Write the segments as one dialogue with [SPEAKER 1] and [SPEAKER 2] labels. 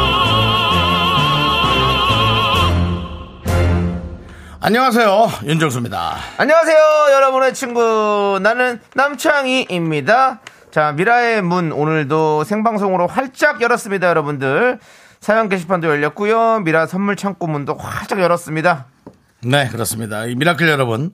[SPEAKER 1] 안녕하세요. 윤정수입니다.
[SPEAKER 2] 안녕하세요, 여러분의 친구. 나는 남창희입니다. 자, 미라의 문 오늘도 생방송으로 활짝 열었습니다, 여러분들. 사연 게시판도 열렸고요. 미라 선물 창고 문도 활짝 열었습니다.
[SPEAKER 1] 네, 그렇습니다. 이 미라클 여러분,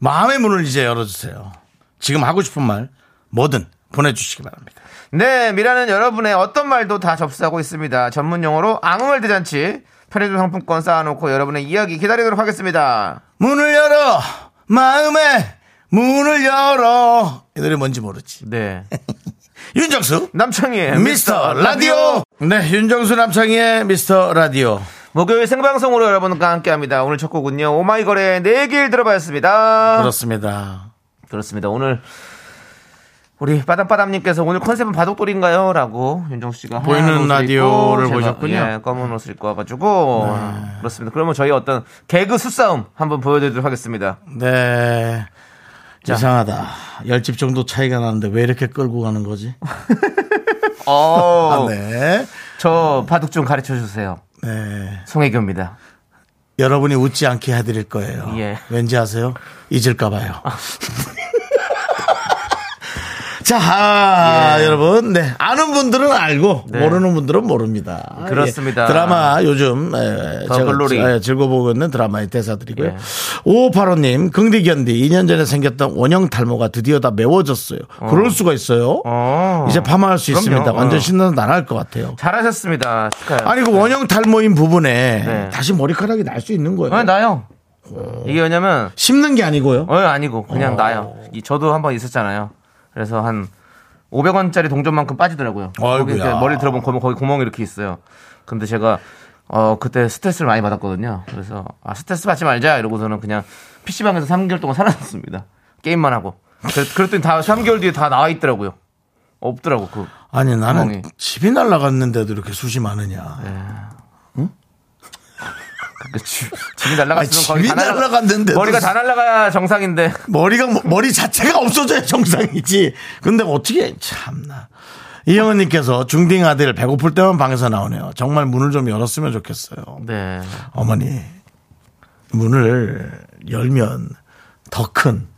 [SPEAKER 1] 마음의 문을 이제 열어주세요. 지금 하고 싶은 말, 뭐든 보내주시기 바랍니다.
[SPEAKER 2] 네, 미라는 여러분의 어떤 말도 다 접수하고 있습니다. 전문 용어로 앙월 대잔치. 편의점 상품권 쌓아놓고 여러분의 이야기 기다리도록 하겠습니다.
[SPEAKER 1] 문을 열어! 마음의 문을 열어! 이 노래 뭔지 모르지.
[SPEAKER 2] 네.
[SPEAKER 1] 윤정수!
[SPEAKER 2] 남창희의
[SPEAKER 1] 네, 미스터 라디오! 네, 윤정수 남창희의 미스터 라디오.
[SPEAKER 2] 목요일 생방송으로 여러분과 함께 합니다. 오늘 첫 곡은요, 오마이걸의 내길
[SPEAKER 1] 아.
[SPEAKER 2] 들어봤습니다.
[SPEAKER 1] 그렇습니다.
[SPEAKER 2] 그렇습니다. 오늘 우리 빠담빠담님께서 오늘 컨셉은 바둑돌인가요? 라고 윤정수 씨가 하얀
[SPEAKER 1] 보이는
[SPEAKER 2] 옷을
[SPEAKER 1] 라디오를
[SPEAKER 2] 입고 제가,
[SPEAKER 1] 보셨군요. 네.
[SPEAKER 2] 예, 검은 옷을 입고 와가지고 그렇습니다. 그러면 저희 어떤 개그 수싸움 한번 보여드리도록 하겠습니다.
[SPEAKER 1] 네. 이상하다. 열집 정도 차이가 나는데 왜 이렇게 끌고 가는 거지? 아,
[SPEAKER 2] 어,
[SPEAKER 1] 네.
[SPEAKER 2] 저 바둑 좀 가르쳐 주세요.
[SPEAKER 1] 네.
[SPEAKER 2] 송혜교입니다.
[SPEAKER 1] 여러분이 웃지 않게 해드릴 거예요.
[SPEAKER 2] 예. 아.
[SPEAKER 1] 왠지 아세요? 잊을까봐요. 자, 아,
[SPEAKER 2] 예.
[SPEAKER 1] 여러분, 네. 아는 분들은 알고,
[SPEAKER 2] 네.
[SPEAKER 1] 모르는 분들은 모릅니다.
[SPEAKER 2] 그렇습니다.
[SPEAKER 1] 예. 드라마 요즘, 에,
[SPEAKER 2] 더
[SPEAKER 1] 제가
[SPEAKER 2] 글로리.
[SPEAKER 1] 예, 즐거워보고 있는 드라마의 대사들이고요.
[SPEAKER 2] 예.
[SPEAKER 1] 오오팔오님, 긍디견디, 2년 전에 생겼던 원형 탈모가 드디어 다 메워졌어요. 그럴 수가 있어요.
[SPEAKER 2] 어.
[SPEAKER 1] 이제 파마할 수
[SPEAKER 2] 그럼요.
[SPEAKER 1] 있습니다. 완전
[SPEAKER 2] 어.
[SPEAKER 1] 신나서 나갈 것 같아요.
[SPEAKER 2] 잘하셨습니다. 축하해요.
[SPEAKER 1] 아니, 그 원형 탈모인 부분에
[SPEAKER 2] 네.
[SPEAKER 1] 다시 머리카락이 날 수 있는 거예요.
[SPEAKER 2] 어, 나요. 이게 왜냐면
[SPEAKER 1] 씹는 게 아니고요.
[SPEAKER 2] 어 아니고 그냥 나요. 이- 저도 한 번 있었잖아요. 그래서 한 500원짜리 동전만큼 빠지더라고요. 거기
[SPEAKER 1] 아이고야.
[SPEAKER 2] 이렇게 머리를 들어보면 구멍- 거기 구멍이 이렇게 있어요. 근데 제가 어 그때 스트레스를 많이 받았거든요. 그래서 아 스트레스 받지 말자 이러고서는 그냥 PC방에서 3개월 동안 살았습니다. 게임만 하고. 그래- 그랬더니 다 3개월 뒤에 다 나와 있더라고요. 없더라고 그.
[SPEAKER 1] 아니 나는
[SPEAKER 2] 구멍이.
[SPEAKER 1] 집이 날라갔는데도 이렇게 숱이 많으냐.
[SPEAKER 2] 그 집- 집이
[SPEAKER 1] 아니,
[SPEAKER 2] 날라갔으면 거의
[SPEAKER 1] 집이
[SPEAKER 2] 다 날라-
[SPEAKER 1] 날라갔는데
[SPEAKER 2] 머리가
[SPEAKER 1] 또
[SPEAKER 2] 다 날라가야 정상인데
[SPEAKER 1] 머리가 뭐- 머리 자체가 없어져야 정상이지. 근데 어떻게 참나. 이영은님께서 중딩 아들 배고플 때만 방에서 나오네요. 정말 문을 좀 열었으면 좋겠어요.
[SPEAKER 2] 네
[SPEAKER 1] 어머니 문을 열면 더 큰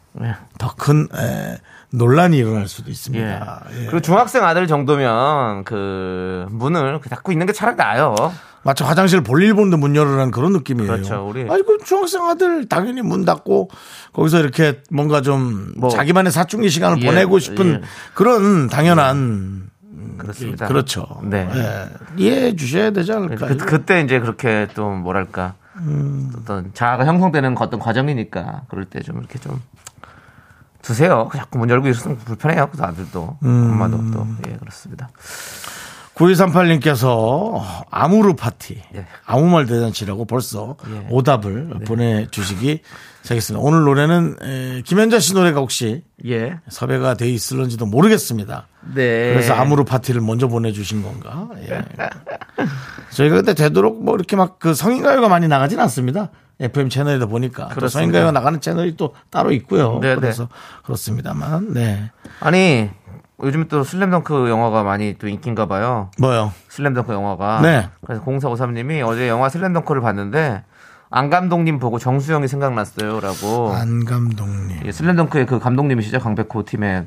[SPEAKER 1] 더 큰
[SPEAKER 2] 예.
[SPEAKER 1] 논란이 일어날 수도 있습니다. 예.
[SPEAKER 2] 그리고 중학생 아들 정도면 그 문을 그 닫고 있는 게 차라리 나아요.
[SPEAKER 1] 마치 화장실 볼일 보는데 문 열으라는 그런 느낌이에요.
[SPEAKER 2] 그렇죠, 우리.
[SPEAKER 1] 아니 그 중학생 아들 당연히 문 닫고 거기서 이렇게 뭔가 좀
[SPEAKER 2] 뭐.
[SPEAKER 1] 자기만의 사춘기 시간을
[SPEAKER 2] 예,
[SPEAKER 1] 보내고 싶은
[SPEAKER 2] 예.
[SPEAKER 1] 그런 당연한
[SPEAKER 2] 그렇습니다.
[SPEAKER 1] 그렇죠.
[SPEAKER 2] 네.
[SPEAKER 1] 예. 이해해 주셔야 되지 않을까요?
[SPEAKER 2] 그, 때 이제 그렇게 또 뭐랄까 어떤 자아가 형성되는 그 어떤 과정이니까 그럴 때 좀 이렇게 좀 두세요. 그 자꾸 문 열고 있으면 불편해요. 그 아들도 엄마도 또 예 그렇습니다.
[SPEAKER 1] 9238님께서 아무르 파티
[SPEAKER 2] 예.
[SPEAKER 1] 아무 말 대잔치라고 벌써
[SPEAKER 2] 예.
[SPEAKER 1] 오답을 보내주시기 시작했습니다. 오늘 노래는 에, 김현자 씨 노래가 혹시
[SPEAKER 2] 예.
[SPEAKER 1] 섭외가 돼 있을런지도 모르겠습니다.
[SPEAKER 2] 네.
[SPEAKER 1] 그래서 아무르 파티를 먼저 보내주신 건가? 예. 저희가 근데 되도록 뭐 이렇게 막 그 성인가요가 많이 나가진 않습니다. FM 채널이다 보니까 또
[SPEAKER 2] 그렇습니다.
[SPEAKER 1] 성인가요가 나가는 채널이 또 따로 있고요.
[SPEAKER 2] 네, 네.
[SPEAKER 1] 그래서 그렇습니다만, 네
[SPEAKER 2] 아니 요즘 또 슬램덩크 영화가 많이 또 인기인가 봐요.
[SPEAKER 1] 뭐요?
[SPEAKER 2] 슬램덩크 영화가.
[SPEAKER 1] 네.
[SPEAKER 2] 그래서 0453님이 어제 영화 슬램덩크를 봤는데 안 감독님 보고 정수영이 생각났어요라고.
[SPEAKER 1] 안 감독님,
[SPEAKER 2] 예, 슬램덩크의 그 감독님이시죠 강백호 팀의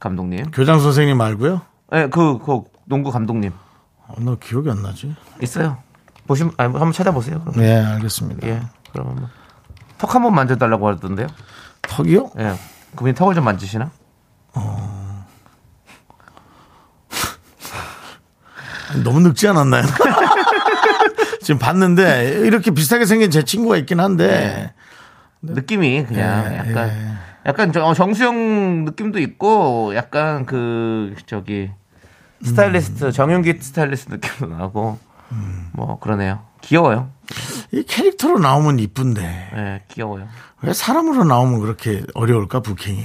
[SPEAKER 2] 감독님.
[SPEAKER 1] 교장 선생님 말고요.
[SPEAKER 2] 예, 그, 그 농구 감독님
[SPEAKER 1] 어, 나 기억이 안 나지.
[SPEAKER 2] 있어요. 보시면 아니, 한번 찾아보세요. 그럼.
[SPEAKER 1] 네, 알겠습니다.
[SPEAKER 2] 예, 그럼 한번 턱 한번 만져달라고 하던데요.
[SPEAKER 1] 턱이요?
[SPEAKER 2] 예, 그분이 턱을 좀 만지시나?
[SPEAKER 1] 너무 늙지 않았나요? 지금 봤는데 이렇게 비슷하게 생긴 제 친구가 있긴
[SPEAKER 2] 네.
[SPEAKER 1] 한데
[SPEAKER 2] 느낌이 그냥
[SPEAKER 1] 예,
[SPEAKER 2] 약간
[SPEAKER 1] 예.
[SPEAKER 2] 약간 저- 어, 정수영 느낌도 있고 약간 그 저기 음. 스타일리스트 정윤기 스타일리스트 느낌도 나고 뭐 그러네요. 귀여워요.
[SPEAKER 1] 이 캐릭터로 나오면 이쁜데
[SPEAKER 2] 예, 귀여워요.
[SPEAKER 1] 왜 사람으로 나오면 그렇게 어려울까 부킹이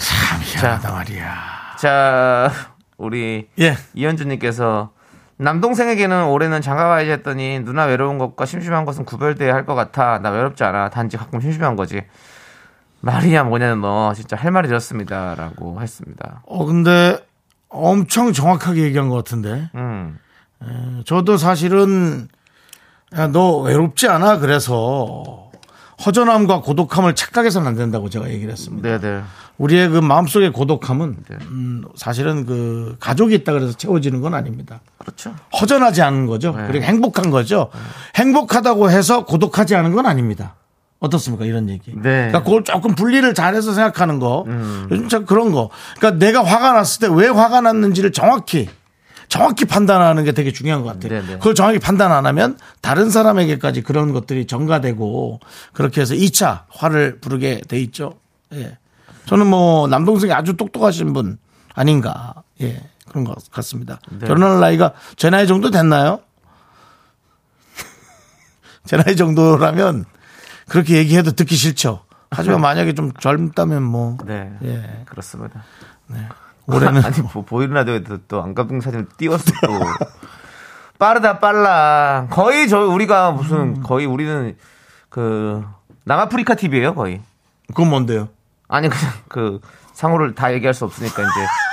[SPEAKER 1] 참 희한하다 말이야
[SPEAKER 2] 자, 우리
[SPEAKER 1] 예
[SPEAKER 2] 이현주님께서 남동생에게는 올해는 장가 가야지 했더니 누나 외로운 것과 심심한 것은 구별돼야 할 것 같아. 나 외롭지 않아. 단지 가끔 심심한 거지. 말이야 뭐냐는 너 진짜 할 말이 되었습니다라고 했습니다.
[SPEAKER 1] 어, 근데 엄청 정확하게 얘기한 것 같은데.
[SPEAKER 2] 음,
[SPEAKER 1] 저도 사실은, 야, 너 외롭지 않아? 그래서 허전함과 고독함을 착각해서는 안 된다고 제가 얘기를 했습니다.
[SPEAKER 2] 네네.
[SPEAKER 1] 우리의 그 마음속의 고독함은,
[SPEAKER 2] 네.
[SPEAKER 1] 음, 사실은 그 가족이 있다 그래서 채워지는 건 아닙니다.
[SPEAKER 2] 그렇죠.
[SPEAKER 1] 허전하지 않은 거죠. 그리고 행복한 거죠. 행복하다고 해서 고독하지 않은 건 아닙니다. 어떻습니까 이런 얘기.
[SPEAKER 2] 네.
[SPEAKER 1] 그러니까 그걸 조금 분리를 잘해서 생각하는 거. 요즘 참 그런 거. 그러니까 내가 화가 났을 때 왜 화가 났는지를 정확히 정확히 판단하는 게 되게 중요한 것 같아요.
[SPEAKER 2] 네, 네.
[SPEAKER 1] 그걸 정확히 판단 안 하면 다른 사람에게까지 그런 것들이 전가되고 그렇게 해서 2차 화를 부르게 돼 있죠. 예. 저는 뭐 남동생이 아주 똑똑하신 분 아닌가. 예. 그런 것 같습니다.
[SPEAKER 2] 네.
[SPEAKER 1] 결혼할 나이가 제 나이 정도 됐나요? 제 나이 정도라면 그렇게 얘기해도 듣기 싫죠. 하지만 만약에 좀 젊다면 뭐
[SPEAKER 2] 네.
[SPEAKER 1] 예.
[SPEAKER 2] 그렇습니다.
[SPEAKER 1] 올해는
[SPEAKER 2] 아니 뭐 보이는 라디오에 또안 감동 사진을 띄웠어 또 빠르다 빨라 거의 저 우리가
[SPEAKER 1] 음.
[SPEAKER 2] 무슨 거의 우리는 그 남아프리카 TV예요 거의
[SPEAKER 1] 그건 뭔데요?
[SPEAKER 2] 아니 그냥 그 상호를 다 얘기할 수 없으니까 이제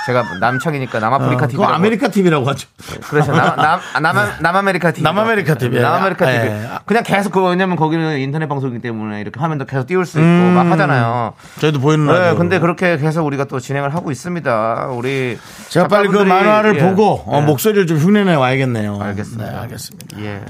[SPEAKER 2] 제가 남창이니까 남아프리카
[SPEAKER 1] 아,
[SPEAKER 2] TV
[SPEAKER 1] 그거 아메리카 TV라고 하죠.
[SPEAKER 2] 그렇죠 남남 아메리카 TV
[SPEAKER 1] 남아메리카 TV.
[SPEAKER 2] 남아메리카
[SPEAKER 1] 아,
[SPEAKER 2] TV
[SPEAKER 1] 예, 예.
[SPEAKER 2] 그냥 계속 그거 왜냐면 거기는 인터넷 방송이기 때문에 이렇게 화면도 계속 띄울 수 있고
[SPEAKER 1] 음.
[SPEAKER 2] 막 하잖아요
[SPEAKER 1] 저희도 보이는
[SPEAKER 2] 네,
[SPEAKER 1] 라디오.
[SPEAKER 2] 근데 그렇게 해서 우리가 또 진행을 하고 있습니다. 우리
[SPEAKER 1] 제가 빨리 그
[SPEAKER 2] 작가분들이-
[SPEAKER 1] 만화를
[SPEAKER 2] 예.
[SPEAKER 1] 보고 어,
[SPEAKER 2] 예.
[SPEAKER 1] 목소리를 좀 흉내내 와야겠네요.
[SPEAKER 2] 알겠습니다.
[SPEAKER 1] 네, 알겠습니다.
[SPEAKER 2] 예.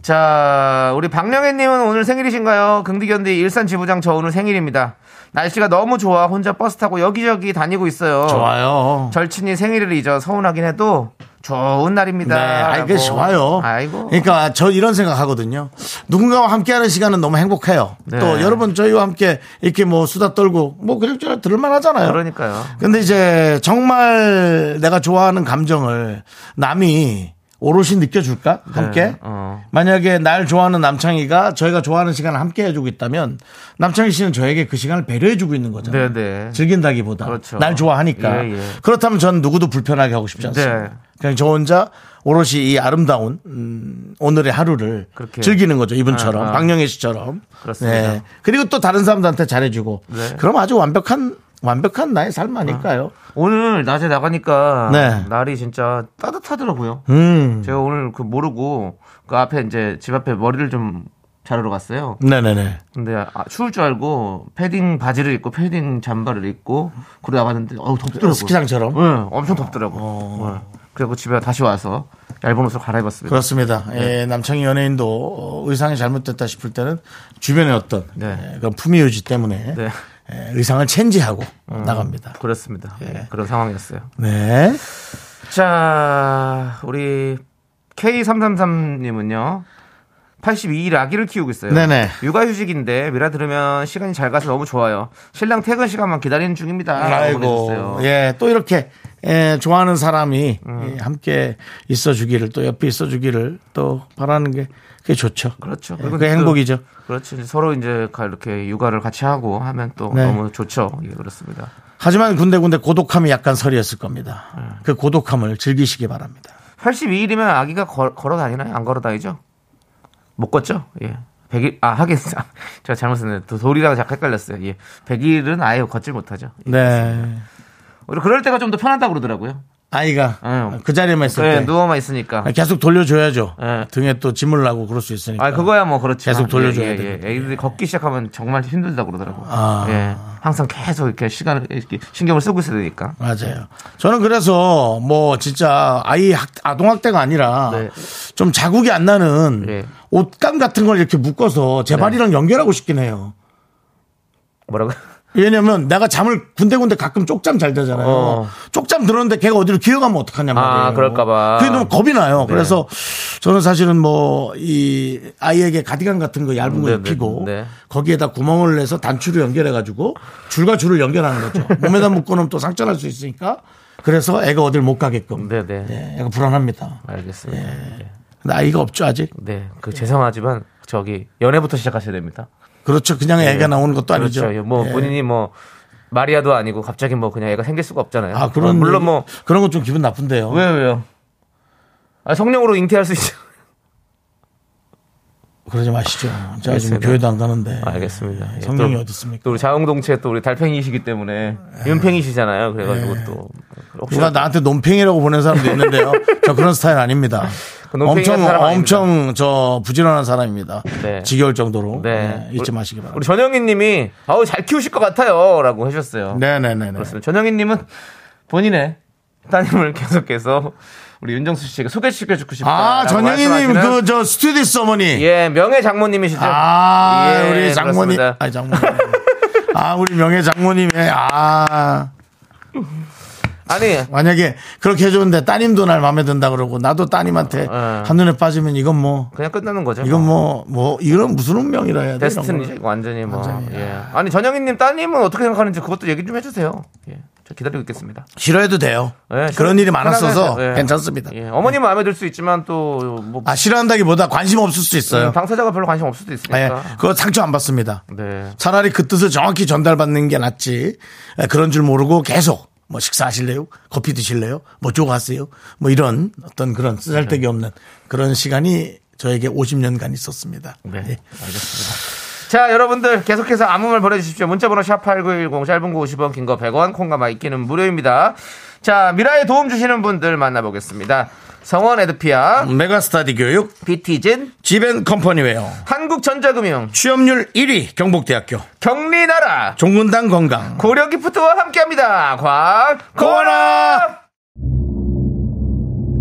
[SPEAKER 2] 자, 우리 박명혜님은 오늘 생일이신가요? 긍디견디 일산 지부장 저 오늘 생일입니다. 날씨가 너무 좋아 혼자 버스 타고 여기저기 다니고 있어요.
[SPEAKER 1] 좋아요.
[SPEAKER 2] 절친이 생일을 잊어 서운하긴 해도 좋은 날입니다.
[SPEAKER 1] 네, 아이고
[SPEAKER 2] 라고.
[SPEAKER 1] 좋아요.
[SPEAKER 2] 뭐. 아이고.
[SPEAKER 1] 그러니까 저 이런 생각 하거든요. 누군가와 함께하는 시간은 너무 행복해요.
[SPEAKER 2] 네.
[SPEAKER 1] 또 여러분 저희와 함께 이렇게 뭐 수다 떨고 뭐 그럭저럭 들을만 하잖아요.
[SPEAKER 2] 그러니까요.
[SPEAKER 1] 근데 이제 정말 내가 좋아하는 감정을 남이 오롯이 느껴줄까? 함께?
[SPEAKER 2] 어.
[SPEAKER 1] 만약에 날 좋아하는 남창희가 저희가 좋아하는 시간을 함께 해주고 있다면 남창희 씨는 저에게 그 시간을 배려해주고 있는 거잖아요.
[SPEAKER 2] 네네.
[SPEAKER 1] 즐긴다기보다.
[SPEAKER 2] 그렇죠.
[SPEAKER 1] 날 좋아하니까.
[SPEAKER 2] 예, 예.
[SPEAKER 1] 그렇다면 전 누구도 불편하게 하고 싶지 않습니다.
[SPEAKER 2] 네.
[SPEAKER 1] 그냥 저 혼자 오롯이 이 아름다운 음, 오늘의 하루를
[SPEAKER 2] 그렇게.
[SPEAKER 1] 즐기는 거죠. 이분처럼.
[SPEAKER 2] 아, 아.
[SPEAKER 1] 박영애 씨처럼. 네.
[SPEAKER 2] 그렇습니다.
[SPEAKER 1] 그리고 또 다른 사람들한테 잘해주고.
[SPEAKER 2] 네.
[SPEAKER 1] 그럼 아주 완벽한 완벽한 나의 삶 아닐까요?
[SPEAKER 2] 오늘 낮에 나가니까
[SPEAKER 1] 네.
[SPEAKER 2] 날이 진짜 따뜻하더라고요.
[SPEAKER 1] 음.
[SPEAKER 2] 제가 오늘 그 모르고 그 앞에 이제 집 앞에 머리를 좀 자르러 갔어요.
[SPEAKER 1] 네네네.
[SPEAKER 2] 근데 아, 추울 줄 알고 패딩 바지를 입고 패딩 잠바를 입고 그러다 갔는데 어우 덥더라고.
[SPEAKER 1] 스키장처럼.
[SPEAKER 2] 응, 엄청 덥더라고. 네. 그리고 집에 다시 와서 얇은 옷을 갈아입었습니다.
[SPEAKER 1] 그렇습니다. 예, 남창희 연예인도 어, 의상이 잘못됐다 싶을 때는 주변의 어떤
[SPEAKER 2] 네.
[SPEAKER 1] 예, 그런 품위 유지 때문에
[SPEAKER 2] 네.
[SPEAKER 1] 예, 의상을 체인지하고 나갑니다.
[SPEAKER 2] 습니다 그런 상황이었어요.
[SPEAKER 1] 음. 네.
[SPEAKER 2] 자, 우리 K333님은요. 82일 아기를 키우고 있어요.
[SPEAKER 1] 네네.
[SPEAKER 2] 육아휴직인데 미라 들으면 시간이 잘 가서 너무 좋아요. 신랑 퇴근 시간만 기다리는 중입니다. 라고
[SPEAKER 1] 아이고.
[SPEAKER 2] 보내주셨어요.
[SPEAKER 1] 예, 또 이렇게 예, 좋아하는 사람이 예, 함께 있어 주기를 또 옆에 있어 주기를 또 바라는 게 그게 좋죠.
[SPEAKER 2] 그렇죠.
[SPEAKER 1] 예,
[SPEAKER 2] 그리고
[SPEAKER 1] 그게
[SPEAKER 2] 또-
[SPEAKER 1] 행복이죠.
[SPEAKER 2] 그렇지. 이제 서로 이제 가- 이렇게 육아를 같이 하고 하면 또
[SPEAKER 1] 네.
[SPEAKER 2] 너무 좋죠. 예, 그렇습니다.
[SPEAKER 1] 하지만 군데군데 고독함이 약간 서리했을
[SPEAKER 2] 네.
[SPEAKER 1] 겁니다. 그 고독함을 즐기시기 바랍니다.
[SPEAKER 2] 82일이면 아기가 걸, 걸어 다니나요? 안 걸어 다니죠? 못 걷죠? 예. 100일, 아, 하긴, 아, 제가 잘못 썼네요. 도- 돌이랑 잠깐 헷갈렸어요. 예. 100일은 아예 걷질 못하죠. 예.
[SPEAKER 1] 네.
[SPEAKER 2] 오히려 그럴 때가 좀 더 편하다고 그러더라고요.
[SPEAKER 1] 아이가
[SPEAKER 2] 응.
[SPEAKER 1] 그 자리에만 있을
[SPEAKER 2] 예,
[SPEAKER 1] 때
[SPEAKER 2] 누워만 있으니까.
[SPEAKER 1] 아, 계속 돌려줘야죠.
[SPEAKER 2] 예.
[SPEAKER 1] 등에 또 짐을 나고 그럴 수 있으니까.
[SPEAKER 2] 아, 그거야 뭐 그렇지.
[SPEAKER 1] 계속 돌려줘야
[SPEAKER 2] 예, 예, 예.
[SPEAKER 1] 되거든요.
[SPEAKER 2] 애들이 걷기 시작하면 정말 힘들다고 그러더라고요.
[SPEAKER 1] 아.
[SPEAKER 2] 예. 항상 계속 이렇게 시간을, 이렇게 신경을 쓰고 있어야 되니까.
[SPEAKER 1] 맞아요. 저는 그래서 뭐 진짜 아이 학, 아동학대가 아니라
[SPEAKER 2] 네.
[SPEAKER 1] 좀 자국이 안 나는
[SPEAKER 2] 네.
[SPEAKER 1] 옷감 같은 걸 이렇게 묶어서 제 발이랑 연결하고 싶긴 해요.
[SPEAKER 2] 뭐라고요?
[SPEAKER 1] 왜냐면 내가 잠을 군데군데 가끔 쪽잠 잘 되잖아요.
[SPEAKER 2] 어.
[SPEAKER 1] 쪽잠 들었는데 걔가 어디로 기어가면 어떡하냐 말이에요.
[SPEAKER 2] 아, 그럴까봐. 네.
[SPEAKER 1] 그게 너무 겁이 나요. 그래서 저는 사실은 뭐 이 아이에게 가디건 같은 거 얇은 거
[SPEAKER 2] 네,
[SPEAKER 1] 입히고
[SPEAKER 2] 네, 네.
[SPEAKER 1] 거기에다 구멍을 내서 단추로 연결해 가지고 줄과 줄을 연결하는 거죠. 몸에다 묶어놓으면 또 상처 날 수 있으니까 그래서 애가 어딜 못 가게끔.
[SPEAKER 2] 네네.
[SPEAKER 1] 네, 애가 불안합니다.
[SPEAKER 2] 알겠습니다. 예.
[SPEAKER 1] 나이가 없죠 아직.
[SPEAKER 2] 네, 그 죄송하지만 저기 연애부터 시작하셔야 됩니다.
[SPEAKER 1] 그렇죠. 그냥 애가 나오는 것도 아니죠.
[SPEAKER 2] 그렇죠. 뭐
[SPEAKER 1] 예.
[SPEAKER 2] 본인이 뭐 마리아도 아니고 갑자기 뭐 그냥 애가 생길 수가 없잖아요.
[SPEAKER 1] 아 그런
[SPEAKER 2] 물론 뭐
[SPEAKER 1] 얘기- 그런 건 좀 기분 나쁜데요.
[SPEAKER 2] 왜요 왜요? 아, 성령으로 잉태할 수 있죠.
[SPEAKER 1] 그러지 마시죠. 제가 지금
[SPEAKER 2] 알겠습니다.
[SPEAKER 1] 교회도 안 가는데.
[SPEAKER 2] 알겠습니다. 예,
[SPEAKER 1] 성령이
[SPEAKER 2] 또-
[SPEAKER 1] 어디 있습니까? 예.
[SPEAKER 2] 또 우리 자웅동체 또 우리 달팽이시기 때문에 윤팽이시잖아요. 그래가지고 또 혹시
[SPEAKER 1] 누가 나한테 논팽이라고 보낸 사람도 있는데요. 저 그런 스타일 아닙니다.
[SPEAKER 2] 그 논팽이
[SPEAKER 1] 엄청
[SPEAKER 2] 하는 사람 아닙니다.
[SPEAKER 1] 엄청 저 부지런한 사람입니다.
[SPEAKER 2] 네.
[SPEAKER 1] 지겨울 정도로
[SPEAKER 2] 네.
[SPEAKER 1] 예, 잊지
[SPEAKER 2] 우리-
[SPEAKER 1] 마시기
[SPEAKER 2] 우리
[SPEAKER 1] 바랍니다.
[SPEAKER 2] 전영희님이 아우 잘 키우실 것 같아요라고 하셨어요.
[SPEAKER 1] 네네네. 네.
[SPEAKER 2] 그렇습니다. 전영희님은 본인의 따님을 계속해서 우리 윤정수 씨에게 소개시켜주고 싶다.
[SPEAKER 1] 아 전영희님 그 저 스튜디 서머니.
[SPEAKER 2] 예, 명예 장모님이시죠.
[SPEAKER 1] 아
[SPEAKER 2] 예,
[SPEAKER 1] 우리 장모님.
[SPEAKER 2] 그렇습니다.
[SPEAKER 1] 아 장모님. 아 우리 명예 장모님의 아
[SPEAKER 2] 아니,
[SPEAKER 1] 만약에 그렇게 해줬는데 따님도 날 마음에 든다 그러고 나도 따님한테
[SPEAKER 2] 어.
[SPEAKER 1] 한눈에 빠지면 이건 뭐
[SPEAKER 2] 그냥 끝나는 거죠.
[SPEAKER 1] 이건 뭐 뭐 이런 무슨 운명이라 해야 돼. 이런
[SPEAKER 2] 데스티니죠.
[SPEAKER 1] 거는.
[SPEAKER 2] 아. 이거 완전히 뭐.
[SPEAKER 1] 완전히.
[SPEAKER 2] 예. 아니, 전영희님 따님은 어떻게 생각하는지 그것도 얘기 좀 해주세요. 예. 저 기다리고 있겠습니다.
[SPEAKER 1] 싫어해도 돼요.
[SPEAKER 2] 예,
[SPEAKER 1] 그런
[SPEAKER 2] 시-
[SPEAKER 1] 일이 많았어서
[SPEAKER 2] 편하게, 예.
[SPEAKER 1] 괜찮습니다.
[SPEAKER 2] 예. 어머님 마음에 들 수 있지만 또, 뭐.
[SPEAKER 1] 네.
[SPEAKER 2] 음,
[SPEAKER 1] 아 싫어한다기보다 관심 없을 수 있어요.
[SPEAKER 2] 당사자가 별로 관심 없을 수도
[SPEAKER 1] 예,
[SPEAKER 2] 있으니까.
[SPEAKER 1] 그거 상처 안 받습니다.
[SPEAKER 2] 네.
[SPEAKER 1] 차라리 그 뜻을 정확히 전달받는 게 낫지. 예, 그런 줄 모르고 계속 뭐 식사하실래요? 커피 드실래요? 뭐 쪼가세요? 뭐 이런 어떤 그런 쓰잘데기 없는 그런 시간이 저에게 50년간 있었습니다.
[SPEAKER 2] 네.
[SPEAKER 1] 예.
[SPEAKER 2] 자, 여러분들 계속해서 아무 말 보내주십시오. 문자번호 샵8910, 짧은 거 50원, 긴 거 100원, 콩과 마이키는 무료입니다. 자, 미라에 도움 주시는 분들 만나보겠습니다. 성원 에드피아,
[SPEAKER 1] 메가스타디 교육
[SPEAKER 2] 비티진,
[SPEAKER 1] 지벤 컴퍼니웨어
[SPEAKER 2] 한국전자금융,
[SPEAKER 1] 취업률 1위 경북대학교
[SPEAKER 2] 경리나라,
[SPEAKER 1] 종근당 건강
[SPEAKER 2] 고려기프트와 함께합니다. 곽고라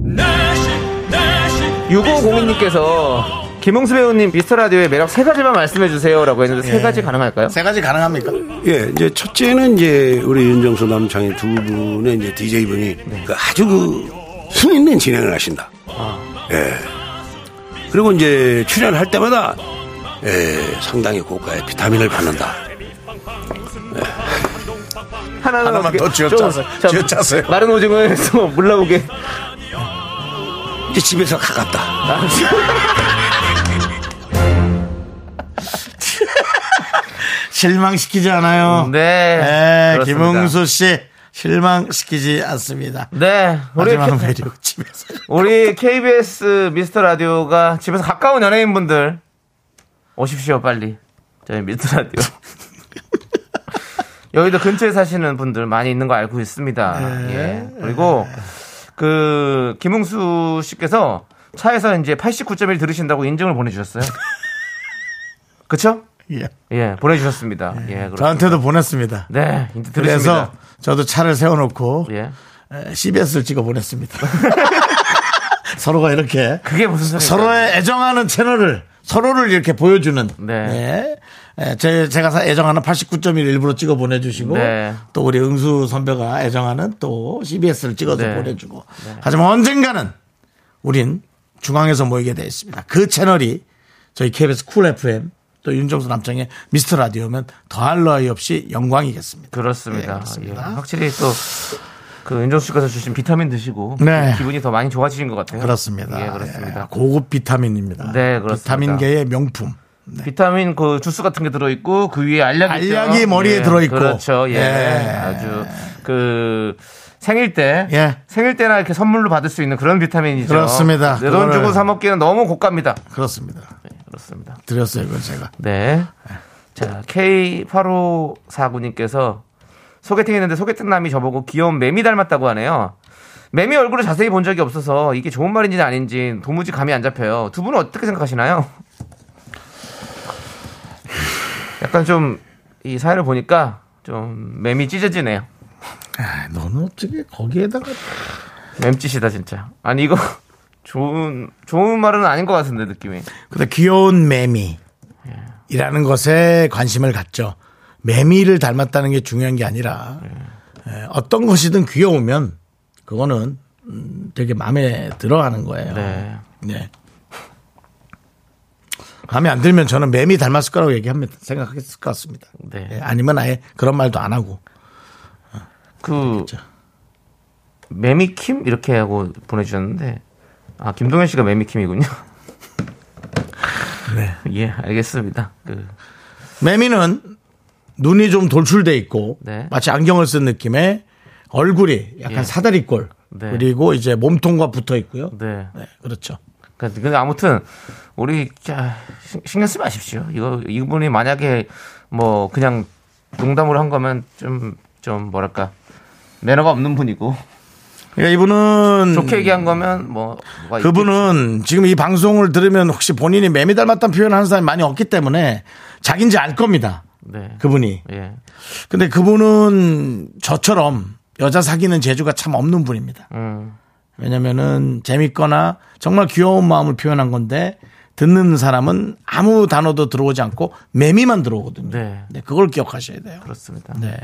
[SPEAKER 3] 내식 내식
[SPEAKER 2] 6502님께서 김홍수 배우님 미스터 라디오의 매력 세 가지만 말씀해 주세요라고 했는데
[SPEAKER 1] 예.
[SPEAKER 2] 세 가지 가능할까요?
[SPEAKER 1] 세 가지 가능합니까?
[SPEAKER 4] 예, 이제 첫째는 이제 우리 윤정수 남창희 두 분의 이제 DJ 분이 그 아주 그힘 있는 진행을 하신다. 예. 그리고 이제 출연할 때마다 예, 상당히 고가의 비타민을 받는다.
[SPEAKER 2] 하나는
[SPEAKER 1] 하나만
[SPEAKER 2] 어떻게-
[SPEAKER 1] 더 쥐어짜서-
[SPEAKER 2] 좀- 자,
[SPEAKER 1] 쥐어짜세요.
[SPEAKER 2] 마른 오징어에서 뭐 물 나오게
[SPEAKER 4] 이제 집에서 가깝다.
[SPEAKER 1] 실망시키지 않아요.
[SPEAKER 2] 네.
[SPEAKER 1] 네,
[SPEAKER 2] 그렇습니다.
[SPEAKER 1] 김웅수 씨 실망시키지 않습니다.
[SPEAKER 2] 네. 우리,
[SPEAKER 1] 마지막
[SPEAKER 2] K-
[SPEAKER 1] 매력 집에서
[SPEAKER 2] 우리 KBS 미스터 라디오가 집에서 가까운 연예인분들 오십시오, 빨리. 저희 미스터 라디오. 여의도 근처에 사시는 분들 많이 있는 거 알고
[SPEAKER 1] 네.
[SPEAKER 2] 있습니다. 예. 그리고 그 김웅수 씨께서 차에서 이제 89.1 들으신다고 인증을 보내주셨어요. 그쵸?
[SPEAKER 1] 예.
[SPEAKER 2] 예, 보내주셨습니다. 예, 그렇습니다.
[SPEAKER 1] 네. 저한테도 보냈습니다.
[SPEAKER 2] 네, 인증
[SPEAKER 1] 그래서
[SPEAKER 2] 들으십니다.
[SPEAKER 1] 저도 차를 세워놓고
[SPEAKER 2] 예.
[SPEAKER 1] 에, CBS를 찍어 보냈습니다. 서로가 이렇게
[SPEAKER 2] 그게 무슨 소리예요?
[SPEAKER 1] 서로의 애정하는 채널을 서로를 이렇게 보여주는
[SPEAKER 2] 네.
[SPEAKER 1] 예. 예, 제, 제가 사- 애정하는 89.1 일부러 찍어 보내주시고
[SPEAKER 2] 네.
[SPEAKER 1] 또 우리 응수 선배가 애정하는 또 CBS를 찍어서
[SPEAKER 2] 네.
[SPEAKER 1] 보내주고 하지만 언젠가는 우린 중앙에서 모이게 되어 있습니다. 그 채널이 저희 KBS 쿨 FM 또 윤정수 남창의 미스터 라디오면 더할 나위 없이 영광이겠습니다. 네,
[SPEAKER 2] 그렇습니다. 예,
[SPEAKER 1] 그렇습니다.
[SPEAKER 2] 확실히 또. 그 윤정수 씨께서 주신 비타민 드시고
[SPEAKER 1] 네.
[SPEAKER 2] 기분이 더 많이 좋아지신 것 같아요.
[SPEAKER 1] 그렇습니다.
[SPEAKER 2] 예, 그렇습니다.
[SPEAKER 1] 예, 고급 비타민입니다.
[SPEAKER 2] 네, 그렇습니다.
[SPEAKER 1] 비타민계의 명품. 네.
[SPEAKER 2] 비타민 그 주스 같은 게 들어 있고 그 위에 알약이
[SPEAKER 1] 알약이
[SPEAKER 2] 있죠.
[SPEAKER 1] 머리에
[SPEAKER 2] 예,
[SPEAKER 1] 들어있고.
[SPEAKER 2] 그렇죠. 예.
[SPEAKER 1] 예.
[SPEAKER 2] 아주 그 생일 때
[SPEAKER 1] 예.
[SPEAKER 2] 생일 때나 이렇게 선물로 받을 수 있는 그런 비타민이죠.
[SPEAKER 1] 그렇습니다.
[SPEAKER 2] 내돈
[SPEAKER 1] 그거를-
[SPEAKER 2] 주고 사 먹기는 너무 고가입니다.
[SPEAKER 1] 그렇습니다.
[SPEAKER 2] 네, 그렇습니다.
[SPEAKER 1] 드렸어요, 그건 제가.
[SPEAKER 2] 네. 자, K8549님께서 소개팅 했는데 소개팅 남이 저보고 귀여운 매미 닮았다고 하네요. 매미 얼굴을 자세히 본 적이 없어서 이게 좋은 말인지 아닌지 도무지 감이 안 잡혀요. 두 분은 어떻게 생각하시나요? 약간 좀 이 사연을 보니까 좀 매미 찢어지네요.
[SPEAKER 1] 아, 너는 어떻게 거기에다가
[SPEAKER 2] 맴찢이다 진짜. 아니 이거 좋은 좋은 말은 아닌 것 같은데 느낌이.
[SPEAKER 1] 근데 귀여운 매미라는 것에 관심을 갖죠. 매미를 닮았다는 게 중요한 게 아니라 에, 어떤 것이든 귀여우면 그거는 음, 되게 마음에 들어하는 거예요.
[SPEAKER 2] 네.
[SPEAKER 1] 네. 마음에 안 들면 저는 매미 닮았을 거라고 얘기합니다. 생각했을 것 같습니다.
[SPEAKER 2] 네.
[SPEAKER 1] 예, 아니면 아예 그런 말도 안 하고.
[SPEAKER 2] 그 매미킴 이렇게 하고 보내주셨는데 아 김동현 씨가 매미킴이군요.
[SPEAKER 1] 네.
[SPEAKER 2] 예, 알겠습니다. 그,
[SPEAKER 1] 매미는 눈이 좀 돌출돼 있고
[SPEAKER 2] 네.
[SPEAKER 1] 마치 안경을 쓴 느낌의 얼굴이 약간
[SPEAKER 2] 예.
[SPEAKER 1] 사다리꼴
[SPEAKER 2] 네.
[SPEAKER 1] 그리고 이제 몸통과 붙어 있고요. 네.
[SPEAKER 2] 네.
[SPEAKER 1] 그렇죠.
[SPEAKER 2] 그- 근데 아무튼 우리 자, 신- 신경 쓰지 마십시오. 이거 이분이 만약에 뭐 그냥 농담으로 한 거면 좀 좀 뭐랄까 매너가 없는 분이고
[SPEAKER 1] 그러니까 이분은
[SPEAKER 2] 좋게 얘기한 거면 뭐 뭐가
[SPEAKER 1] 그분은 지금 이 방송을 들으면 혹시 본인이 매미 닮았다는 표현을 하는 사람이 많이 없기 때문에 자기인지 알 겁니다.
[SPEAKER 2] 있- 네.
[SPEAKER 1] 그분이.
[SPEAKER 2] 예.
[SPEAKER 1] 근데 그분은 저처럼 여자 사귀는 재주가 참 없는 분입니다.
[SPEAKER 2] 음.
[SPEAKER 1] 왜냐면은 재밌거나 정말 귀여운 마음을 표현한 건데 듣는 사람은 아무 단어도 들어오지 않고 매미만 들어오거든요.
[SPEAKER 2] 네. 그렇죠.
[SPEAKER 1] 네, 그걸 기억하셔야 돼요.
[SPEAKER 2] 그렇습니다.
[SPEAKER 1] 네.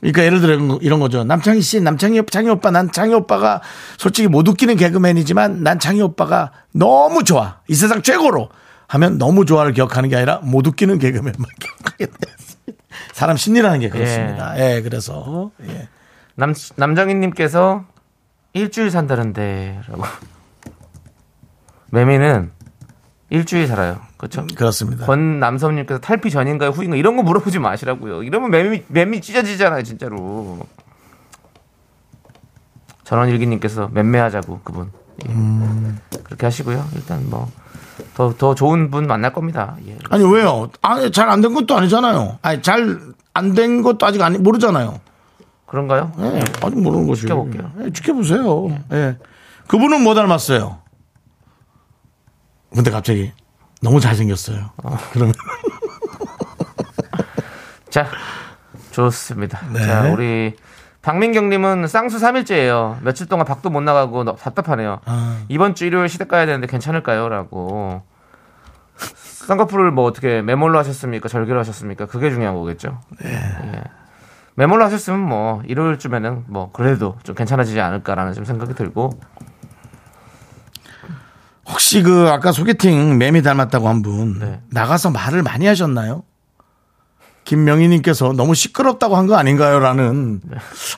[SPEAKER 1] 그러니까 예를 들어 이런 거- 이런 거죠. 남창희 씨, 남창희 오빠, 창희 오빠, 난 창희 오빠가 솔직히 못 웃기는 개그맨이지만 난 창희 오빠가 너무 좋아. 이 세상 최고로 하면 너무 좋아를 기억하는 게 아니라 못 웃기는 개그맨만 기억하게 됐습니다. 사람 심리라는 게 그렇습니다. 예, 그래서 예.
[SPEAKER 2] 남 남정희님께서 일주일 산다는데라고 매미는 일주일 살아요. 그렇죠?
[SPEAKER 1] 그렇습니다.
[SPEAKER 2] 권남섭님께서 탈피 전인가요 후인가 이런 거 물어보지 마시라고요. 이러면 매미 매미 찢어지잖아요 진짜로. 전원일기님께서 맴매하자고 그분 예. 그렇게 하시고요. 일단 뭐 더 더 좋은 분 만날 겁니다. 예.
[SPEAKER 1] 아니 왜요? 아니 잘 안 된 것도 아니잖아요. 아니 잘 안 된 것도 아직 아니 모르잖아요.
[SPEAKER 2] 그런가요?
[SPEAKER 1] 예, 아직 모르는 것이요.
[SPEAKER 2] 지켜볼게요.
[SPEAKER 1] 예, 지켜보세요. 예. 그분은 뭐 닮았어요? 근데 갑자기 너무 잘생겼어요.
[SPEAKER 2] 아.
[SPEAKER 1] 그러면
[SPEAKER 2] 자, 좋습니다.
[SPEAKER 1] 네.
[SPEAKER 2] 자, 우리 박민경님은 쌍수 3일째예요. 며칠 동안 밖도 못 나가고 너- 답답하네요.
[SPEAKER 1] 아.
[SPEAKER 2] 이번 주 일요일 시댁 가야 되는데 괜찮을까요?라고. 쌍꺼풀을 뭐 어떻게 메몰로 하셨습니까? 절개로 하셨습니까? 그게 중요한 거겠죠.
[SPEAKER 1] 네.
[SPEAKER 2] 예. 메몰로 하셨으면 뭐 일요일쯤에는 뭐 그래도 좀 괜찮아지지 않을까라는 좀 생각이 들고.
[SPEAKER 1] 혹시 그 아까 소개팅 매미 닮았다고 한 분
[SPEAKER 2] 네.
[SPEAKER 1] 나가서 말을 많이 하셨나요? 김명희님께서 너무 시끄럽다고 한 거 아닌가요?라는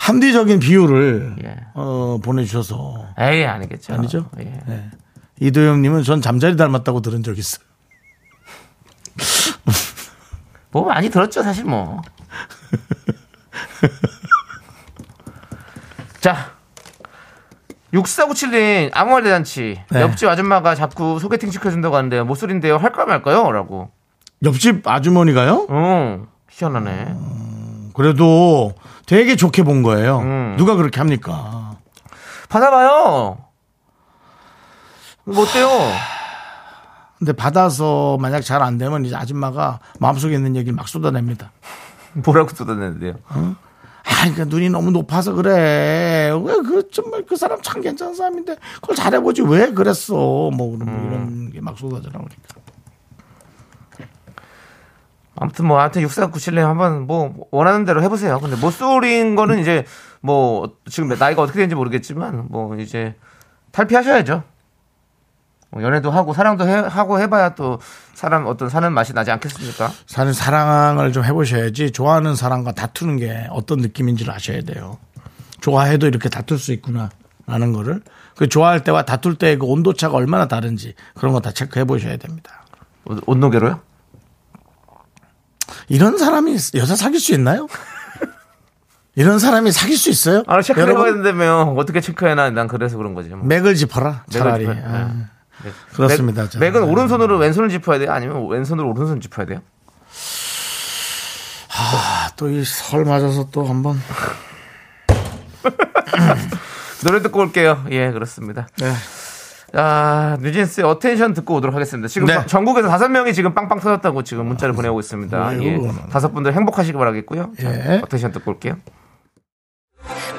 [SPEAKER 1] 합리적인 비유를
[SPEAKER 2] 네. 예.
[SPEAKER 1] 어, 보내주셔서
[SPEAKER 2] 에이 아니겠죠.
[SPEAKER 1] 아니죠?
[SPEAKER 2] 예.
[SPEAKER 1] 네. 이도영님은 전 잠자리 닮았다고 들은 적 있어요.
[SPEAKER 2] 뭐 많이 들었죠 사실 뭐. 자. 6497님 아무 말 대잔치
[SPEAKER 1] 네.
[SPEAKER 2] 옆집 아줌마가 자꾸 소개팅 시켜준다고 하는데 못소린데요 할까 말까요? 라고
[SPEAKER 1] 옆집 아주머니가요?
[SPEAKER 2] 응 희한하네
[SPEAKER 1] 그래도 되게 좋게 본 거예요.
[SPEAKER 2] 음.
[SPEAKER 1] 누가 그렇게 합니까?
[SPEAKER 2] 받아봐요 뭐 어때요?
[SPEAKER 1] 근데 받아서 만약 잘 안 되면 이제 아줌마가 마음속에 있는 얘기를 막 쏟아냅니다.
[SPEAKER 2] 뭐라고 쏟아내는데요
[SPEAKER 1] 아, 그러니까 눈이 너무 높아서 그래. 왜 그 정말 그 사람 참 괜찮은 사람인데 그걸 잘해보지 왜 그랬어? 뭐 그런 이런 게 막 쏟아져 나오니까. 그러니까.
[SPEAKER 2] 아무튼 뭐 아무튼 6497님 한번 뭐 원하는 대로 해보세요 근데 못소린 거는 이제 뭐 지금 나이가 어떻게 되는지 모르겠지만 뭐 이제 탈피하셔야죠 뭐 연애도 하고 사랑도 해- 하고 해봐야 또 사람 어떤 사는 맛이 나지 않겠습니까?
[SPEAKER 1] 사실 사랑을 좀 해보셔야지 좋아하는 사람과 다투는 게 어떤 느낌인지를 아셔야 돼요. 좋아해도 이렇게 다툴 수 있구나라는 거를 그 좋아할 때와 다툴 때의 그 온도 차가 얼마나 다른지 그런 거 다 체크해 보셔야 됩니다.
[SPEAKER 2] 옷- 옷노개로요?
[SPEAKER 1] 이런 사람이 여자 사귈 수 있나요? 이런 사람이 사귈 수 있어요?
[SPEAKER 2] 아 체크해봐야
[SPEAKER 1] 여러분,
[SPEAKER 2] 된다며 어떻게 체크해나 난 그래서 그런 거지 뭐.
[SPEAKER 1] 맥을 짚어라
[SPEAKER 2] 맥을
[SPEAKER 1] 차라리.
[SPEAKER 2] 짚어요.
[SPEAKER 1] 아,
[SPEAKER 2] 네.
[SPEAKER 1] 그렇습니다.
[SPEAKER 2] 맥, 맥은 오른손으로 왼손을 짚어야 돼요? 아니면 왼손으로 오른손 짚어야 돼요?
[SPEAKER 1] 아, 또이 설 맞아서 또 한번
[SPEAKER 2] 노래 듣고 올게요. 예, 그렇습니다.
[SPEAKER 1] 네.
[SPEAKER 2] 아, 뉴진스의 어텐션 듣고 오도록 하겠습니다. 지금
[SPEAKER 1] 네.
[SPEAKER 2] 바- 전국에서 다섯 명이 지금 빵빵 터졌다고 지금 문자를 보내고 있습니다.
[SPEAKER 1] 아이고,
[SPEAKER 2] 예.
[SPEAKER 1] 그거는.
[SPEAKER 2] 다섯 분들 행복하시기 바라겠고요. 자,
[SPEAKER 1] 예.
[SPEAKER 2] 어텐션 듣고 올게요.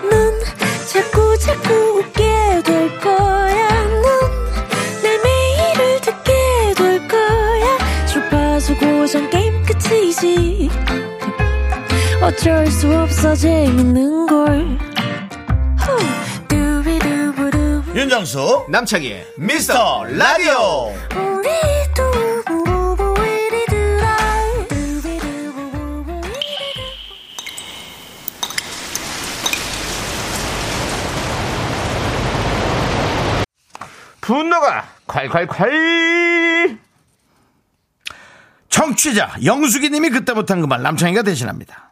[SPEAKER 5] 넌 자꾸 자꾸 웃게 될 거야. 넌내 매일을 듣게 될 거야. 주파수 고정 게임 끝이지. 어쩔 수 없어 재밌는 걸. 후. 두비두부두.
[SPEAKER 1] 윤정수 남창희 미스터 라디오
[SPEAKER 5] 우리 두부부부 우리 두라. 두비두부부부 우리 두라.
[SPEAKER 2] 분노가 콸콸콸
[SPEAKER 1] 청취자 영숙이님이 그때 못한 그 말 남창희가 대신합니다.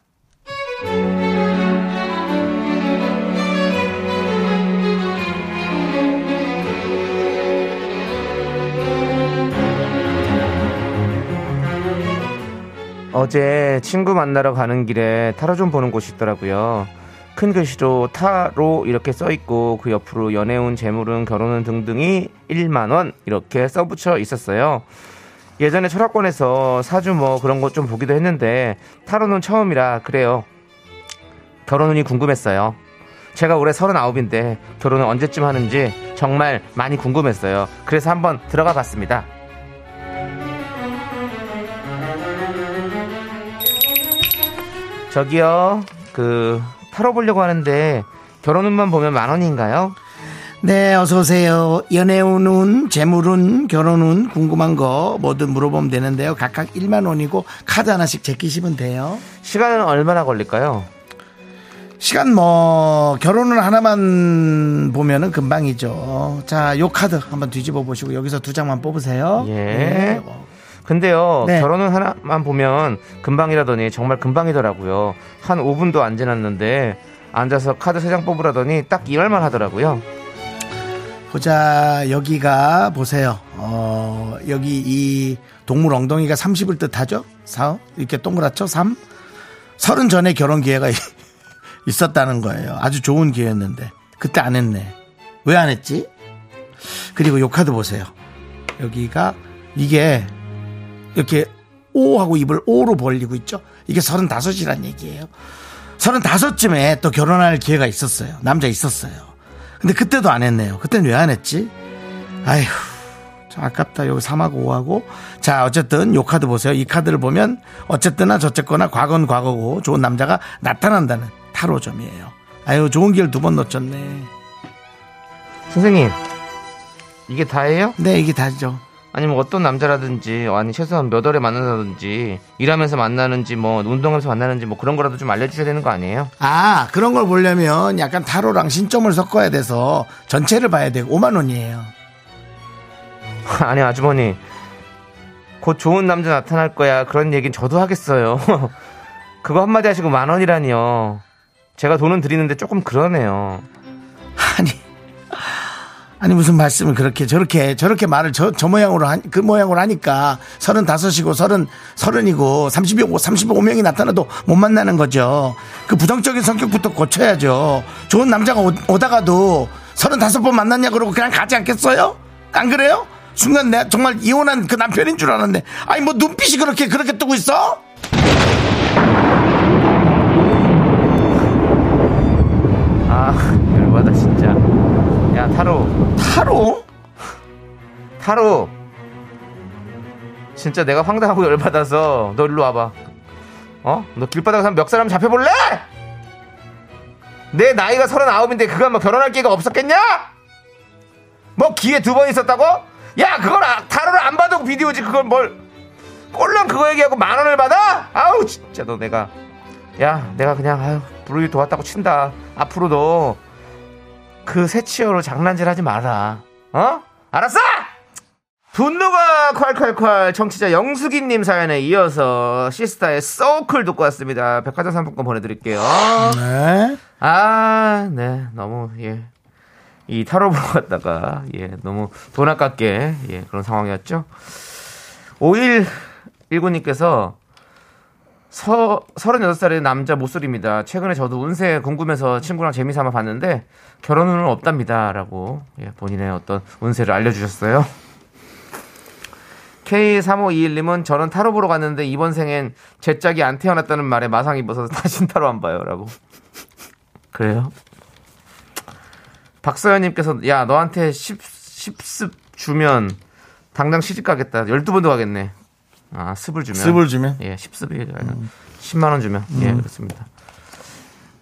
[SPEAKER 2] 어제 친구 만나러 가는 길에 타로 좀 보는 곳이 있더라고요. 큰 글씨로 타로 이렇게 써 있고 그 옆으로 연애운 재물은 결혼은 등등이 1만 원 이렇게 써 붙여 있었어요. 예전에 철학관에서 사주 뭐 그런 것 좀 보기도 했는데 타로는 처음이라 그래요. 결혼운이 궁금했어요. 제가 올해 39인데 결혼을 언제쯤 하는지 정말 많이 궁금했어요. 그래서 한번 들어가 봤습니다. 저기요 그 타러 보려고 하는데 결혼운만 보면 만 원인가요?
[SPEAKER 1] 네, 어서 오세요. 연애운은 재물운 결혼운 궁금한 거 뭐든 물어보면 되는데요. 각각 1만 원이고 카드 하나씩 제끼시면 돼요.
[SPEAKER 2] 시간은 얼마나 걸릴까요?
[SPEAKER 1] 시간 뭐 결혼은 하나만 보면은 금방이죠. 자, 요 카드 한번 뒤집어 보시고 여기서 두 장만 뽑으세요.
[SPEAKER 2] 예.
[SPEAKER 1] 네. 어,
[SPEAKER 2] 근데요
[SPEAKER 1] 네.
[SPEAKER 2] 결혼운 하나만 보면 금방이라더니 정말 금방이더라고요 한 5분도 안 지났는데 앉아서 카드 3장 뽑으라더니 딱 이말만 하더라고요
[SPEAKER 1] 보자 여기가 보세요. 어 여기 이 동물 엉덩이가 30을 뜻하죠? 4 이렇게 동그랗죠? 3 서른 전에 결혼 기회가 있었다는 거예요. 아주 좋은 기회였는데 그때 안 했네. 왜 안 했지? 그리고 요 카드 보세요. 여기가 이게 이렇게 오 하고 입을 오로 벌리고 있죠? 이게 35이란 얘기예요. 35쯤에 또 결혼할 기회가 있었어요. 남자 있었어요. 근데 그때도 안 했네요. 그때는 왜 안 했지? 아휴. 참 아깝다. 여기 3하고 5하고. 자, 어쨌든 요 카드 보세요. 이 카드를 보면 어쨌거나 저쨌거나 과거는 과거고 좋은 남자가 나타난다는 타로점이에요. 아유, 좋은 기회를 두 번 놓쳤네.
[SPEAKER 2] 선생님 이게 다예요?
[SPEAKER 1] 네, 이게 다죠.
[SPEAKER 2] 아니면 어떤 남자라든지 아니 최소한 몇 월에 만난다든지 일하면서 만나는지 뭐 운동하면서 만나는지 뭐 그런 거라도 좀 알려주셔야 되는 거 아니에요?
[SPEAKER 1] 아, 그런 걸 보려면 약간 타로랑 신점을 섞어야 돼서 전체를 봐야 되고 5만 원이에요.
[SPEAKER 2] 아니 아주머니 곧 좋은 남자 나타날 거야 그런 얘긴 저도 하겠어요 그거 한마디 하시고 만 원이라니요 제가 돈은 드리는데 조금 그러네요
[SPEAKER 1] 아니. 아니 무슨 말씀을 그렇게 저렇게 저렇게 말을 저, 저 모양으로 한, 그 모양으로 하니까 서른다섯이고 서른 서른이고 삼십이고 삼십오 명이 나타나도 못 만나는 거죠. 그 부정적인 성격부터 고쳐야죠. 좋은 남자가 오, 오다가도 서른다섯 번 만났냐 그러고 그냥 가지 않겠어요? 안 그래요? 순간 내가 정말 이혼한 그 남편인 줄 알았는데 아니 뭐 눈빛이 그렇게 그렇게 뜨고 있어?
[SPEAKER 2] 아 열받아 진짜 야 타로
[SPEAKER 1] 타로?
[SPEAKER 2] 타로 진짜 내가 황당하고 열받아서 너 일로 와봐 어? 너 길바닥에서 한몇 사람 잡혀볼래? 내 나이가 서른아홉인데 그거 뭐 결혼할 기회가 없었겠냐? 뭐 기회 두 번 있었다고? 야 그걸 아, 타로를 안 봐도 비디오지 그걸 뭘 꼴랑 그거 얘기하고 만 원을 받아? 아우 진짜 너 내가 야 내가 그냥 아유 불을 도왔다고 친다 앞으로도 그 새치어로 장난질 하지 마라 어? 알았어? 분노가 콸콸콸 청취자 영숙이님 사연에 이어서 시스타의 서클 듣고 왔습니다 백화점 상품권 보내드릴게요
[SPEAKER 1] 네.
[SPEAKER 2] 아, 네. 너무, 예. 이 타로 보러 갔다가, 예. 너무 돈 아깝게, 예. 그런 상황이었죠. 5119님께서 서, 38살의 남자 모쏠입니다. 최근에 저도 운세 궁금해서 친구랑 재미삼아 봤는데 결혼은 없답니다. 라고 예, 본인의 어떤 운세를 알려주셨어요. K3521님은 저는 타로 보러 갔는데 이번 생엔 제 짝이 안 태어났다는 말에 마상 입어서 다신 타로 안 봐요. 라고. 그래요? 박서연님께서 야 너한테 10, 10습 주면 당장 시집 가겠다 12번도 가겠네 아 습을 주면
[SPEAKER 1] 습을 주면? 음.
[SPEAKER 2] 예 10습이 아니라 10만원 주면 예 그렇습니다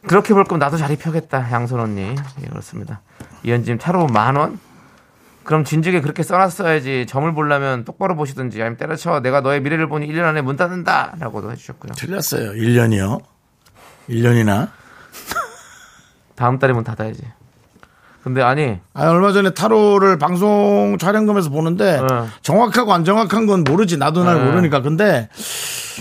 [SPEAKER 2] 그렇게 볼 거면 나도 자리 펴겠다 양손 언니 예 그렇습니다 이현진 타로 만원? 그럼 진즉에 그렇게 써놨어야지 점을 보려면 똑바로 보시든지 아니면 때려쳐 내가 너의 미래를 보니 1년 안에 문 닫는다 라고도 해주셨고요
[SPEAKER 1] 틀렸어요. 1년이요. 1년이나.
[SPEAKER 2] 다음 달에 문 닫아야지 근데 아니
[SPEAKER 1] 아니, 얼마 전에 타로를 방송 촬영점에서 보는데
[SPEAKER 2] 네.
[SPEAKER 1] 정확하고 안 정확한 건 모르지. 나도 날
[SPEAKER 2] 네.
[SPEAKER 1] 모르니까. 근데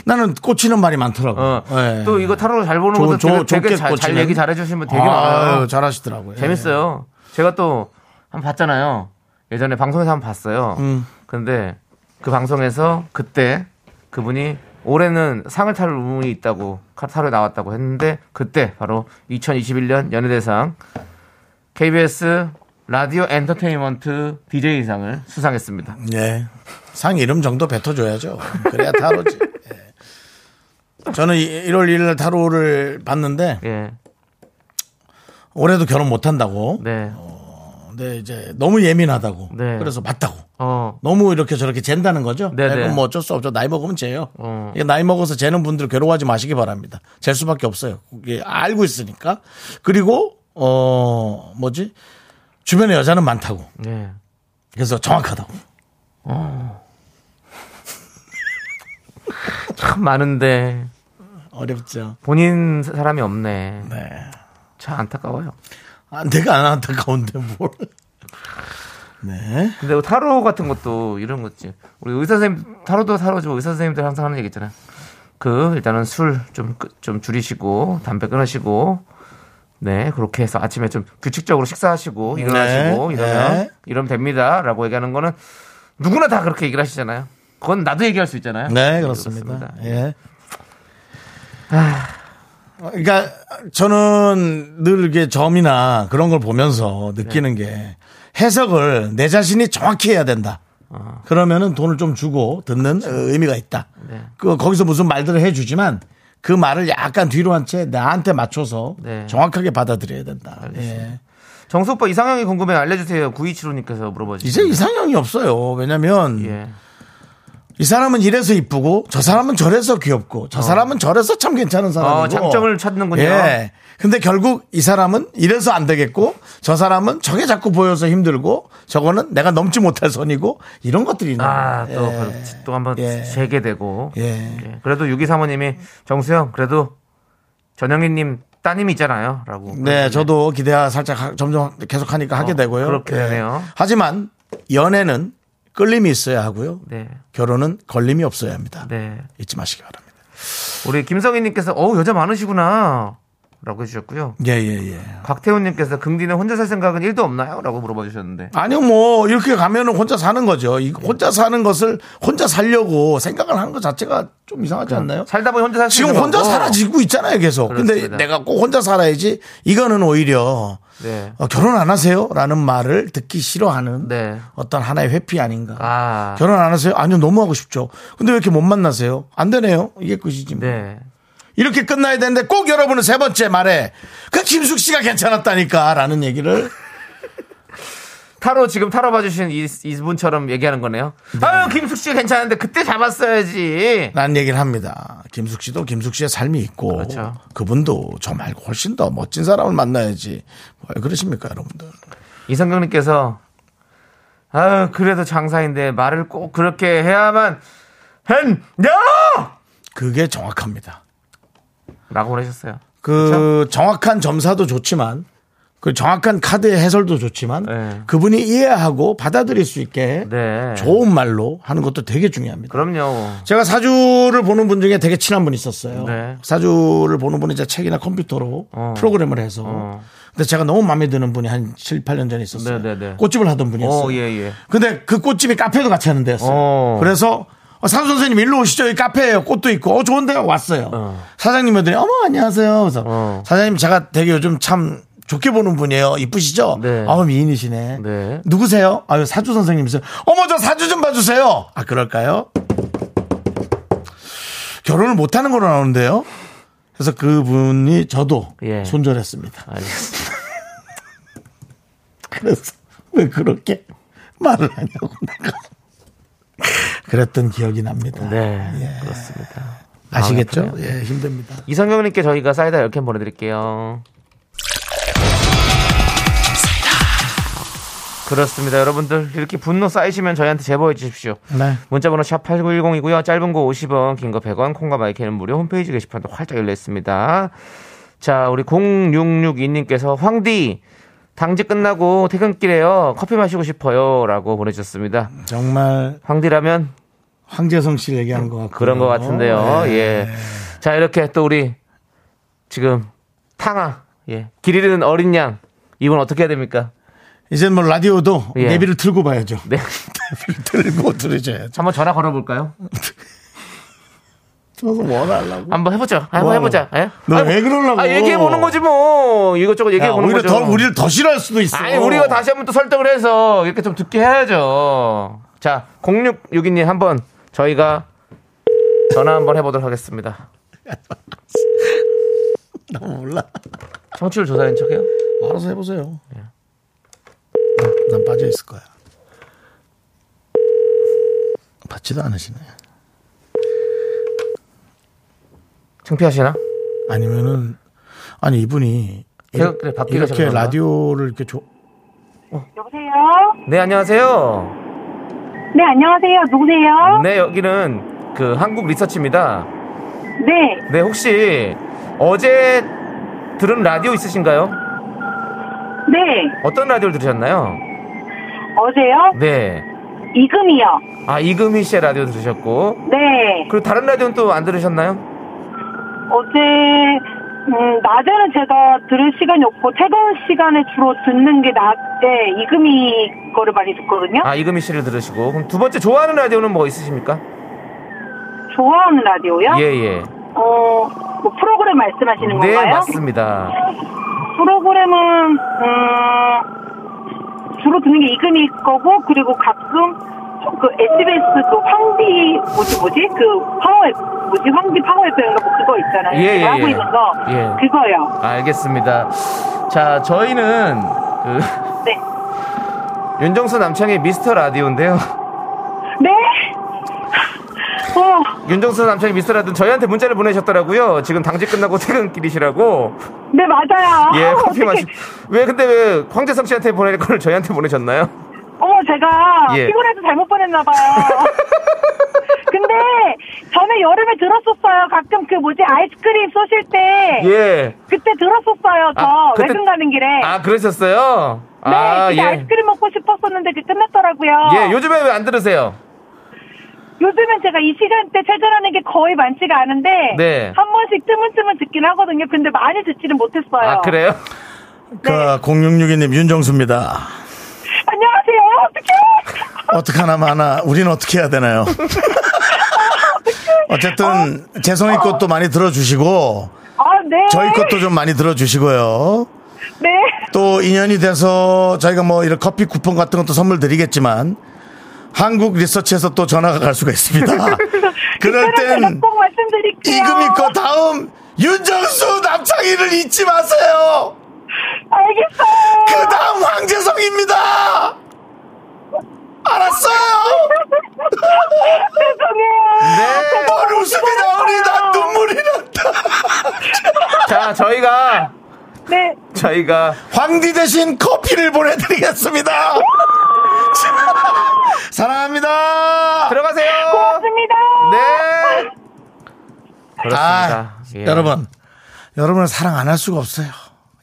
[SPEAKER 1] 나는 꽂히는 말이 많더라고.
[SPEAKER 2] 어,
[SPEAKER 1] 예.
[SPEAKER 2] 또 이거 타로 잘 보는
[SPEAKER 1] 조-
[SPEAKER 2] 분들
[SPEAKER 1] 조-
[SPEAKER 2] 되게
[SPEAKER 1] 좋게
[SPEAKER 2] 잘, 잘
[SPEAKER 1] 꽂히는?
[SPEAKER 2] 얘기 잘 해주시는 분 되게 많아요.
[SPEAKER 1] 아유, 잘하시더라고요. 예.
[SPEAKER 2] 재밌어요. 제가 또 한 번 봤잖아요. 예전에 방송에서 한 번 봤어요.
[SPEAKER 1] 음.
[SPEAKER 2] 근데 그 방송에서 그때 그분이 올해는 상을 탈 운이 있다고 카타로에 나왔다고 했는데 그때 바로 2021년 연예대상 KBS 라디오 엔터테인먼트 DJ상을 수상했습니다.
[SPEAKER 1] 예. 상 이름 정도 뱉어줘야죠. 그래야 타로지. 예. 저는 1월 1일 날 타로를 봤는데
[SPEAKER 2] 예,
[SPEAKER 1] 올해도 결혼 못한다고.
[SPEAKER 2] 네,
[SPEAKER 1] 근데 이제 너무 예민하다고.
[SPEAKER 2] 네.
[SPEAKER 1] 그래서 봤다고.
[SPEAKER 2] 어,
[SPEAKER 1] 너무 이렇게 저렇게 잰다는 거죠.
[SPEAKER 2] 네네.
[SPEAKER 1] 그건 뭐 어쩔 수 없죠. 나이 먹으면 재요.
[SPEAKER 2] 어.
[SPEAKER 1] 이게 나이 먹어서 재는 분들 괴로워하지 마시기 바랍니다. 잴 수밖에 없어요. 그게 알고 있으니까. 그리고 어 뭐지 주변에 여자는 많다고.
[SPEAKER 2] 예.
[SPEAKER 1] 그래서 정확하다고.
[SPEAKER 2] 참 많은데
[SPEAKER 1] 어렵죠.
[SPEAKER 2] 본인 사람이 없네.
[SPEAKER 1] 네.
[SPEAKER 2] 참 안타까워요.
[SPEAKER 1] 아, 내가 안 안타까운데 뭘? 네.
[SPEAKER 2] 근데 뭐 타로 같은 것도 이런 거지. 우리 의사 선생님 타로도 타로지만 의사 선생님들 항상 하는 얘기 있잖아요. 그 일단은 술 좀 좀 줄이시고 담배 끊으시고 네 그렇게 해서 아침에 좀 규칙적으로 식사하시고 일어나시고
[SPEAKER 1] 네,
[SPEAKER 2] 이러면
[SPEAKER 1] 네.
[SPEAKER 2] 이러면 됩니다라고 얘기하는 거는 누구나 다 그렇게 얘기를 하시잖아요. 그건 나도 얘기할 수 있잖아요.
[SPEAKER 1] 네, 그렇습니다. 예. 어, 그러니까 저는 늘 이게 점이나 그런 걸 보면서 느끼는 게 해석을 내 자신이 정확히 해야 된다. 아. 그러면은 돈을 좀 주고 듣는 의미가 있다.
[SPEAKER 2] 네.
[SPEAKER 1] 그 거기서 무슨 말들을 해주지만 그 말을 약간 뒤로 한 채 나한테 맞춰서
[SPEAKER 2] 네.
[SPEAKER 1] 정확하게 받아들여야 된다.
[SPEAKER 2] 알겠습니다.
[SPEAKER 1] 예.
[SPEAKER 2] 정수 오빠 이상형이 궁금해 알려주세요. 9275님께서 물어보시죠.
[SPEAKER 1] 이제 이상형이 없어요. 왜냐면
[SPEAKER 2] 예.
[SPEAKER 1] 이 사람은 이래서 이쁘고 저 사람은 저래서 귀엽고 저 사람은 저래서 참 괜찮은 사람이고
[SPEAKER 2] 어, 장점을 찾는군요.
[SPEAKER 1] 예. 근데 결국 이 사람은 이래서 안 되겠고 저 사람은 저게 자꾸 보여서 힘들고 저거는 내가 넘지 못할 선이고 이런 것들이 있는 거예요.
[SPEAKER 2] 아또
[SPEAKER 1] 예.
[SPEAKER 2] 또 한번
[SPEAKER 1] 예.
[SPEAKER 2] 재개되고
[SPEAKER 1] 예.
[SPEAKER 2] 예. 그래도 6 2 사모님이 정수영 그래도 전영희님 따님이 있잖아요라고
[SPEAKER 1] 네, 저도 기대하 살짝 하- 점점 계속 하니까 하게
[SPEAKER 2] 어,
[SPEAKER 1] 되고요.
[SPEAKER 2] 그렇게
[SPEAKER 1] 예.
[SPEAKER 2] 되네요.
[SPEAKER 1] 하지만 연애는 끌림이 있어야 하고요.
[SPEAKER 2] 네.
[SPEAKER 1] 결혼은 걸림이 없어야 합니다.
[SPEAKER 2] 네
[SPEAKER 1] 잊지 마시기 바랍니다.
[SPEAKER 2] 우리 김성희님께서 어 여자 많으시구나라고 해주셨고요
[SPEAKER 1] 예, 예, 예.
[SPEAKER 2] 곽태훈님께서 긍디는 혼자 살 생각은 1도 없나요?라고 물어봐 주셨는데
[SPEAKER 1] 아니요, 뭐, 이렇게 가면은 혼자 사는 거죠. 이 혼자 사는 것을 혼자 살려고 생각을 하는 것 자체가 좀 이상하지 않나요?
[SPEAKER 2] 살다 보니 혼자 살
[SPEAKER 1] 지금
[SPEAKER 2] 생각
[SPEAKER 1] 혼자
[SPEAKER 2] 없고.
[SPEAKER 1] 사라지고 있잖아요, 계속. 근데
[SPEAKER 2] 그렇습니다.
[SPEAKER 1] 내가 꼭 혼자 살아야지. 이거는 오히려
[SPEAKER 2] 네.
[SPEAKER 1] 어, 결혼 안 하세요? 라는 말을 듣기 싫어하는
[SPEAKER 2] 네.
[SPEAKER 1] 어떤 하나의 회피 아닌가.
[SPEAKER 2] 아.
[SPEAKER 1] 결혼 안 하세요? 아니요, 너무 하고 싶죠. 근데 왜 이렇게 못 만나세요? 안 되네요. 이게 끝이지. 뭐.
[SPEAKER 2] 네.
[SPEAKER 1] 이렇게 끝나야 되는데 꼭 여러분은 세 번째 말에 그 김숙 씨가 괜찮았다니까 라는 얘기를
[SPEAKER 2] 타로 지금 타로 봐주신 이, 이분처럼 얘기하는 거네요. 아유 김숙 씨 괜찮은데 그때 잡았어야지.
[SPEAKER 1] 라는 얘기를 합니다. 김숙 씨도 김숙 씨의 삶이 있고
[SPEAKER 2] 그렇죠.
[SPEAKER 1] 그분도저 말고 훨씬 더 멋진 사람을 만나야지. 왜 그러십니까, 여러분들?
[SPEAKER 2] 이성경님께서 아유 그래도 장사인데 말을 꼭 그렇게 해야만 했냐?
[SPEAKER 1] 그게 정확합니다.
[SPEAKER 2] 라고 보내셨어요.
[SPEAKER 1] 그
[SPEAKER 2] 그렇죠?
[SPEAKER 1] 정확한 점사도 좋지만 그 정확한 카드의 해설도 좋지만
[SPEAKER 2] 네.
[SPEAKER 1] 그분이 이해하고 받아들일 수 있게
[SPEAKER 2] 네.
[SPEAKER 1] 좋은 말로 하는 것도 되게 중요합니다.
[SPEAKER 2] 그럼요.
[SPEAKER 1] 제가 사주를 보는 분 중에 되게 친한 분이 있었어요.
[SPEAKER 2] 네.
[SPEAKER 1] 사주를 보는 분이 제 책이나 컴퓨터로
[SPEAKER 2] 어.
[SPEAKER 1] 프로그램을 해서.
[SPEAKER 2] 어.
[SPEAKER 1] 근데 제가 너무 마음에 드는 분이 한 7, 8년 전에 있었어요.
[SPEAKER 2] 네, 네, 네.
[SPEAKER 1] 꽃집을 하던 분이었어요.
[SPEAKER 2] 어, 예, 예.
[SPEAKER 1] 근데 그 꽃집이 카페도 같이 하는 데였어요.
[SPEAKER 2] 어.
[SPEAKER 1] 그래서 어, 사주 선생님 일로 오시죠. 이 카페에요. 꽃도 있고. 어, 좋은데요. 왔어요. 사장님 애들이 어머, 안녕하세요. 그래서
[SPEAKER 2] 어.
[SPEAKER 1] 사장님 제가 되게 요즘 참 좋게 보는 분이에요. 이쁘시죠?
[SPEAKER 2] 네.
[SPEAKER 1] 아우, 미인이시네.
[SPEAKER 2] 네.
[SPEAKER 1] 누구세요? 아유, 사주 선생님이세요. 어머, 저 사주 좀 봐주세요. 아, 그럴까요? 결혼을 못하는 걸로 나오는데요. 그래서 그분이 저도
[SPEAKER 2] 예.
[SPEAKER 1] 손절했습니다.
[SPEAKER 2] 알겠습니다.
[SPEAKER 1] 그래서 왜 그렇게 말을 하냐고 내가 그랬던 기억이 납니다.
[SPEAKER 2] 네. 그렇습니다.
[SPEAKER 1] 아시겠죠? 예, 힘듭니다.
[SPEAKER 2] 이성경님께 저희가 사이다 10캔 보내드릴게요. 그렇습니다. 여러분들 이렇게 분노 쌓이시면 저희한테 제보해 주십시오.
[SPEAKER 1] 네.
[SPEAKER 2] 문자번호 샵 8910이고요. 짧은 거 50원, 긴 거 100원, 콩과 마이크는 무료 홈페이지 게시판도 활짝 열려 있습니다. 자, 우리 0662님께서 황디 당직 끝나고 퇴근길에요. 커피 마시고 싶어요. 라고 보내주셨습니다.
[SPEAKER 1] 정말
[SPEAKER 2] 황디라면
[SPEAKER 1] 황재성 씨 얘기한 것 네. 같고
[SPEAKER 2] 그런 것 같은데요. 예. 자, 이렇게 또 우리 지금 탕아, 예. 길 잃은 어린 양. 이분 어떻게 해야 됩니까?
[SPEAKER 1] 이제 뭐 라디오도
[SPEAKER 2] 예.
[SPEAKER 1] 내비를 들고 봐야죠.
[SPEAKER 2] 네.
[SPEAKER 1] 내비를 들고 들으셔야죠.
[SPEAKER 2] 한번 전화 걸어볼까요?
[SPEAKER 1] 저도 뭐 하려고.
[SPEAKER 2] 한번 해보죠.
[SPEAKER 1] 뭐
[SPEAKER 2] 한번 해보자.
[SPEAKER 1] 하려고?
[SPEAKER 2] 예?
[SPEAKER 1] 너왜
[SPEAKER 2] 아이고,
[SPEAKER 1] 그러려고?
[SPEAKER 2] 아, 얘기해보는 거지 뭐. 이것저것
[SPEAKER 1] 야,
[SPEAKER 2] 얘기해보는
[SPEAKER 1] 오히려
[SPEAKER 2] 거죠.
[SPEAKER 1] 더 우리를 더 싫어할 수도 있어.
[SPEAKER 2] 아니, 우리가 다시 한번 또 설득을 해서 이렇게 좀 듣게 해야죠. 자, 0662님 한번 저희가 전화 한번 해보도록 하겠습니다.
[SPEAKER 1] 몰라.
[SPEAKER 2] 청취율 조사인 척해요?
[SPEAKER 1] 알아서 해보세요. 난, 난 빠져 있을 거야. 받지도 않으시네.
[SPEAKER 2] 창피하시나?
[SPEAKER 1] 아니면은 아니 이분이
[SPEAKER 2] 제가 그래, 바뀌기가
[SPEAKER 1] 이렇게
[SPEAKER 2] 전화가.
[SPEAKER 1] 라디오를 이렇게 조,
[SPEAKER 6] 여보세요?
[SPEAKER 2] 네, 안녕하세요.
[SPEAKER 6] 네, 안녕하세요. 누구세요?
[SPEAKER 2] 네, 여기는 그 한국 리서치입니다.
[SPEAKER 6] 네,
[SPEAKER 2] 네, 혹시 어제 들은 라디오 있으신가요?
[SPEAKER 6] 네.
[SPEAKER 2] 어떤 라디오를 들으셨나요?
[SPEAKER 6] 어제요?
[SPEAKER 2] 네.
[SPEAKER 6] 이금이요.
[SPEAKER 2] 아, 이금희 씨의 라디오 들으셨고.
[SPEAKER 6] 네.
[SPEAKER 2] 그리고 다른 라디오는 또 안 들으셨나요?
[SPEAKER 6] 어제, 음, 낮에는 제가 들을 시간이 없고, 퇴근 시간에 주로 듣는 게 낮에 이금이 거를 많이 듣거든요.
[SPEAKER 2] 아, 이금희 씨를 들으시고. 그럼 두 번째 좋아하는 라디오는 뭐 있으십니까?
[SPEAKER 6] 좋아하는 라디오요?
[SPEAKER 2] 예, 예.
[SPEAKER 6] 어, 뭐 프로그램 말씀하시는
[SPEAKER 2] 네,
[SPEAKER 6] 건가요?
[SPEAKER 2] 맞습니다.
[SPEAKER 6] 프로그램은, 음, 주로 듣는 게 이금이 거고, 그리고 가끔, 그 SBS 그 황비 뭐지 뭐지 그 파워앱 뭐지 황비 파워앱인가 뭐 그거 있잖아요
[SPEAKER 2] 예, 예,
[SPEAKER 6] 하고
[SPEAKER 2] 예.
[SPEAKER 6] 있는 거
[SPEAKER 2] 예.
[SPEAKER 6] 그거요
[SPEAKER 2] 알겠습니다. 자, 저희는 그
[SPEAKER 6] 네
[SPEAKER 2] 윤정수 남창의 미스터 라디오인데요.
[SPEAKER 6] 네? 어,
[SPEAKER 2] 윤정수 남창의 미스터 라디오 저희한테 문자를 보내셨더라고요. 지금 당직 끝나고 퇴근길이시라고.
[SPEAKER 6] 네 맞아요.
[SPEAKER 2] 예,
[SPEAKER 6] 아,
[SPEAKER 2] 커피
[SPEAKER 6] 어떡해.
[SPEAKER 2] 마시. 왜 근데 왜 황재성 씨한테 보낼 걸 저희한테 보내셨나요?
[SPEAKER 6] 어머 제가
[SPEAKER 2] 예.
[SPEAKER 6] 피곤해서 잘못 보냈나 봐요. 근데 전에 여름에 들었었어요. 가끔 그 뭐지 아이스크림 쏘실 때
[SPEAKER 2] 예.
[SPEAKER 6] 그때 들었었어요. 저
[SPEAKER 2] 아, 그때-
[SPEAKER 6] 외근 가는 길에.
[SPEAKER 2] 아, 그러셨어요?
[SPEAKER 6] 네,
[SPEAKER 2] 아,
[SPEAKER 6] 그때
[SPEAKER 2] 예.
[SPEAKER 6] 아이스크림 먹고 싶었었는데 그게 끝났더라고요.
[SPEAKER 2] 예, 요즘에 왜 안 들으세요?
[SPEAKER 6] 요즘은 제가 이 시간대 퇴근하는 게 거의 많지가 않은데
[SPEAKER 2] 네.
[SPEAKER 6] 한 번씩 뜨문뜨문 듣긴 하거든요. 근데 많이 듣지는 못했어요.
[SPEAKER 2] 아, 그래요?
[SPEAKER 1] 그 0662님 윤정수입니다.
[SPEAKER 6] 안녕하세요. 어떡해?
[SPEAKER 1] 어떡하나마 하나 우린 어떻게 해야 되나요? 어쨌든 재성이 것도 많이 들어주시고
[SPEAKER 6] 아, 네.
[SPEAKER 1] 저희 것도 좀 많이 들어주시고요.
[SPEAKER 6] 네.
[SPEAKER 1] 또 인연이 돼서 저희가 뭐 이런 커피 쿠폰 같은 것도 선물 드리겠지만 한국 리서치에서 또 전화가 갈 수가 있습니다. 그럴
[SPEAKER 6] 제가
[SPEAKER 1] 땐
[SPEAKER 6] 꼭 말씀드릴게요.
[SPEAKER 1] 이금희 거 다음 윤정수 남창희를 잊지 마세요.
[SPEAKER 6] 알겠어요.
[SPEAKER 1] 그 다음 황재성입니다. 알았어요.
[SPEAKER 6] 아, 죄송해요.
[SPEAKER 2] 네.
[SPEAKER 1] 뭘 웃음이 나오니 난 눈물이 난다.
[SPEAKER 2] 자, 저희가
[SPEAKER 6] 네.
[SPEAKER 2] 저희가
[SPEAKER 1] 황디 대신 커피를 보내드리겠습니다. 사랑합니다.
[SPEAKER 2] 들어가세요.
[SPEAKER 6] 고맙습니다.
[SPEAKER 7] 아,
[SPEAKER 2] 네. 그렇습니다.
[SPEAKER 1] 아,
[SPEAKER 2] 예.
[SPEAKER 1] 여러분, 여러분을 사랑 안 할 수가 없어요.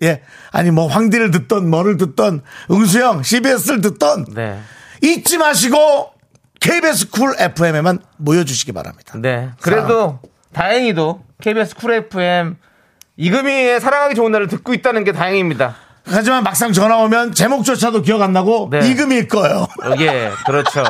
[SPEAKER 1] 예. 아니, 뭐, 황디를 듣던, 뭐를 듣던, 응수형, CBS를 듣던,
[SPEAKER 2] 네.
[SPEAKER 1] 잊지 마시고, KBS 쿨 FM에만 모여주시기 바랍니다.
[SPEAKER 2] 네. 그래도 다행히도 KBS 쿨 FM 이금희의 사랑하기 좋은 날을 듣고 있다는 게 다행입니다.
[SPEAKER 1] 하지만 막상 전화 오면 제목조차도 기억 안 나고,
[SPEAKER 2] 네.
[SPEAKER 1] 이금일 거예요.
[SPEAKER 2] 어, 예, 그렇죠.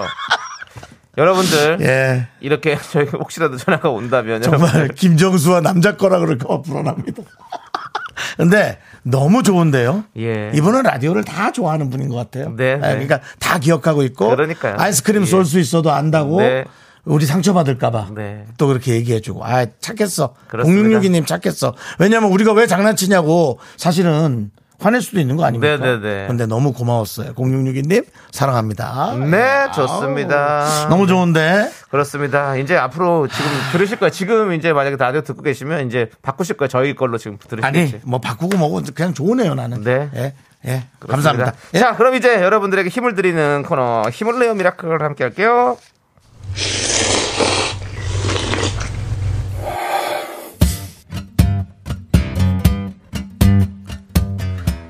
[SPEAKER 2] 여러분들
[SPEAKER 1] 예.
[SPEAKER 2] 이렇게 저희 혹시라도 전화가 온다면
[SPEAKER 1] 정말
[SPEAKER 2] 여러분들
[SPEAKER 1] 김정수와 남자 거라 그럴까 봐 불안합니다. 근데 너무 좋은데요.
[SPEAKER 2] 예.
[SPEAKER 1] 이분은 라디오를 다 좋아하는 분인 것 같아요.
[SPEAKER 2] 네,
[SPEAKER 1] 예,
[SPEAKER 2] 네.
[SPEAKER 1] 그러니까 다 기억하고 있고
[SPEAKER 2] 그러니까요.
[SPEAKER 1] 아이스크림
[SPEAKER 2] 예.
[SPEAKER 1] 쏠 수 있어도 안다고
[SPEAKER 2] 네.
[SPEAKER 1] 우리 상처받을까봐
[SPEAKER 2] 네.
[SPEAKER 1] 또 그렇게 얘기해주고 아 착했어.
[SPEAKER 2] 그렇습니다.
[SPEAKER 1] 0662님 착했어. 왜냐면 우리가 왜 장난치냐고 사실은 화낼 수도 있는 거 아닙니까?
[SPEAKER 2] 네, 네, 네.
[SPEAKER 1] 근데 너무 고마웠어요. 0662님 사랑합니다.
[SPEAKER 2] 네, 좋습니다.
[SPEAKER 1] 아우, 너무 좋은데
[SPEAKER 2] 그렇습니다. 이제 앞으로 지금 들으실 거예요. 지금 이제 만약에 라디오 듣고 계시면 이제 바꾸실 거예요. 저희 걸로 지금
[SPEAKER 1] 아니
[SPEAKER 2] 들으시겠지.
[SPEAKER 1] 뭐 바꾸고 뭐고 그냥 좋으네요 나는.
[SPEAKER 2] 네.
[SPEAKER 1] 예. 예.
[SPEAKER 2] 그렇습니다.
[SPEAKER 1] 감사합니다. 예.
[SPEAKER 2] 자, 그럼 이제 여러분들에게 힘을 드리는 코너 힘을 내요 미라클 함께 할게요.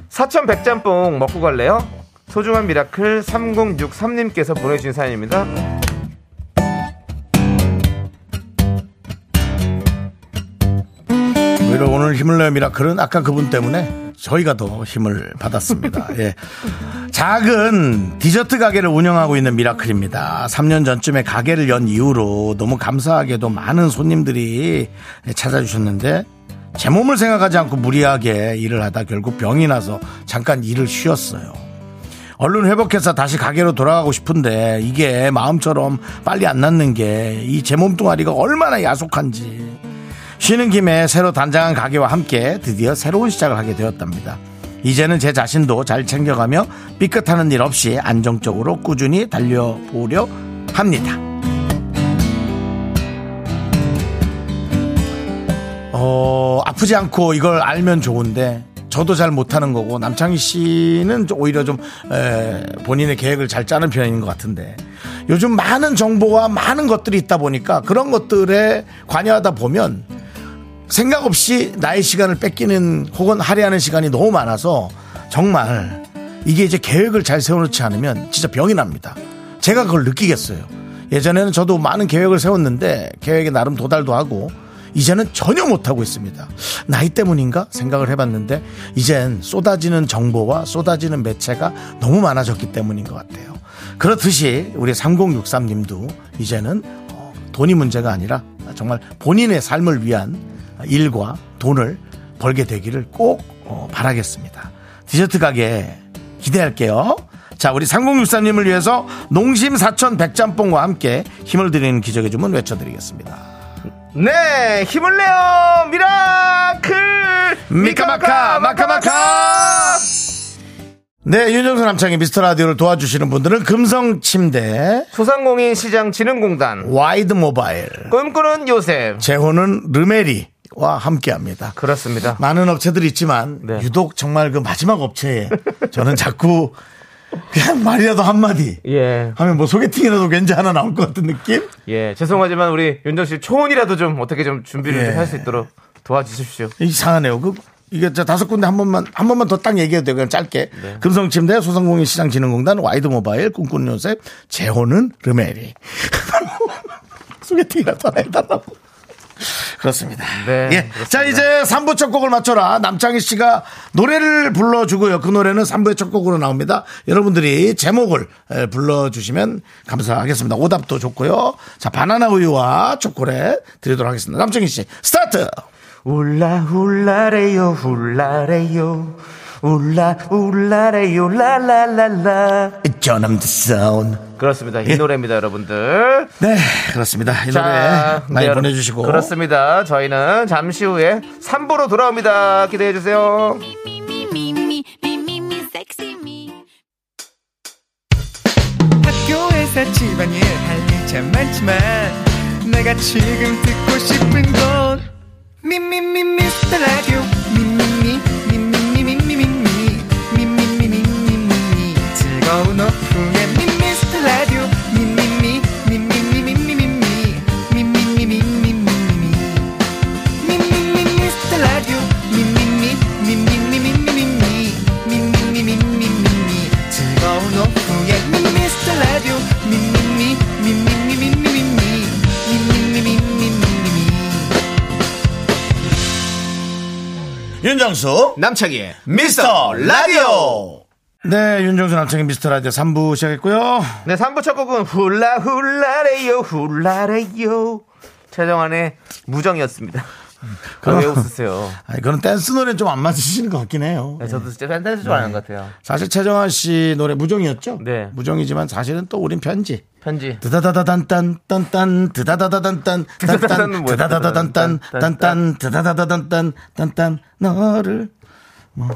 [SPEAKER 2] 사천 백짬뽕 먹고 갈래요? 소중한 미라클 3063님께서 보내주신 사연입니다.
[SPEAKER 1] 뭐 오히려 오늘 힘을 내요 미라클은 아까 그분 때문에 저희가 더 힘을 받았습니다. 예. 작은 디저트 가게를 운영하고 있는 미라클입니다. 3년 전쯤에 가게를 연 이후로 너무 감사하게도 많은 손님들이 찾아주셨는데 제 몸을 생각하지 않고 무리하게 일을 하다 결국 병이 나서 잠깐 일을 쉬었어요. 얼른 회복해서 다시 가게로 돌아가고 싶은데 이게 마음처럼 빨리 안 낫는 게 이 제 몸뚱아리가 얼마나 야속한지 쉬는 김에 새로 단장한 가게와 함께 드디어 새로운 시작을 하게 되었답니다. 이제는 제 자신도 잘 챙겨가며 삐끗하는 일 없이 안정적으로 꾸준히 달려보려 합니다. 어, 아프지 않고 이걸 알면 좋은데 저도 잘 못하는 거고 남창희 씨는 좀 오히려 좀 에, 본인의 계획을 잘 짜는 편인 것 같은데 요즘 많은 정보와 많은 것들이 있다 보니까 그런 것들에 관여하다 보면 생각 없이 나의 시간을 뺏기는 혹은 할애하는 시간이 너무 많아서 정말 이게 이제 계획을 잘 세워놓지 않으면 진짜 병이 납니다. 제가 그걸 느끼겠어요. 예전에는 저도 많은 계획을 세웠는데 계획에 나름 도달도 하고 이제는 전혀 못하고 있습니다. 나이 때문인가 생각을 해봤는데 이젠 쏟아지는 정보와 쏟아지는 매체가 너무 많아졌기 때문인 것 같아요. 그렇듯이 우리 3063님도 이제는 어, 돈이 문제가 아니라 정말 본인의 삶을 위한 일과 돈을 벌게 되기를 꼭 어, 바라겠습니다. 디저트 가게 기대할게요. 자, 우리 3063님을 위해서 농심 사천 백짬뽕과 함께 힘을 드리는 기적의 주문 외쳐드리겠습니다.
[SPEAKER 2] 네, 힘을 내요, 미라클!
[SPEAKER 1] 미카마카, 마카마카! 네, 윤정수 남창의 미스터 라디오를 도와주시는 분들은 금성 침대,
[SPEAKER 2] 소상공인 시장 진흥공단,
[SPEAKER 1] 와이드 모바일,
[SPEAKER 2] 꿈꾸는 요셉.
[SPEAKER 1] 재호는 르메리와 함께 합니다.
[SPEAKER 2] 그렇습니다.
[SPEAKER 1] 많은 업체들이 있지만
[SPEAKER 2] 네.
[SPEAKER 1] 유독 정말 그 마지막 업체에 저는 자꾸 그냥 말이라도 한마디
[SPEAKER 2] 예.
[SPEAKER 1] 하면 뭐 소개팅이라도 왠지 하나 나올 것 같은 느낌?
[SPEAKER 2] 예, 죄송하지만 우리 윤정 씨 초혼이라도 좀 어떻게 좀 준비를
[SPEAKER 1] 예.
[SPEAKER 2] 좀 할 수 있도록 도와주십시오.
[SPEAKER 1] 이상하네요. 그 이게 저 다섯 군데 한 번만 한 번만 더 딱 얘기해도 돼요. 그냥 짧게.
[SPEAKER 2] 네.
[SPEAKER 1] 금성침대, 소상공인 시장진흥공단, 와이드 모바일, 꿈꾸는 요셉, 재혼은 르메리. 소개팅이라도 하나 해달라고. 그렇습니다.
[SPEAKER 2] 네,
[SPEAKER 1] 예.
[SPEAKER 2] 그렇습니다.
[SPEAKER 1] 자, 이제 3부 첫 곡을 맞춰라. 남창희 씨가 노래를 불러주고요. 그 노래는 3부의 첫 곡으로 나옵니다. 여러분들이 제목을 에, 불러주시면 감사하겠습니다. 오답도 좋고요. 자, 바나나 우유와 초콜릿 드리도록 하겠습니다. 남창희 씨, 스타트!
[SPEAKER 2] 울라 울라래요 울라래요 울라 울라래요 라라라라
[SPEAKER 1] 전함 드 사운.
[SPEAKER 2] 그렇습니다 이
[SPEAKER 1] 예.
[SPEAKER 2] 노래입니다 여러분들
[SPEAKER 1] 네, 그렇습니다. 이 노래 많이
[SPEAKER 2] 네, 여러분.
[SPEAKER 1] 보내주시고.
[SPEAKER 2] 그렇습니다 저희는 잠시 후에 3부로 돌아옵니다 기대해주세요
[SPEAKER 8] 학교에서 집안일 할 일 참 많지만 내가 지금 듣고 싶은 건 미미미 미스터 라디오 미미미 미미미 미미미 미미미 미미미 즐거운 오후에 미스터 라디오 미미미 미미미 미미미 미미미 미미미
[SPEAKER 1] 윤정수,
[SPEAKER 2] 남창희의
[SPEAKER 1] 미스터 라디오! 네, 윤정수 남창의 미스터 라디오 3부 시작했고요.
[SPEAKER 2] 네 3부 첫 곡은 훌라 훌라래요 훌라래요 최정환의 무정이었습니다 그럼 왜 웃으세요
[SPEAKER 1] 아니, 그런 댄스 노래는 좀 안 맞으시는 것 같긴 해요.
[SPEAKER 2] 네, 저도 진짜 팬댄스 좋아하는 것 같아요
[SPEAKER 1] 사실 최정환 씨 노래 무정이었죠?
[SPEAKER 2] 네.
[SPEAKER 1] 무정이지만 사실은 또 우린 편지.
[SPEAKER 2] 편지
[SPEAKER 1] 드다다다단딴 딴딴 드다다다단딴
[SPEAKER 2] 드다다다는
[SPEAKER 1] 딴딴
[SPEAKER 2] 뭐야?
[SPEAKER 1] 드다다다단딴 딴딴 드다다다단딴 딴딴 너를 뭐,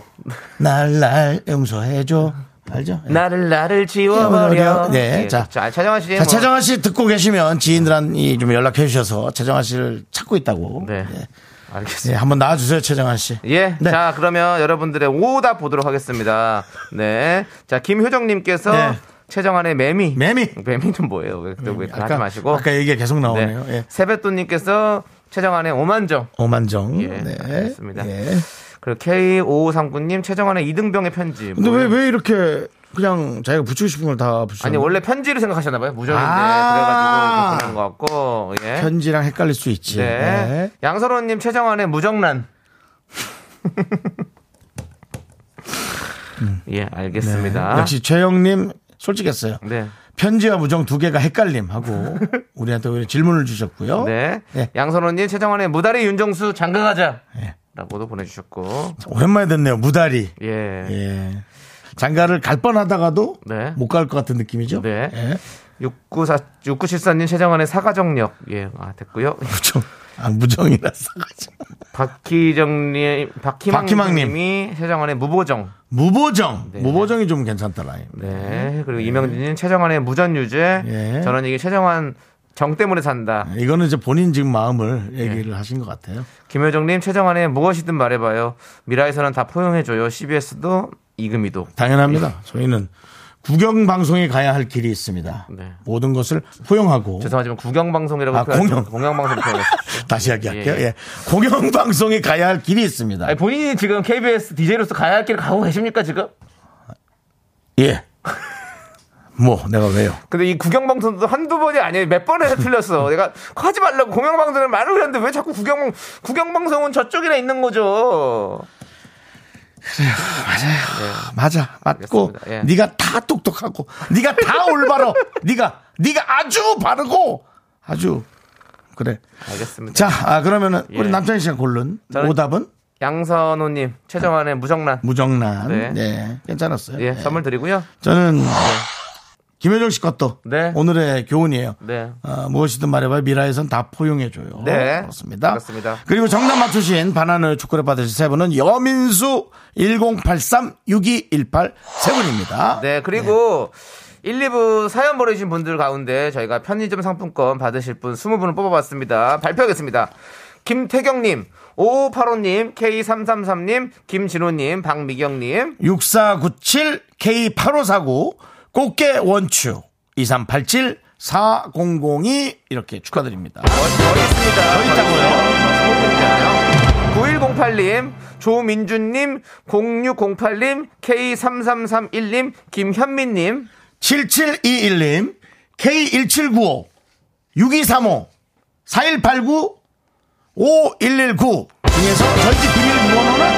[SPEAKER 1] 뭐날날 용서해줘 알죠? 예.
[SPEAKER 2] 나를 나를
[SPEAKER 1] 지워버려.
[SPEAKER 2] 지워버려.
[SPEAKER 1] 네,
[SPEAKER 2] 예,
[SPEAKER 1] 자.
[SPEAKER 2] 자 차정환 씨.
[SPEAKER 1] 자,
[SPEAKER 2] 뭐-
[SPEAKER 1] 최정아 씨 듣고 계시면 지인들한테 좀 연락해 주셔서 최정아 씨를 찾고 있다고.
[SPEAKER 2] 네.
[SPEAKER 1] 예.
[SPEAKER 2] 알겠습니다.
[SPEAKER 1] 네, 한번 나와 주세요, 최정아 씨.
[SPEAKER 2] 예,
[SPEAKER 1] 네.
[SPEAKER 2] 자 그러면 여러분들의 오답 보도록 하겠습니다. 네, 자 김효정님께서
[SPEAKER 1] 네.
[SPEAKER 2] 최정환의 매미.
[SPEAKER 1] 매미. 음,
[SPEAKER 2] 매미는 뭐예요? 왜, 또 왜 하지 마시고.
[SPEAKER 1] 아까 얘기가 계속 나오네요. 예.
[SPEAKER 2] 세뱃돈님께서 최정환의 오만정.
[SPEAKER 1] 오만정.
[SPEAKER 2] 예,
[SPEAKER 1] 네.
[SPEAKER 2] 알겠습니다.
[SPEAKER 1] 예.
[SPEAKER 2] 그리고 K5539님 최정환의 이등병의 편지.
[SPEAKER 1] 근데
[SPEAKER 2] 뭐
[SPEAKER 1] 왜,
[SPEAKER 2] 이런-
[SPEAKER 1] 왜 이렇게 그냥 자기가 붙이고 싶은 걸 다 붙이는
[SPEAKER 2] 아니 원래 편지를 생각하셨나봐요. 무전인데
[SPEAKER 1] 아.
[SPEAKER 2] 그래가지고 이렇게 보낸 것 같고. 예.
[SPEAKER 1] 편지랑 헷갈릴 수 있지.
[SPEAKER 2] 네.
[SPEAKER 1] 네.
[SPEAKER 2] 양서론님 최정환의 무정란. 예, 알겠습니다.
[SPEAKER 1] 음. 네. 역시 최영님 솔직했어요.
[SPEAKER 2] 네.
[SPEAKER 1] 편지와 무정 두 개가 헷갈림 하고 우리한테 오히려 질문을 주셨고요.
[SPEAKER 2] 네.
[SPEAKER 1] 네.
[SPEAKER 2] 양선호님, 최정환의 무다리 윤정수 장가가자.
[SPEAKER 1] 예.
[SPEAKER 2] 라고도 보내주셨고.
[SPEAKER 1] 오랜만에 됐네요. 무다리.
[SPEAKER 2] 예.
[SPEAKER 1] 예. 장가를 갈 뻔하다가도
[SPEAKER 2] 네.
[SPEAKER 1] 못 갈 것 같은 느낌이죠.
[SPEAKER 2] 네.
[SPEAKER 1] 예.
[SPEAKER 2] 694, 6974님, 최정환의 사가정력. 예, 아, 됐고요
[SPEAKER 1] 무정. 아, 무정이라서
[SPEAKER 2] 박희정님,
[SPEAKER 1] 박희망님.
[SPEAKER 2] 박희망님이 최정환의 무보정.
[SPEAKER 1] 무보정.
[SPEAKER 2] 네.
[SPEAKER 1] 무보정이 좀 괜찮다 라임.
[SPEAKER 2] 네. 그리고 이명진님, 최정환의 무전유죄.
[SPEAKER 1] 예.
[SPEAKER 2] 저는 이게 최정환 정 때문에 산다.
[SPEAKER 1] 네. 이거는 이제 본인 지금 마음을
[SPEAKER 2] 네.
[SPEAKER 1] 얘기를 하신 것 같아요.
[SPEAKER 2] 김효정님, 최정환의 무엇이든 말해봐요. 미라에서는 다 포용해줘요. CBS도 이금희도. 네.
[SPEAKER 1] 당연합니다. 저희는 구경 방송에 가야 할 길이 있습니다.
[SPEAKER 2] 네.
[SPEAKER 1] 모든 것을 포용하고
[SPEAKER 2] 죄송하지만 구경방송이라고
[SPEAKER 1] 아,
[SPEAKER 2] 표현하지
[SPEAKER 1] 공영.
[SPEAKER 2] 마- 공영방송 표현했어요.
[SPEAKER 1] 다시 이야기할게요.
[SPEAKER 2] 예, 예.
[SPEAKER 1] 예. 공영 방송에 가야 할 길이 있습니다.
[SPEAKER 2] 아니, 본인이 지금 KBS DJ로서 가야 할 길을 가고 계십니까, 지금?
[SPEAKER 1] 예. 뭐 내가 왜요?
[SPEAKER 2] 근데 이 구경방송도 한두 번이 아니에요. 몇 번에서 틀렸어. 내가 하지 말라고 공영방송을 말을 했는데 왜 자꾸 구경, 구경방송은 저쪽이나 있는 거죠?
[SPEAKER 1] 아, 맞아 맞고
[SPEAKER 2] 알겠습니다. 예.
[SPEAKER 1] 네가 다 똑똑하고 네가 다 올바로 네가 네가 아주 바르고 아주 그래.
[SPEAKER 2] 알겠습니다.
[SPEAKER 1] 자 아, 그러면은
[SPEAKER 2] 예.
[SPEAKER 1] 우리 남창희 씨가 고른
[SPEAKER 2] 저는-
[SPEAKER 1] 오답은
[SPEAKER 2] 양선호님, 최정환의 무정란.
[SPEAKER 1] 무정란.
[SPEAKER 2] 네.
[SPEAKER 1] 예, 괜찮았어요.
[SPEAKER 2] 예,
[SPEAKER 1] 예.
[SPEAKER 2] 선물 드리고요.
[SPEAKER 1] 저는 김효정 씨 것도
[SPEAKER 2] 네.
[SPEAKER 1] 오늘의 교훈이에요.
[SPEAKER 2] 네.
[SPEAKER 1] 어, 무엇이든 말해봐요. 미라에선 다 포용해줘요.
[SPEAKER 2] 네.
[SPEAKER 1] 그렇습니다.
[SPEAKER 2] 그렇습니다.
[SPEAKER 1] 그리고 정답 맞추신 바나나 초콜릿 받으실 세 분은 여민수 1083-6218 세 분입니다.
[SPEAKER 2] 네, 그리고 1, 2부 사연 보내주신 분들 가운데 저희가 편의점 상품권 받으실 분 20분을 뽑아봤습니다. 발표하겠습니다. 김태경님, 5585님, K333님, 김진호님, 박미경님.
[SPEAKER 1] 6497-K8549 꽃게 원추 2387 4002 이렇게 축하드립니다.
[SPEAKER 2] 멋있습니다. 멋있다고요? 9108님, 조민준님, 0608님, K3331님, 김현민님.
[SPEAKER 1] 7721님, K1795, 6235, 4189, 5119 중에서 저희 집 비밀 번호는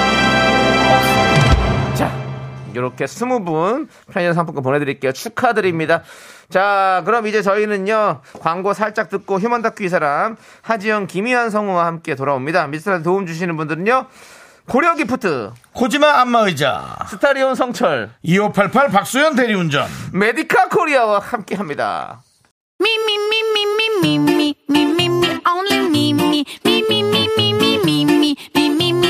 [SPEAKER 2] 자, 이렇게 스무 분 편의점 상품권 보내드릴게요. 축하드립니다. 자, 그럼 이제 저희는요, 광고 살짝 듣고 휴먼 다큐 이 사람, 하지영, 김희한 성우와 함께 돌아옵니다. 미스터한테 도움 주시는 분들은요, 고려 기프트,
[SPEAKER 1] 코지마 안마의자,
[SPEAKER 2] 스타리온 성철,
[SPEAKER 1] 2588 박수현 대리운전,
[SPEAKER 2] 메디카 코리아와 함께 합니다.
[SPEAKER 5] Me, me, me, me, me, me, me, me, me, me, only me, me, me, me, me, me, me, me, me, me, me, me,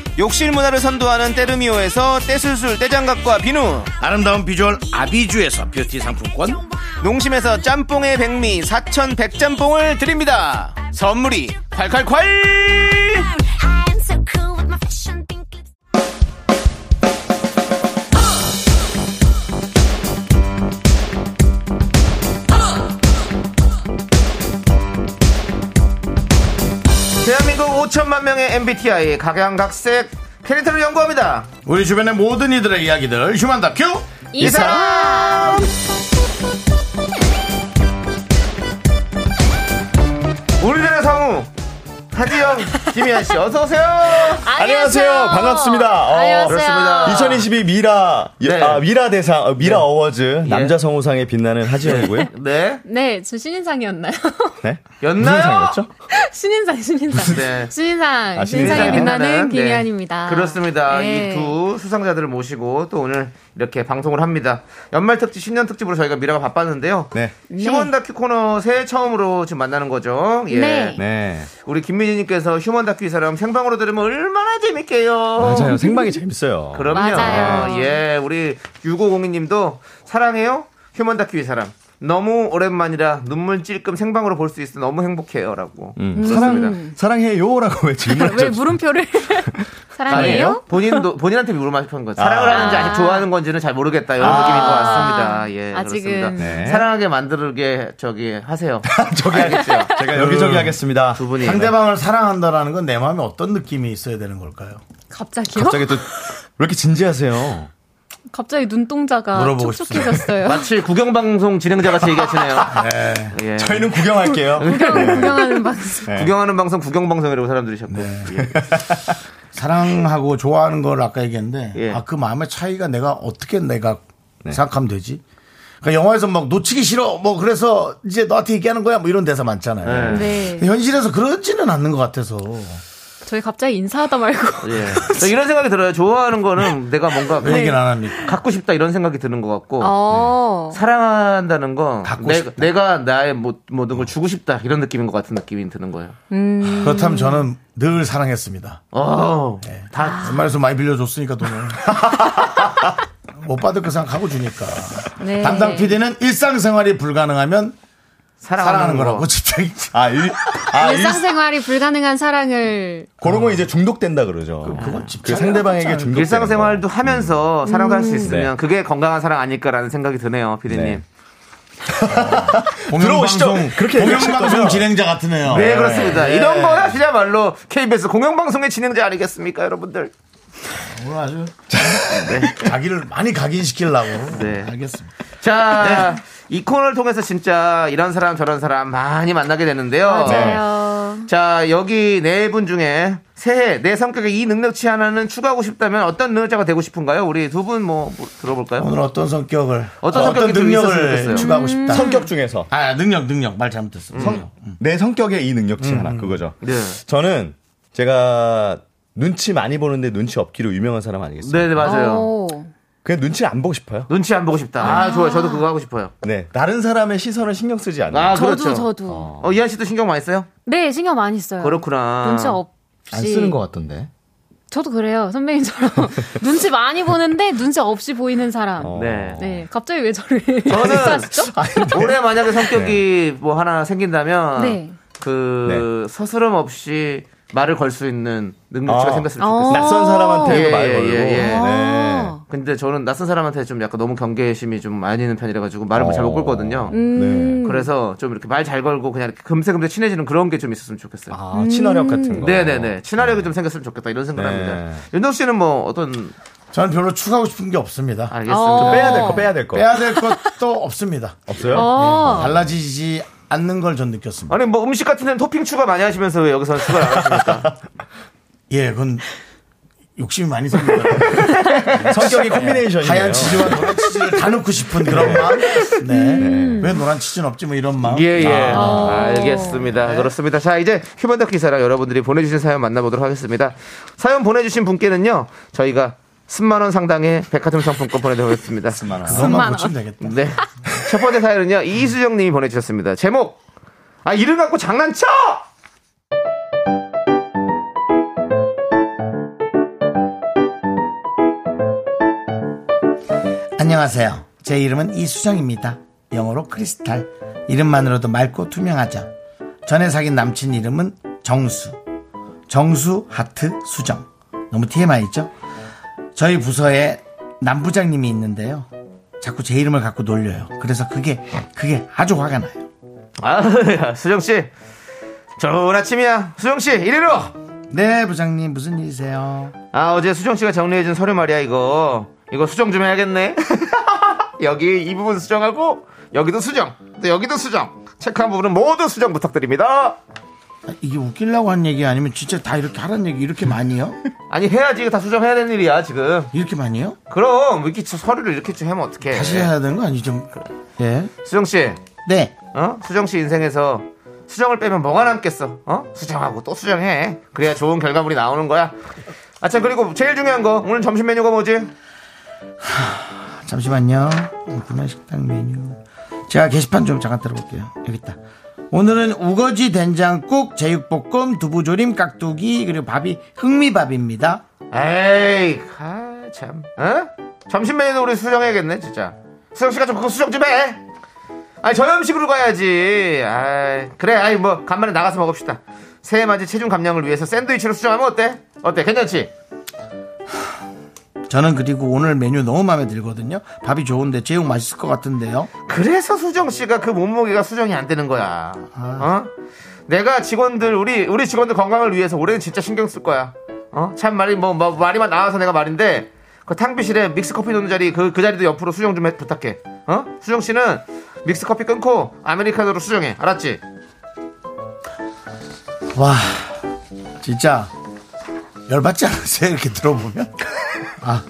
[SPEAKER 2] 욕실 문화를 선도하는 때르미오에서 떼술술 떼장갑과 비누,
[SPEAKER 1] 아름다운 비주얼 아비주에서 뷰티 상품권
[SPEAKER 2] 농심에서 짬뽕의 백미 사천 백짬뽕을 드립니다. 선물이 콸콸콸!
[SPEAKER 5] I am so cool with my fashion pink lips.
[SPEAKER 2] 대한민국 5천만 명의 MBTI 각양각색 캐릭터를 연구합니다.
[SPEAKER 1] 우리 주변의 모든 이들의 이야기들 휴먼 다큐
[SPEAKER 2] 이 사람! 우리들의 성우 하지영, 김희한 씨 어서 오세요.
[SPEAKER 9] 안녕하세요. 반갑습니다. 어,
[SPEAKER 2] 그렇습니다.
[SPEAKER 9] 2022 미라
[SPEAKER 2] 네.
[SPEAKER 9] 아, 미라 대상 어, 미라
[SPEAKER 2] 네.
[SPEAKER 9] 어워즈 남자 성우상에 빛나는 하지영이고요.
[SPEAKER 2] 네.
[SPEAKER 7] 네, 저 신인상이었나요?
[SPEAKER 9] 네. 무슨
[SPEAKER 2] 였나요?
[SPEAKER 9] 상이었죠?
[SPEAKER 7] 신인상, 신인상.
[SPEAKER 2] 네.
[SPEAKER 7] 신인상,
[SPEAKER 9] 아, 신인상에
[SPEAKER 7] 신인상에 빛나는
[SPEAKER 2] 네.
[SPEAKER 7] 김희안입니다.
[SPEAKER 2] 그렇습니다.
[SPEAKER 7] 네.
[SPEAKER 2] 이 두 수상자들을 모시고 또 오늘 이렇게 방송을 합니다. 연말 특집, 신년 특집으로 저희가 미라가 바빴는데요.
[SPEAKER 9] 네.
[SPEAKER 2] 휴먼 다큐 코너 새해 처음으로 지금 만나는 거죠. 예.
[SPEAKER 7] 네.
[SPEAKER 9] 네.
[SPEAKER 2] 우리 김민희님께서 휴먼 다큐 이 사람 생방으로 들으면 얼마나 재밌게요.
[SPEAKER 9] 맞아요. 생방이 재밌어요.
[SPEAKER 2] 그럼요.
[SPEAKER 7] 맞아요.
[SPEAKER 2] 예, 우리 6502님도 사랑해요. 휴먼 다큐 이 사람. 너무 오랜만이라 눈물 찔끔 생방으로 볼 수 있어 너무 행복해요라고.
[SPEAKER 9] 음.
[SPEAKER 7] 음.
[SPEAKER 9] 사랑 사랑해요라고 왜 질문을
[SPEAKER 7] 왜
[SPEAKER 9] 하죠?
[SPEAKER 7] 물음표를 사랑해요?
[SPEAKER 2] 본인도 본인한테 물어봐 싶은 거죠. 사랑을
[SPEAKER 9] 아.
[SPEAKER 2] 하는지 아직 좋아하는 건지는 잘 모르겠다 이런 느낌인 것 같습니다. 예,
[SPEAKER 7] 아직은.
[SPEAKER 2] 그렇습니다.
[SPEAKER 9] 네.
[SPEAKER 2] 사랑하게 만들게 저기 하세요.
[SPEAKER 9] 저기 하겠어요. 제가 여기저기 하겠습니다.
[SPEAKER 2] 두 분이
[SPEAKER 1] 상대방을 사랑한다라는 건 내 마음에 어떤 느낌이 있어야 되는 걸까요?
[SPEAKER 7] 갑자기요?
[SPEAKER 9] 갑자기 또 왜 이렇게 진지하세요?
[SPEAKER 7] 갑자기 눈동자가
[SPEAKER 1] 물어보고
[SPEAKER 7] 촉촉해졌어요.
[SPEAKER 2] 네. 마치 구경 방송 진행자 같이 얘기하시네요. 예.
[SPEAKER 9] 저희는 구경할게요.
[SPEAKER 7] 구경, 구경하는 방송.
[SPEAKER 9] 네.
[SPEAKER 2] 구경하는 방송 구경 방송이라고 사람들이 자꾸. 예.
[SPEAKER 1] 사랑하고 좋아하는 걸 아까 얘기했는데
[SPEAKER 2] 예. 네.
[SPEAKER 1] 아 그 마음의 차이가 내가 어떻게 내가 생각하면 되지? 그러니까 영화에서 막 놓치기 싫어 뭐 그래서 이제 너한테 얘기하는 거야 뭐 이런 대사
[SPEAKER 2] 예.
[SPEAKER 1] 많잖아요.
[SPEAKER 7] 네.
[SPEAKER 1] 근데 현실에서 그러지는 않는 것 같아서
[SPEAKER 7] 저희 갑자기 인사하다 말고.
[SPEAKER 2] 예. 저 이런 생각이 들어요. 좋아하는 거는 내가 뭔가
[SPEAKER 7] 네.
[SPEAKER 2] 네.
[SPEAKER 1] 왜그 얘기를 안 합니까?
[SPEAKER 2] 갖고 싶다 이런 생각이 드는 것 같고
[SPEAKER 7] 어.
[SPEAKER 2] 사랑한다는 건
[SPEAKER 1] 갖고
[SPEAKER 2] 내,
[SPEAKER 1] 싶다.
[SPEAKER 2] 내가 나의 모, 모든 걸 주고 싶다 이런 느낌인 것 같은 느낌이 드는 거예요.
[SPEAKER 1] 그렇다면 저는 늘 사랑했습니다.
[SPEAKER 2] 어, 다
[SPEAKER 1] 엄마에서 많이 빌려줬으니까 돈을 못 받을 거 생각하고 주니까
[SPEAKER 7] 네.
[SPEAKER 1] 담당 PD는 일상생활이 불가능하면
[SPEAKER 2] 사랑하는,
[SPEAKER 1] 사랑하는
[SPEAKER 2] 거.
[SPEAKER 1] 거라고 집착이
[SPEAKER 9] 아, 일, 아, 일,
[SPEAKER 7] 일상생활이 불가능한 사랑을
[SPEAKER 9] 그런 거 이제 중독된다 그러죠.
[SPEAKER 1] 그건
[SPEAKER 9] 그
[SPEAKER 1] 집착
[SPEAKER 9] 상대방에게 중독.
[SPEAKER 2] 일상생활도 하면서 사랑도 할 수 있으면
[SPEAKER 9] 네.
[SPEAKER 2] 그게 건강한 사랑 아닐까라는 생각이 드네요, 피디님.
[SPEAKER 9] 네. 들어오시죠.
[SPEAKER 1] 공영방송
[SPEAKER 9] 그렇게 얘기하실
[SPEAKER 1] 공영방송
[SPEAKER 9] 거죠?
[SPEAKER 1] 진행자 같으네요.
[SPEAKER 2] 네, 그렇습니다. 이런 거야, 진짜말로 KBS 공영방송의 진행자 아니겠습니까, 여러분들?
[SPEAKER 1] 오늘 아주 자기를 많이 각인시키려고.
[SPEAKER 2] 네.
[SPEAKER 1] 알겠습니다.
[SPEAKER 2] 자, 이 코너를 통해서 진짜 이런 사람 저런 사람 많이 만나게 되는데요.
[SPEAKER 7] 맞아요.
[SPEAKER 2] 자, 여기 네 분 중에 새해 내 성격에 이 능력치 하나는 추가하고 싶다면 어떤 능력자가 되고 싶은가요? 우리 두 분 뭐 들어볼까요?
[SPEAKER 1] 오늘 어떤 성격을
[SPEAKER 2] 어떤
[SPEAKER 1] 어,
[SPEAKER 2] 성격이 좀 있었으면
[SPEAKER 1] 능력을
[SPEAKER 2] 좋겠어요. 음.
[SPEAKER 1] 추구하고 싶다.
[SPEAKER 9] 성격 중에서
[SPEAKER 1] 아 능력 능력 말 잘못했어. 성격.
[SPEAKER 9] 내 성격의 이 능력치 하나 그거죠.
[SPEAKER 2] 네.
[SPEAKER 9] 음. 저는 제가 눈치 많이 보는데 눈치 없기로 유명한 사람 아니겠어요?
[SPEAKER 2] 네, 네, 맞아요.
[SPEAKER 7] 오.
[SPEAKER 9] 그냥 눈치를 안 보고 싶어요.
[SPEAKER 2] 눈치 안 보고 싶다. 아, 좋아요. 저도 그거 하고 싶어요.
[SPEAKER 9] 네. 다른 사람의 시선을 신경 쓰지 않는.
[SPEAKER 2] 아,
[SPEAKER 7] 저도
[SPEAKER 2] 그렇죠.
[SPEAKER 7] 저도.
[SPEAKER 2] 어, 이한 씨도 신경 많이 써요?
[SPEAKER 7] 네, 신경 많이 써요.
[SPEAKER 2] 그렇구나.
[SPEAKER 7] 눈치
[SPEAKER 9] 아,
[SPEAKER 7] 없이.
[SPEAKER 9] 같던데.
[SPEAKER 7] 저도 그래요. 선배님처럼 눈치 많이 보는데 눈치 없이 보이는 사람.
[SPEAKER 9] 어.
[SPEAKER 2] 네.
[SPEAKER 7] 네, 갑자기 왜 저를
[SPEAKER 2] 저는 뭐.
[SPEAKER 7] 하시죠?
[SPEAKER 2] 올해 만약에
[SPEAKER 9] 네.
[SPEAKER 2] 성격이 뭐 하나 생긴다면
[SPEAKER 7] 네.
[SPEAKER 2] 그 서스럼 없이 말을 걸 수 있는 능력치가
[SPEAKER 9] 아.
[SPEAKER 2] 생겼으면
[SPEAKER 7] 어.
[SPEAKER 2] 좋겠어요.
[SPEAKER 9] 낯선 사람한테도
[SPEAKER 2] 예,
[SPEAKER 9] 말
[SPEAKER 2] 예,
[SPEAKER 9] 걸고.
[SPEAKER 2] 예, 예.
[SPEAKER 9] 네.
[SPEAKER 2] 근데 저는 낯선 사람한테 좀 약간 너무 경계심이 좀 많이 있는 편이라 가지고 말을 뭐 잘 못
[SPEAKER 9] 어.
[SPEAKER 2] 걸거든요.
[SPEAKER 7] 음.
[SPEAKER 2] 그래서 좀 이렇게 말 잘 걸고 그냥 이렇게 금세금세 친해지는 그런 게 좀 있었으면 좋겠어요.
[SPEAKER 9] 아, 친화력 같은 거.
[SPEAKER 2] 네네네. 친화력이 좀 생겼으면 좋겠다 이런 생각을
[SPEAKER 9] 네.
[SPEAKER 2] 합니다. 윤정 씨는 뭐 어떤
[SPEAKER 1] 저는 별로 추구하고 싶은 게 없습니다.
[SPEAKER 2] 알겠습니다.
[SPEAKER 7] 어.
[SPEAKER 9] 빼야 될 거, 빼야 될 거.
[SPEAKER 1] 빼야 될 것도 없습니다.
[SPEAKER 9] 없어요?
[SPEAKER 7] 어.
[SPEAKER 1] 달라지지 않는 걸 전 느꼈습니다.
[SPEAKER 2] 아니 뭐 음식 같은 데는 토핑 추가 많이 하시면서 왜 여기서 추가를 안 하십니까?
[SPEAKER 1] 예, 그건 욕심이 많이 생겨요.
[SPEAKER 9] 성격이 콤비네이션이에요.
[SPEAKER 1] 하얀 치즈와 노란 치즈를 다 넣고 싶은 그런 마음. 네. 왜 노란 치즈는 없지 뭐 이런 마음.
[SPEAKER 2] 예예. 아. 네. 알겠습니다. 그렇습니다. 자 이제 휴먼 다큐 사랑 여러분들이 보내주신 사연 만나보도록 하겠습니다. 사연 보내주신 분께는요 저희가 10만 원 상당의 백화점 상품권 보내드리겠습니다.
[SPEAKER 1] 그것만 고치면 되겠다.
[SPEAKER 2] 네. 첫 번째 사연은요 이수정 님이 보내주셨습니다. 제목 아 이름 갖고 장난쳐!
[SPEAKER 1] 안녕하세요. 제 이름은 이수정입니다. 영어로 크리스탈. 이름만으로도 맑고 투명하죠. 전에 사귄 남친 이름은 정수. 정수 하트 수정. 너무 TMI죠? 저희 부서에 남부장님이 있는데요. 자꾸 제 이름을 갖고 놀려요. 그래서 그게 그게 아주 화가 나요.
[SPEAKER 2] 아 수정 씨 좋은 아침이야. 수정 씨 이리로.
[SPEAKER 1] 네, 부장님 무슨 일이세요?
[SPEAKER 2] 아 어제 수정 씨가 정리해준 서류 말이야 이거 이거 수정 좀 해야겠네 여기 이 부분 수정하고 여기도 수정 또 여기도 수정 체크한 부분은 모두 수정 부탁드립니다
[SPEAKER 1] 아, 이게 웃기려고 한 얘기 아니면 진짜 다 이렇게 하란 얘기 이렇게 많이요?
[SPEAKER 2] 아니 해야지 이거 다 수정해야 되는 일이야 지금
[SPEAKER 1] 이렇게 많이요?
[SPEAKER 2] 그럼 이렇게 서류를 이렇게 좀 하면 어떡해
[SPEAKER 1] 다시 해야 되는 거 아니죠? 예.
[SPEAKER 2] 수정 씨
[SPEAKER 1] 네.
[SPEAKER 2] 어? 수정 씨 인생에서 수정을 빼면 뭐가 남겠어? 어? 수정하고 또 수정해. 그래야 좋은 결과물이 나오는 거야. 아, 참, 그리고 제일 중요한 거. 오늘 점심 메뉴가 뭐지?
[SPEAKER 1] 잠시만요. 문화식당 메뉴. 제가 게시판 좀 잠깐 들어볼게요. 여기 있다. 오늘은 우거지 된장국, 제육볶음, 두부조림, 깍두기, 그리고 밥이 흑미밥입니다.
[SPEAKER 2] 에이, 아, 참. 어? 점심 메뉴는 우리 수정해야겠네, 진짜. 세영 씨가 좀 그거 수정 좀 해. 아니 저염식으로 가야지. 아 그래. 아이 뭐 간만에 나가서 먹읍시다. 새해 맞이 체중 감량을 위해서 샌드위치로 수정하면 어때? 어때? 괜찮지?
[SPEAKER 1] 저는 그리고 오늘 메뉴 너무 마음에 들거든요. 밥이 좋은데 제육 맛있을 것 같은데요.
[SPEAKER 2] 그래서 수정 씨가 그 몸무게가 수정이 안 되는 거야.
[SPEAKER 1] 아.
[SPEAKER 2] 어? 내가 직원들 우리 우리 직원들 건강을 위해서 올해는 진짜 신경 쓸 거야. 어? 참 말이 뭐, 뭐 말이만 나와서 내가 말인데 그 탕비실에 믹스 커피 놓는 자리 그 그 자리도 옆으로 수정 좀 해, 부탁해. 어? 수정 씨는 믹스 커피 끊고 아메리카노로 수정해. 알았지?
[SPEAKER 1] 와, 진짜 열받지 않으세요? 이렇게 들어보면? 아,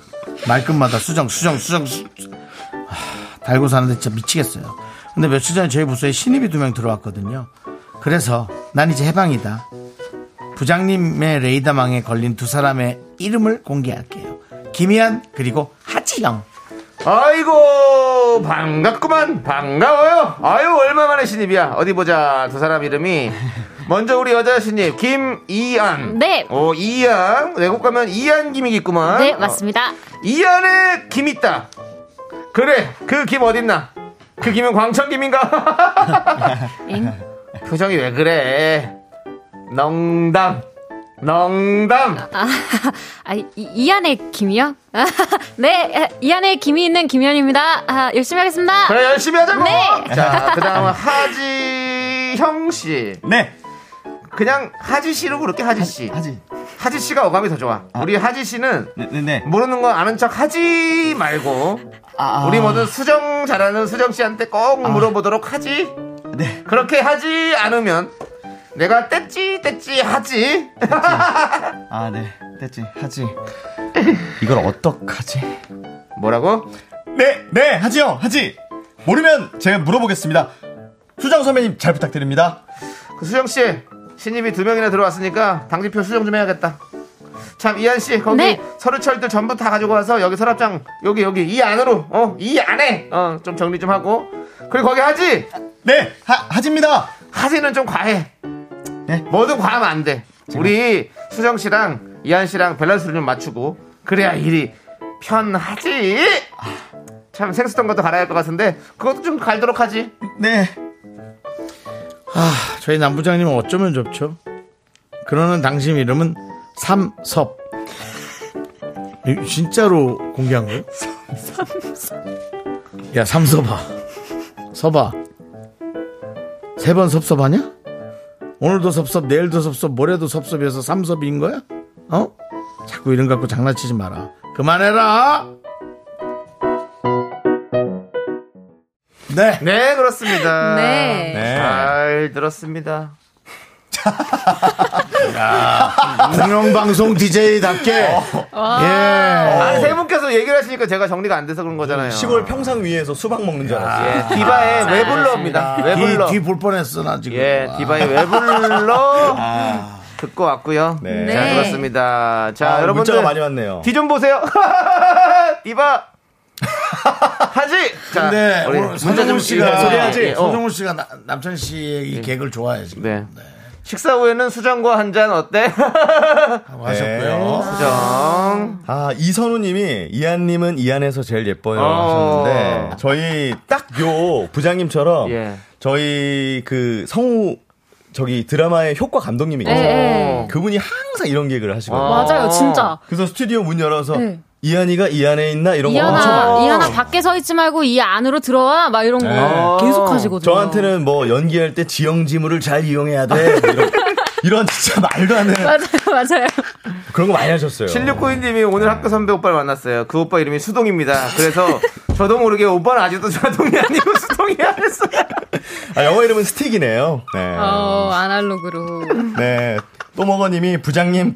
[SPEAKER 1] 말끝마다 수정, 수정, 수정, 수, 아, 달고 사는데 진짜 미치겠어요. 근데 며칠 전에 저희 부서에 신입이 두 명 들어왔거든요. 그래서 난 이제 해방이다. 부장님의 레이더망에 걸린 두 사람의 이름을 공개할게요. 김희안 그리고 하지영.
[SPEAKER 2] 아이고 반갑구만 반가워요 아유 얼마만에 신입이야 어디 보자 두 사람 이름이 먼저 우리 여자 신입 김이안
[SPEAKER 7] 네.
[SPEAKER 2] 어 이안 외국 가면 이안 김이 있구만
[SPEAKER 7] 네, 맞습니다.
[SPEAKER 2] 어, 이안에 김 있다 그래 그 김 어딨나 그 김은 광천 김인가
[SPEAKER 7] 엥?
[SPEAKER 2] 표정이 왜 그래 농담 농담
[SPEAKER 7] 아, 아, 이, 이 안에 김이요? 아, 네, 아, 이 안에 김이 있는 김현입니다. 아, 열심히 하겠습니다.
[SPEAKER 2] 그래 열심히 하자고.
[SPEAKER 7] 네.
[SPEAKER 2] 자, 그다음은 하지형 씨.
[SPEAKER 9] 네.
[SPEAKER 2] 그냥 하지 씨로 그렇게 하지 씨.
[SPEAKER 9] 하지.
[SPEAKER 2] 하지 씨가 어감이 더 좋아. 우리 하지 씨는
[SPEAKER 9] 네, 네, 네.
[SPEAKER 2] 모르는 거 아는 척 하지 말고
[SPEAKER 9] 아,
[SPEAKER 2] 우리 모두 수정 잘하는 수정 씨한테 꼭 물어보도록 하지.
[SPEAKER 9] 네.
[SPEAKER 2] 그렇게 하지 않으면 내가 뗐지 뗐지 하지.
[SPEAKER 9] 아, 네. 됐지. 하지. 이걸 어떡하지?
[SPEAKER 2] 뭐라고?
[SPEAKER 9] 네, 네, 하지요. 하지. 모르면 제가 물어보겠습니다. 수정 선배님 잘 부탁드립니다.
[SPEAKER 2] 그 수정 씨 신입이 두 명이나 들어왔으니까 당직표 수정 좀 해야겠다. 참 이한 씨 거기
[SPEAKER 7] 네.
[SPEAKER 2] 서류철들 전부 다 가지고 와서 여기 서랍장 여기 여기 이 안으로 어 이 안에 어 좀 정리 좀 하고 그리고 거기 하지
[SPEAKER 9] 네, 하, 하지입니다.
[SPEAKER 2] 하지는 좀 과해.
[SPEAKER 9] 네.
[SPEAKER 2] 뭐든 과하면 안 돼. 우리 수정 씨랑 이한 씨랑 밸런스를 좀 맞추고 그래야 일이 편하지.
[SPEAKER 9] 아.
[SPEAKER 2] 참 생수던 것도 갈아야 할 것 같은데 그것도 좀 갈도록 하지.
[SPEAKER 9] 네.
[SPEAKER 1] 아, 저희 남부장님은 어쩌면 좋죠? 그러는 당신 이름은 삼섭. 이거 진짜로 공개한 거예요? 삼섭. 야, 삼섭아. 서봐. 세 번 섭섭하냐? 오늘도 섭섭, 내일도 섭섭, 모레도 섭섭해서 삼섭인 거야? 어? 자꾸 이런 거 갖고 장난치지 마라. 그만해라! 네.
[SPEAKER 2] 네 그렇습니다.
[SPEAKER 7] 네.
[SPEAKER 9] 네.
[SPEAKER 2] 잘 들었습니다.
[SPEAKER 1] 공영방송 DJ답게. 예.
[SPEAKER 2] 아니 세 분께서 얘기를 하시니까 제가 정리가 안 돼서 그런 거잖아요.
[SPEAKER 9] 시골 아. 평상 위에서 수박 먹는 줄 알았어요.
[SPEAKER 2] 예, 디바의 웨블러입니다.
[SPEAKER 1] 아,
[SPEAKER 2] 웨블러.
[SPEAKER 1] 뒤 볼 뻔했어 나 지금. 아.
[SPEAKER 2] 예,
[SPEAKER 9] 아.
[SPEAKER 2] 디바의 웨블러 듣고 왔고요.
[SPEAKER 9] 네.
[SPEAKER 2] 자,
[SPEAKER 7] 네.
[SPEAKER 2] 그렇습니다. 자,
[SPEAKER 9] 아, 문자가
[SPEAKER 2] 여러분들
[SPEAKER 9] 많이 왔네요.
[SPEAKER 2] 뒤 좀 보세요. 디바 하지. 자,
[SPEAKER 1] 근데
[SPEAKER 2] 그러니까 우리
[SPEAKER 1] 오늘
[SPEAKER 2] 문자 좀
[SPEAKER 1] 서정훈 씨가
[SPEAKER 2] 읽어주세요. 예, 예, 어.
[SPEAKER 1] 서정훈 씨가 나- 남창 씨의 이 개그를 좋아해 지금
[SPEAKER 2] 네. 식사 후에는 수정과 한 잔 어때?
[SPEAKER 1] 하고
[SPEAKER 2] 네.
[SPEAKER 1] 하셨고요.
[SPEAKER 2] 수정.
[SPEAKER 9] 아, 이선우님이 이한님은 이한에서 제일 예뻐요
[SPEAKER 2] 어.
[SPEAKER 9] 하셨는데 저희 딱 요 부장님처럼
[SPEAKER 2] 예.
[SPEAKER 9] 저희 그 성우 저기 드라마의 효과 감독님이 계세요.
[SPEAKER 7] 네.
[SPEAKER 9] 그분이 항상 이런 개그를 하시거든요.
[SPEAKER 2] 어. 아.
[SPEAKER 7] 맞아요, 진짜.
[SPEAKER 9] 그래서 스튜디오 문 열어서
[SPEAKER 7] 네.
[SPEAKER 9] 이한이가 이한에 있나 이런 거 엄청 많아요.
[SPEAKER 7] 이하나,
[SPEAKER 2] 많아.
[SPEAKER 7] 이하나 밖에 서 있지 말고 이 안으로 들어와. 막 이런 거
[SPEAKER 9] 네.
[SPEAKER 7] 계속 하시거든요.
[SPEAKER 9] 저한테는 뭐 연기할 때 지형지물을 잘 이용해야 돼. 뭐 이런, 이런 진짜 말도 안 되는
[SPEAKER 7] 맞아요, 맞아요.
[SPEAKER 9] 그런 거 많이 하셨어요.
[SPEAKER 2] 7692님이 오늘 학교 선배 오빠를 만났어요. 그 오빠 이름이 수동입니다. 그래서 저도 모르게 오빠는 아직도 수동이 아니고 수동이야 그랬어요.
[SPEAKER 9] 아, 영어 이름은 스틱이네요. 네.
[SPEAKER 7] 어, 아날로그로.
[SPEAKER 9] 네. 또먹어님이 부장님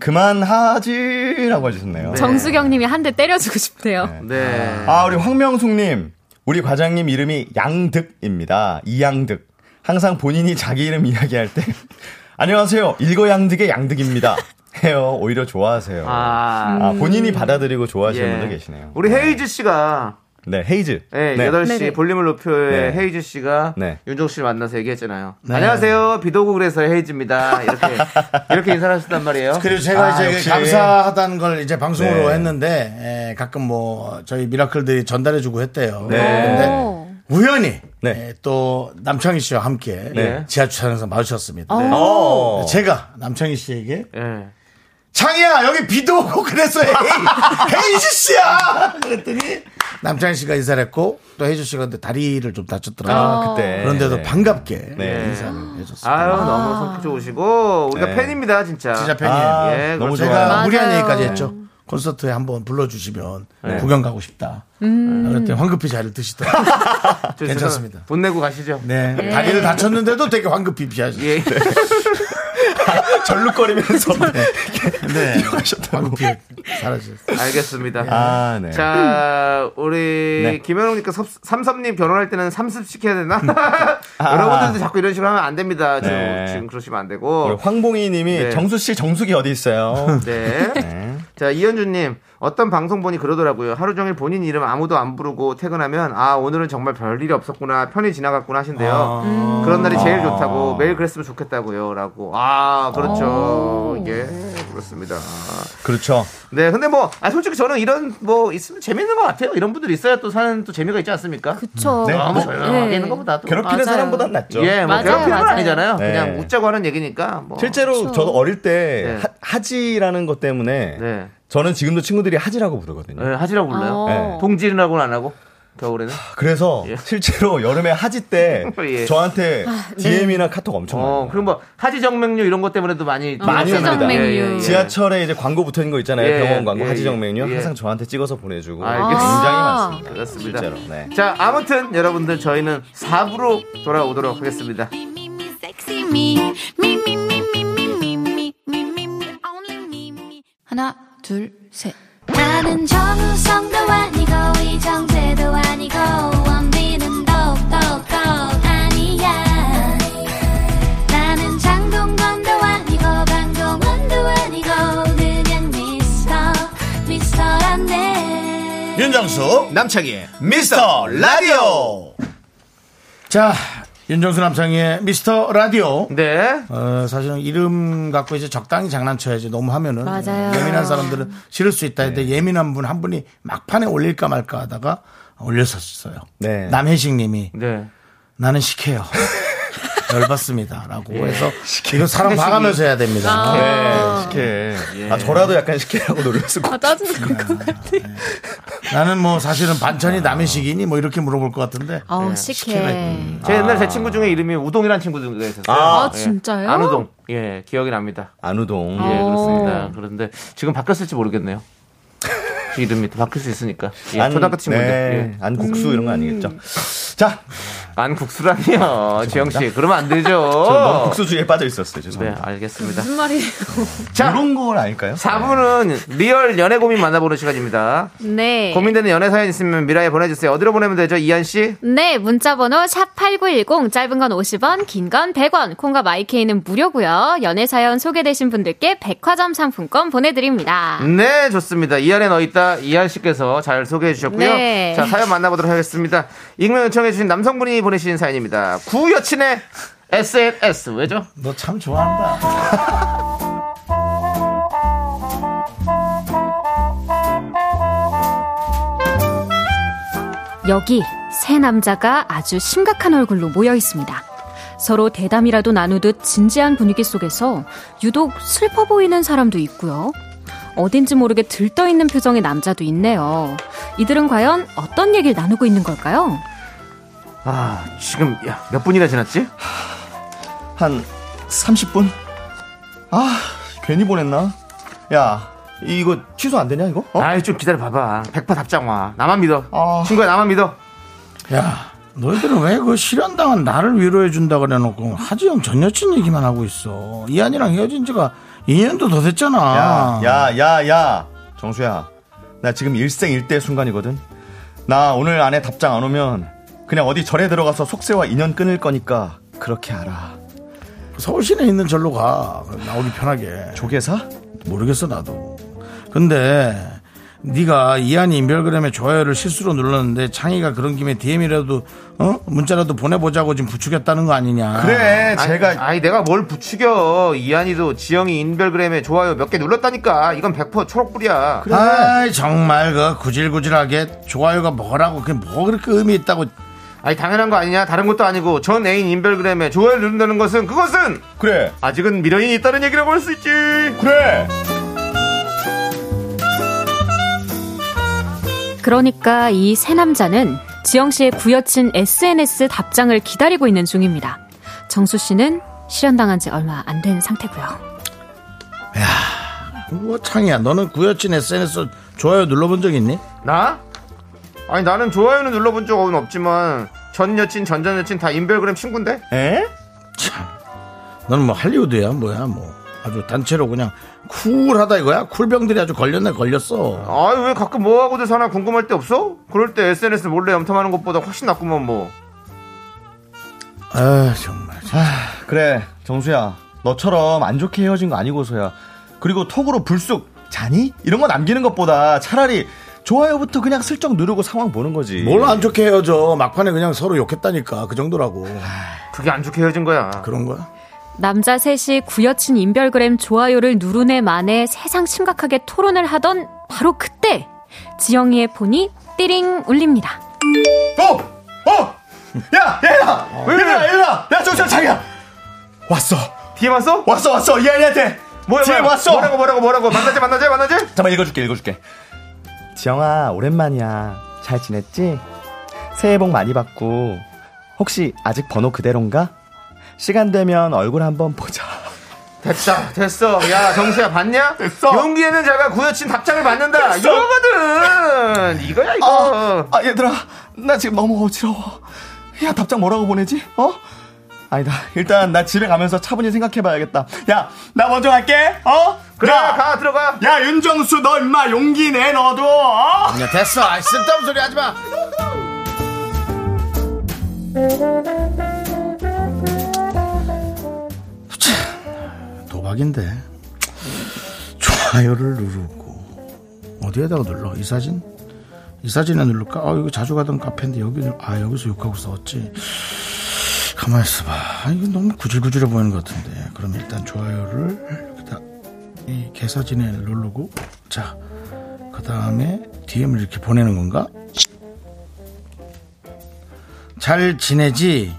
[SPEAKER 9] 그만하지라고 해주셨네요.
[SPEAKER 7] 정수경 님이 한 대 때려주고 싶대요.
[SPEAKER 2] 네.
[SPEAKER 9] 아 우리 황명숙님 우리 과장님 이름이 양득입니다. 이양득 항상 본인이 자기 이름 이야기할 때 안녕하세요 일거양득의 양득입니다. 해요 오히려 좋아하세요. 아,
[SPEAKER 2] 아,
[SPEAKER 9] 본인이 받아들이고 좋아하시는 분들 계시네요.
[SPEAKER 2] 우리 헤이즈 씨가
[SPEAKER 9] 네, 헤이즈.
[SPEAKER 2] 네, 8시
[SPEAKER 7] 네네.
[SPEAKER 2] 볼륨을 높여의
[SPEAKER 9] 네.
[SPEAKER 2] 헤이즈 씨가
[SPEAKER 9] 네.
[SPEAKER 2] 윤종 씨를 만나서 얘기했잖아요.
[SPEAKER 7] 네.
[SPEAKER 2] 안녕하세요. 비도 오고 그래서 헤이즈입니다. 이렇게 이렇게 인사를 하셨단 말이에요.
[SPEAKER 1] 그리고 제가
[SPEAKER 9] 아,
[SPEAKER 1] 이제
[SPEAKER 9] 역시.
[SPEAKER 1] 감사하다는 걸 이제 방송으로
[SPEAKER 9] 네.
[SPEAKER 1] 했는데 예, 가끔 뭐 저희 미라클들이 전달해주고 했대요.
[SPEAKER 9] 네.
[SPEAKER 7] 오.
[SPEAKER 1] 우연히
[SPEAKER 9] 네.
[SPEAKER 1] 예, 또 남창희 씨와 함께
[SPEAKER 9] 네.
[SPEAKER 1] 지하철에서 마주쳤습니다. 네.
[SPEAKER 9] 어.
[SPEAKER 1] 제가 남창희 씨에게
[SPEAKER 2] 예.
[SPEAKER 1] 창희야 여기 비도 오고 그래서 헤이 헤이즈 씨야 그랬더니 남창희 씨가 인사를 했고 또 헤이즈 씨가 근데 다리를 좀 다쳤더라고요.
[SPEAKER 9] 아, 그때.
[SPEAKER 1] 그런데도
[SPEAKER 9] 네.
[SPEAKER 1] 반갑게
[SPEAKER 9] 네.
[SPEAKER 1] 인사를 해줬습니다.
[SPEAKER 2] 아유, 너무 성격 좋으시고 우리가
[SPEAKER 9] 네.
[SPEAKER 2] 팬입니다, 진짜.
[SPEAKER 1] 진짜 팬이에요.
[SPEAKER 9] 아,
[SPEAKER 2] 예,
[SPEAKER 9] 너무
[SPEAKER 2] 그렇죠.
[SPEAKER 9] 좋아요.
[SPEAKER 1] 제가 무리한
[SPEAKER 7] 맞아요.
[SPEAKER 1] 얘기까지 했죠. 콘서트에 한번 불러주시면
[SPEAKER 9] 네.
[SPEAKER 1] 구경 가고 싶다. 아, 그랬더니 황급히 자리를 드시더라고요.
[SPEAKER 2] 저
[SPEAKER 1] 괜찮습니다.
[SPEAKER 2] 죄송- 돈 내고 가시죠.
[SPEAKER 1] 네.
[SPEAKER 9] 예.
[SPEAKER 1] 다리를 다쳤는데도 되게 황급히 피하시죠.
[SPEAKER 2] 예.
[SPEAKER 9] 절룩거리면서. 예.
[SPEAKER 1] 네. 황급히 사라지셨어요.
[SPEAKER 2] 알겠습니다.
[SPEAKER 9] 아, 네.
[SPEAKER 2] 자, 우리
[SPEAKER 9] 네.
[SPEAKER 2] 김현웅님께 섭- 삼섭님 결혼할 때는 삼습식 해야 되나? 여러분들도 자꾸 이런 식으로 하면 안 됩니다. 지금,
[SPEAKER 9] 네.
[SPEAKER 2] 지금 그러시면 안
[SPEAKER 9] 우리
[SPEAKER 2] 되고.
[SPEAKER 9] 황봉희 님이
[SPEAKER 2] 네.
[SPEAKER 9] 정수 씨 정수기 어디 있어요?
[SPEAKER 2] 네. 자, 이현주님. 어떤 방송 보니 그러더라고요. 하루 종일 본인 이름 아무도 안 부르고 퇴근하면, 아, 오늘은 정말 별일이 없었구나. 편히 지나갔구나 하신대요.
[SPEAKER 9] 아.
[SPEAKER 2] 그런 날이 제일 좋다고. 매일 그랬으면 좋겠다고요. 라고. 아, 그렇죠. 예,
[SPEAKER 7] 네.
[SPEAKER 2] 그렇습니다.
[SPEAKER 9] 그렇죠.
[SPEAKER 2] 네, 근데 뭐, 아, 솔직히 저는 이런, 뭐, 있으면 재밌는 것 같아요. 이런 분들 있어야 또 사는 또 재미가 있지 않습니까?
[SPEAKER 7] 그쵸.
[SPEAKER 9] 네.
[SPEAKER 2] 너무
[SPEAKER 9] 뭐,
[SPEAKER 2] 아, 조용하게
[SPEAKER 7] 네.
[SPEAKER 2] 있는 것보다 또.
[SPEAKER 9] 괴롭히는
[SPEAKER 7] 맞아요.
[SPEAKER 9] 사람보단 낫죠.
[SPEAKER 2] 예, 뭐,
[SPEAKER 7] 맞아요,
[SPEAKER 2] 괴롭히는 건
[SPEAKER 7] 맞아요.
[SPEAKER 2] 아니잖아요.
[SPEAKER 9] 네.
[SPEAKER 2] 그냥 웃자고 하는 얘기니까. 뭐.
[SPEAKER 9] 실제로 저도 어릴 때
[SPEAKER 2] 네.
[SPEAKER 9] 하, 지라는것 때문에
[SPEAKER 2] 네.
[SPEAKER 9] 저는 지금도 친구들이 하지라고 부르거든요.
[SPEAKER 2] 예, 하지라고 불러요.
[SPEAKER 9] 네.
[SPEAKER 2] 동질이라고는 안 하고, 겨울에는.
[SPEAKER 9] 아, 그래서 실제로 여름에 하지 때
[SPEAKER 2] 예.
[SPEAKER 9] 저한테 DM이나 카톡 엄청
[SPEAKER 2] 어,
[SPEAKER 9] 와요.
[SPEAKER 2] 그리고 뭐, 하지정맥류 이런 것 때문에도 많이.
[SPEAKER 9] 많이
[SPEAKER 2] 들어오잖아요.
[SPEAKER 9] 하지정맥류.
[SPEAKER 2] 예, 예, 예.
[SPEAKER 9] 지하철에 이제 광고 붙어 있는 거 있잖아요.
[SPEAKER 2] 예,
[SPEAKER 9] 병원 광고
[SPEAKER 2] 예,
[SPEAKER 9] 하지정 메뉴
[SPEAKER 2] 예.
[SPEAKER 9] 항상 저한테 찍어서 보내주고
[SPEAKER 2] 알겠습니다.
[SPEAKER 9] 굉장히 많습니다.
[SPEAKER 2] 그렇습니다.
[SPEAKER 9] 실제로. 네.
[SPEAKER 2] 자, 아무튼 여러분들 저희는 4부로 돌아오도록 하겠습니다. 네.
[SPEAKER 5] Sexy me, me, me, me, me, me, me, me, me, me, me, only me, me.
[SPEAKER 10] 하나, 둘, 셋.
[SPEAKER 5] 나는 정우성도 아니고 이정재도 아니고 원빈은 더욱더 아니야 나는 장동건도 아니고 방종원도 아니고 그냥 미스터 미스터란데
[SPEAKER 1] 윤정수, 남창희의 미스터 라디오! 자, 윤정수, 남창희의 미스터 라디오.
[SPEAKER 2] 네.
[SPEAKER 1] 어, 사실은 이름 갖고 이제 적당히 장난쳐야지 너무 하면은
[SPEAKER 7] 맞아요.
[SPEAKER 1] 예민한 사람들은 싫을 수 있다 했는데
[SPEAKER 9] 네.
[SPEAKER 1] 예민한 분 한 분이 막판에 올릴까 말까 하다가 올렸었어요.
[SPEAKER 9] 네.
[SPEAKER 1] 남혜식 님이
[SPEAKER 2] 네.
[SPEAKER 1] 나는 식혜요. 열받습니다. 라고
[SPEAKER 9] 예.
[SPEAKER 1] 해서 이거 사람 봐가면서 해야 됩니다.
[SPEAKER 9] 네, 식혜.
[SPEAKER 2] 예.
[SPEAKER 9] 아, 저라도 약간 식혜라고 놀렸을 것
[SPEAKER 7] 아, 짜증날 것 같아.
[SPEAKER 9] 네.
[SPEAKER 1] 나는 뭐 사실은 반찬이 남의 식이니 뭐 이렇게 물어볼 것 같은데
[SPEAKER 7] 어우, 식혜.
[SPEAKER 2] 제 옛날 제 친구 중에 이름이 우동이라는 친구가 있었어요.
[SPEAKER 7] 아,
[SPEAKER 2] 예.
[SPEAKER 7] 진짜요?
[SPEAKER 2] 안우동. 예, 기억이 납니다.
[SPEAKER 9] 안우동.
[SPEAKER 2] 예,
[SPEAKER 7] 어.
[SPEAKER 2] 그렇습니다. 그런데 지금 바뀌었을지 모르겠네요. 그 이름이 또 바뀔 수 있으니까. 예, 초등학교 친구들.
[SPEAKER 9] 네,
[SPEAKER 2] 예. 음.
[SPEAKER 9] 안국수 이런 거 아니겠죠. 자,
[SPEAKER 2] 안 국수라니요, 지영 씨. 그러면 안 되죠.
[SPEAKER 9] 저 너무 국수주의에 빠져 있었어요.
[SPEAKER 2] 어. 네,
[SPEAKER 9] 죄송합니다.
[SPEAKER 2] 알겠습니다.
[SPEAKER 7] 무슨 말이에요?
[SPEAKER 2] 자,
[SPEAKER 9] 이런 걸 아닐까요?
[SPEAKER 2] 4분은 리얼 연애 고민 만나보는 시간입니다.
[SPEAKER 7] 네.
[SPEAKER 2] 고민되는 연애 사연 있으면 미라에 보내주세요. 어디로 보내면 되죠, 이한 씨?
[SPEAKER 7] 네, 문자번호 샵8910, 짧은 건 50원, 긴 건 100원, 콩과 마이케이는 무료고요 연애사연 소개되신 분들께 백화점 상품권 보내드립니다.
[SPEAKER 2] 네, 좋습니다. 이한에 너 있다. 이한 씨께서 잘 소개해 주셨고요.
[SPEAKER 7] 네.
[SPEAKER 2] 자, 사연 만나보도록 하겠습니다. 익명 요청해 주신 남성분이 보내신 사연입니다. 구 여친의 SNS. 왜죠?
[SPEAKER 1] 너 참 좋아한다.
[SPEAKER 7] 여기 세 남자가 아주 심각한 얼굴로 모여 있습니다. 서로 대담이라도 나누듯 진지한 분위기 속에서 유독 슬퍼 보이는 사람도 있고요. 어딘지 모르게 들떠 있는 표정의 남자도 있네요. 이들은 과연 어떤 얘기를 나누고 있는 걸까요?
[SPEAKER 2] 아, 지금 야, 몇 분이나 지났지?
[SPEAKER 9] 한 30분? 아, 괜히 보냈나? 야, 이거 취소 안 되냐, 이거? 어?
[SPEAKER 2] 아이, 좀 기다려봐봐. 백파 답장 와. 나만 믿어.
[SPEAKER 9] 아.
[SPEAKER 2] 친구야, 나만 믿어.
[SPEAKER 1] 야, 너희들은 왜 그 실현당한 나를 위로해준다 그래놓고 하지영 전 여친 얘기만 하고 있어. 이한이랑 헤어진 지가 2년도 더 됐잖아.
[SPEAKER 9] 야, 야, 야, 야. 정수야. 나 지금 일생일대 순간이거든. 나 오늘 안에 답장 안 오면 그냥 어디 절에 들어가서 속세와 인연 끊을 거니까 그렇게 알아.
[SPEAKER 1] 서울 시내에 있는 절로 가. 나오기 편하게.
[SPEAKER 9] 조개사?
[SPEAKER 1] 모르겠어 나도. 근데 네가 이한이 인별그램에 좋아요를 실수로 눌렀는데 창희가 그런 김에 DM이라도 어? 문자라도 보내보자고 지금 부추겼다는 거 아니냐.
[SPEAKER 2] 아니,
[SPEAKER 9] 그래, 네, 제가
[SPEAKER 2] 아니 내가 뭘 부추겨 이한이도 지영이 인별그램에 좋아요 몇 개 눌렀다니까 이건 100% 초록불이야
[SPEAKER 1] 아이 정말 그 구질구질하게 좋아요가 뭐라고 그게 뭐 그렇게 의미 있다고
[SPEAKER 2] 아니 당연한 거 아니냐 다른 것도 아니고 전 애인 인별그램에 좋아요 누른다는 것은 그것은
[SPEAKER 9] 그래,
[SPEAKER 2] 아직은 미련이 있다는 얘기라고 할 수 있지
[SPEAKER 9] 그래.
[SPEAKER 7] 그러니까 이 세 남자는 지영 씨의 구여친 SNS 답장을 기다리고 있는 중입니다. 정수 씨는 실현당한 지 얼마 안 된 상태고요.
[SPEAKER 1] 뭐 창희야 너는 구여친 SNS 좋아요 눌러본 적 있니?
[SPEAKER 2] 나? 아니 나는 좋아요는 눌러본 적은 없지만 전 여친 전전 여친 다 인별그램 친구인데
[SPEAKER 9] 에?
[SPEAKER 1] 참 너는 뭐 할리우드야 뭐야 뭐 아주 단체로 그냥 쿨하다 이거야 쿨병들이 아주 걸렸네 걸렸어
[SPEAKER 2] 아유 왜 가끔 뭐하고들 사나 궁금할 때 없어? 그럴 때 SNS 몰래 염탐하는 것보다 훨씬 낫구만 뭐
[SPEAKER 1] 아 정말
[SPEAKER 9] 그래, 정수야. 너처럼 안 좋게 헤어진 거 아니고서야. 그리고 톡으로 불쑥 자니? 이런 거 남기는 것보다 차라리 좋아요부터 그냥 슬쩍 누르고 상황 보는 거지.
[SPEAKER 1] 뭘 안 좋게 헤어져 막판에 그냥 서로 욕했다니까 그 정도라고
[SPEAKER 2] 그게 안 좋게 헤어진 거야
[SPEAKER 1] 그런 거야?
[SPEAKER 7] 남자 셋이 구여친 인별그램 좋아요를 누르네 만에 세상 심각하게 토론을 하던 바로 그때 지영이의 폰이 띠링 울립니다.
[SPEAKER 9] 어! 어! 야! 얘들아! 얘들아! 얘들아! 야, 정수야, 자기야! 왔어!
[SPEAKER 2] 뒤에 왔어?
[SPEAKER 9] 왔어, 왔어! 이 아이한테!
[SPEAKER 2] 뭐야
[SPEAKER 9] 뒤에
[SPEAKER 2] 뭐야
[SPEAKER 9] 왔어!
[SPEAKER 2] 뭐라고 뭐라고 뭐라고 만나지 만나지 만나지
[SPEAKER 9] 잠깐만 읽어줄게 읽어줄게 지영아 오랜만이야 잘 지냈지? 새해 복 많이 받고 혹시 아직 번호 그대로인가? 시간 되면 얼굴 한번 보자
[SPEAKER 2] 됐다 됐어 야 정수야 봤냐
[SPEAKER 9] 됐어.
[SPEAKER 2] 용기에는 제가 구여친 답장을 받는다
[SPEAKER 9] 됐어.
[SPEAKER 2] 이거거든 이거야 이거
[SPEAKER 9] 아, 아, 얘들아 나 지금 너무 어지러워 야 답장 뭐라고 보내지? 어? 아니다 일단 나 집에 가면서 차분히 생각해봐야겠다 야 나 먼저 갈게 어?
[SPEAKER 2] 그래
[SPEAKER 9] 야,
[SPEAKER 2] 가 들어가
[SPEAKER 9] 야 윤정수 너 임마 용기 내 너도 어?
[SPEAKER 1] 야 됐어 아이, 쓸데없는 소리 하지마 도박인데 좋아요를 누르고 어디에다가 눌러 이 사진 이 사진에 누를까 아 여기 자주 가던 카페인데 여기 눌- 아 여기서 욕하고 싸웠지 가만 있어봐 아, 이거 너무 구질구질해 보이는 것 같은데 그럼 일단 좋아요를 여기다 이 개사진에 누르고 자 그 다음에 DM을 이렇게 보내는 건가? 잘 지내지?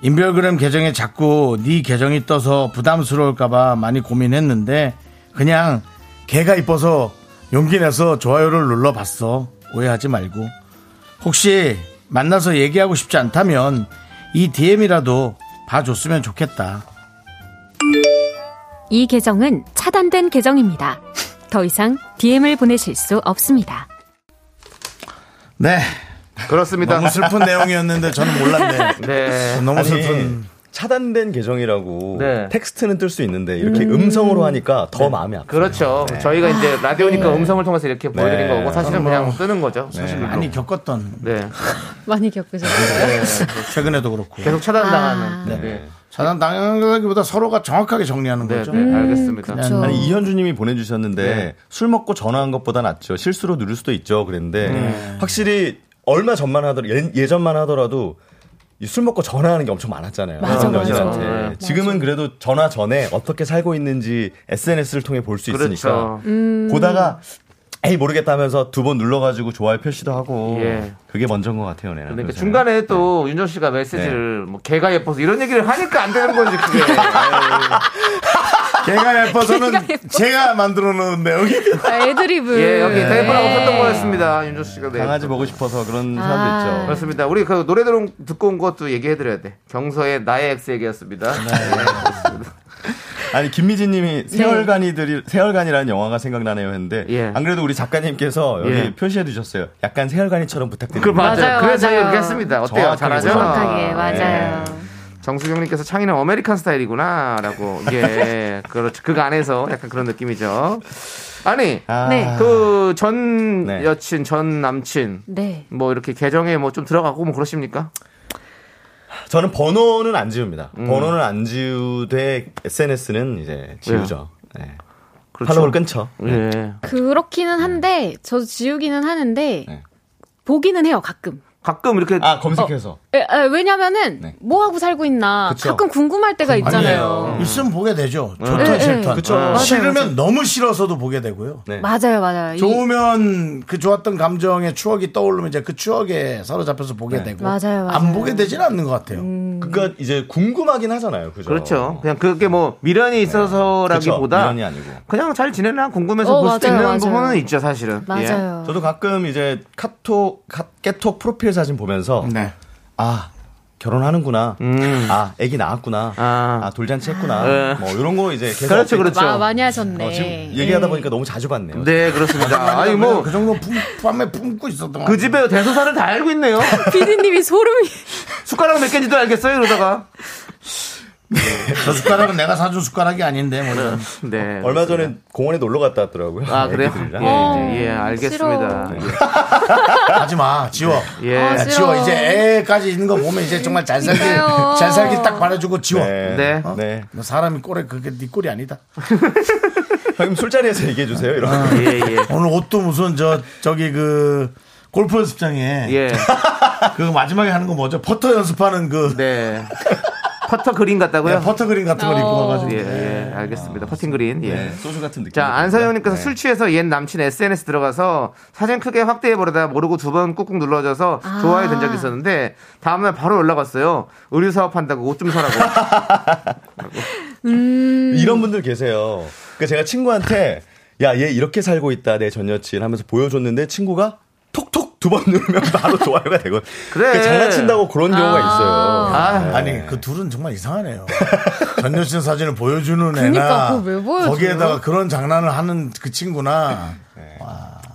[SPEAKER 1] 인별그램 계정에 자꾸 네 계정이 떠서 부담스러울까봐 많이 고민했는데 그냥 걔가 이뻐서 용기 내서 좋아요를 눌러봤어. 오해하지 말고. 혹시 만나서 얘기하고 싶지 않다면 이 DM이라도 봐줬으면 좋겠다.
[SPEAKER 7] 이 계정은 차단된 계정입니다. 더 이상 DM을 보내실 수 없습니다.
[SPEAKER 1] 네.
[SPEAKER 2] 그렇습니다
[SPEAKER 1] 너무 슬픈 내용이었는데 저는 몰랐네.
[SPEAKER 2] 네
[SPEAKER 1] 너무
[SPEAKER 9] 아니,
[SPEAKER 1] 슬픈.
[SPEAKER 9] 차단된 계정이라고
[SPEAKER 2] 네.
[SPEAKER 9] 텍스트는 뜰 수 있는데 이렇게 음. 성으로 하니까 더 마음이 아파.
[SPEAKER 2] 그렇죠 저희가 이제 라디오니까 음성을 통해서 이렇게 보여드린
[SPEAKER 9] 네.
[SPEAKER 2] 거고 사실은 그냥 뜨는 거죠 사실은
[SPEAKER 1] 많이 겪었던
[SPEAKER 2] 네.
[SPEAKER 7] 많이 겪으셨어요?
[SPEAKER 1] 최근에도 그렇고
[SPEAKER 2] 계속 차단당하는 네. 네.
[SPEAKER 1] 자단 당연하기보다 서로가 정확하게 정리하는
[SPEAKER 2] 네,
[SPEAKER 1] 거죠.
[SPEAKER 2] 알겠습니다
[SPEAKER 1] 음.
[SPEAKER 7] 그렇죠.
[SPEAKER 9] 아니 이현주님이 보내주셨는데
[SPEAKER 2] 네.
[SPEAKER 9] 술 먹고 전화한 것보다 낫죠. 실수로 누를 수도 있죠. 그랬는데
[SPEAKER 2] 네.
[SPEAKER 9] 확실히 얼마 전만 하더라도 예, 전만 하더라도 이술 먹고 전화하는 게 엄청 많았잖아요.
[SPEAKER 7] 맞아,
[SPEAKER 9] 사람
[SPEAKER 7] 맞아.
[SPEAKER 9] 여자한테. 네.
[SPEAKER 2] 맞아.
[SPEAKER 9] 지금은 그래도 전화 전에 어떻게 살고 있는지 SNS를 통해 볼 수 있으니까
[SPEAKER 2] 그렇죠
[SPEAKER 9] 보다가 에이 모르겠다 하면서 두 번 눌러가지고 좋아요 표시도 하고
[SPEAKER 2] 예.
[SPEAKER 9] 그게 먼저인 것 같아요, 내가.
[SPEAKER 2] 그러니까
[SPEAKER 9] 그래서.
[SPEAKER 2] 중간에 또 윤정 씨가 메시지를 뭐 개가 예뻐서 이런 얘기를 하니까 안 되는 건지 그게
[SPEAKER 1] 걔가 예뻐서는 제가 만들어 놓은 내용이
[SPEAKER 2] 네.
[SPEAKER 7] 애드리브.
[SPEAKER 2] 예 여기 대포라고 썼던 거였습니다 윤정 씨가 네.
[SPEAKER 9] 강아지 보고 싶어서 그런 사람도 있죠.
[SPEAKER 2] 그렇습니다. 우리 그 노래 들어 듣고 온 것도 얘기해드려야 돼. 경서의 나의 엑스 얘기였습니다. 네, 그렇습니다.
[SPEAKER 9] 아니 김미진님이 세월간이들이 세월간이라는 영화가 생각나네요 했는데
[SPEAKER 2] 예.
[SPEAKER 9] 안 그래도 우리 작가님께서 여기
[SPEAKER 2] 예.
[SPEAKER 9] 표시해 주셨어요. 약간 세월간이처럼 부탁드립니다.
[SPEAKER 2] 그 맞아요.
[SPEAKER 7] 맞아요,
[SPEAKER 2] 그래서
[SPEAKER 7] 맞아요.
[SPEAKER 2] 이렇게 했습니다. 어때요? 네.
[SPEAKER 9] 정확하게
[SPEAKER 2] 잘하죠? 네.
[SPEAKER 7] 정확하게 맞아요.
[SPEAKER 2] 정수경님께서 창의는 아메리칸 스타일이구나라고 예 그렇죠. 그 안에서 약간 그런 느낌이죠. 아니
[SPEAKER 9] 아,
[SPEAKER 7] 네.
[SPEAKER 2] 그 전
[SPEAKER 9] 네.
[SPEAKER 2] 여친 전 남친
[SPEAKER 7] 네.
[SPEAKER 2] 뭐 이렇게 계정에 뭐 좀 들어가고 뭐 그러십니까?
[SPEAKER 9] 저는 번호는
[SPEAKER 2] 음.
[SPEAKER 9] 안 지웁니다. 번호는 안 지우되 SNS는 이제 지우죠. 네.
[SPEAKER 2] 그렇죠.
[SPEAKER 9] 팔로우를 끊죠.
[SPEAKER 2] 예.
[SPEAKER 7] 그렇기는 한데 저도 지우기는 하는데
[SPEAKER 9] 네.
[SPEAKER 7] 보기는 해요 가끔.
[SPEAKER 2] 가끔 이렇게
[SPEAKER 9] 아 검색해서
[SPEAKER 7] 에, 에, 왜냐면은
[SPEAKER 9] 네.
[SPEAKER 7] 뭐 하고 살고 있나
[SPEAKER 9] 그쵸.
[SPEAKER 7] 가끔 궁금할 때가 있잖아요.
[SPEAKER 1] 아니에요. 음. 있으면 보게 되죠.
[SPEAKER 7] 네,
[SPEAKER 1] 좋던
[SPEAKER 7] 네.
[SPEAKER 1] 싫던.
[SPEAKER 9] 그쵸. 맞아요,
[SPEAKER 1] 싫으면 너무 싫어서도 보게 되고요.
[SPEAKER 9] 네.
[SPEAKER 7] 맞아요, 맞아요. 이-
[SPEAKER 1] 좋으면 그 좋았던 감정의 추억이 떠오르면 이제 그 추억에 사로잡혀서 보게 되고
[SPEAKER 7] 맞아요, 음. 맞아요.
[SPEAKER 1] 안 보게 되지는 않는 것 같아요.
[SPEAKER 9] 그러니까 이제 궁금하긴 하잖아요. 그죠? 네.
[SPEAKER 2] 그렇죠. 그냥 그게 뭐 미련이
[SPEAKER 9] 그쵸,
[SPEAKER 2] 있어서라기보다
[SPEAKER 9] 미련이 아니고.
[SPEAKER 2] 그냥 잘 지내나 궁금해서
[SPEAKER 7] 어,
[SPEAKER 2] 볼 수도
[SPEAKER 7] 맞아요,
[SPEAKER 2] 있는
[SPEAKER 7] 맞아요.
[SPEAKER 2] 부분은 있죠, 사실은. 예.
[SPEAKER 7] 맞아요.
[SPEAKER 9] 저도 가끔 이제 카톡 카, 깨톡 프로필 사진 보면서
[SPEAKER 1] 네.
[SPEAKER 9] 아 결혼하는구나.
[SPEAKER 2] 음.
[SPEAKER 9] 아 아기 낳았구나.
[SPEAKER 2] 아.
[SPEAKER 9] 아, 돌잔치 했구나.
[SPEAKER 2] 네.
[SPEAKER 9] 뭐 이런 거 이제 계속
[SPEAKER 2] 그렇죠,
[SPEAKER 9] 업데이트-
[SPEAKER 2] 그렇죠.
[SPEAKER 7] 마- 많이 하셨네.
[SPEAKER 9] 어, 지금 얘기하다 보니까 너무 자주 봤네요.
[SPEAKER 2] 네, 그렇습니다. 아니 뭐
[SPEAKER 1] 그
[SPEAKER 2] 그
[SPEAKER 1] 정도 품, 품에 품고 있었던 것
[SPEAKER 2] 집에 대소사는 다 알고 있네요.
[SPEAKER 7] 피디님이 소름이.
[SPEAKER 2] 숟가락 몇 개인지도 알겠어요, 이러다가.
[SPEAKER 1] 같아요. 저 숟가락은 내가 사준 숟가락이 아닌데 뭐 이런.
[SPEAKER 2] 네.
[SPEAKER 9] 얼마 전에 공원에 놀러 갔다 왔더라고요.
[SPEAKER 2] 아, 그래요?
[SPEAKER 9] 애기들이랑.
[SPEAKER 2] 예,
[SPEAKER 7] 어,
[SPEAKER 2] 예, 예, 알겠습니다.
[SPEAKER 1] 하지 마 지워.
[SPEAKER 2] 예.
[SPEAKER 7] 아,
[SPEAKER 1] 야,
[SPEAKER 7] 싫어.
[SPEAKER 1] 지워 이제 애까지 있는 거 보면 이제 정말 잘 살기
[SPEAKER 7] 그러니까요.
[SPEAKER 1] 잘 살기 딱 바라주고 지워.
[SPEAKER 9] 네.
[SPEAKER 2] 네.
[SPEAKER 9] 어? 네.
[SPEAKER 1] 너뭐 사람이 꼴에 그게 네 꼴이 아니다.
[SPEAKER 2] 어?
[SPEAKER 9] 형님 술자리에서 얘기해 주세요. 이런. 거.
[SPEAKER 2] 예, 예.
[SPEAKER 1] 오늘 옷도 무슨 저 저기 그 골프 연습장에
[SPEAKER 2] 예.
[SPEAKER 1] 그 마지막에 하는 거 뭐죠? 퍼터 연습하는 그
[SPEAKER 2] 네. 퍼터 그린
[SPEAKER 1] 네,
[SPEAKER 2] 같다고요?
[SPEAKER 1] 퍼터 그림 같은 걸 입고
[SPEAKER 7] 어.
[SPEAKER 1] 와가지고
[SPEAKER 2] 예, 예, 알겠습니다. 퍼팅 그린. 예.
[SPEAKER 9] 네, 소주 같은 느낌.
[SPEAKER 2] 자, 안서영님께서
[SPEAKER 1] 네.
[SPEAKER 2] 술 취해서 옛 남친 SNS 들어가서 사진 크게 확대해버리다 모르고 두 번 꾹꾹 눌러져서
[SPEAKER 7] 아.
[SPEAKER 2] 좋아해 된 적이 있었는데 다음날 바로 연락 왔어요. 의류 사업한다고 옷 좀 사라고. 음.
[SPEAKER 9] 이런 분들 계세요. 그러니까 제가 친구한테 야, 얘 이렇게 살고 있다. 내 전 여친 하면서 보여줬는데 친구가 톡톡 두 번 누르면 바로 좋아요가 되고.
[SPEAKER 2] 그래.
[SPEAKER 9] 그 장난친다고 그런 경우가 있어요.
[SPEAKER 2] 아,
[SPEAKER 1] 아니 그 둘은 정말 이상하네요. 전 여친 사진을 보여주는 애나
[SPEAKER 7] 그러니까 그걸 왜 보여줘요?
[SPEAKER 1] 거기에다가 그런 장난을 하는 그 친구나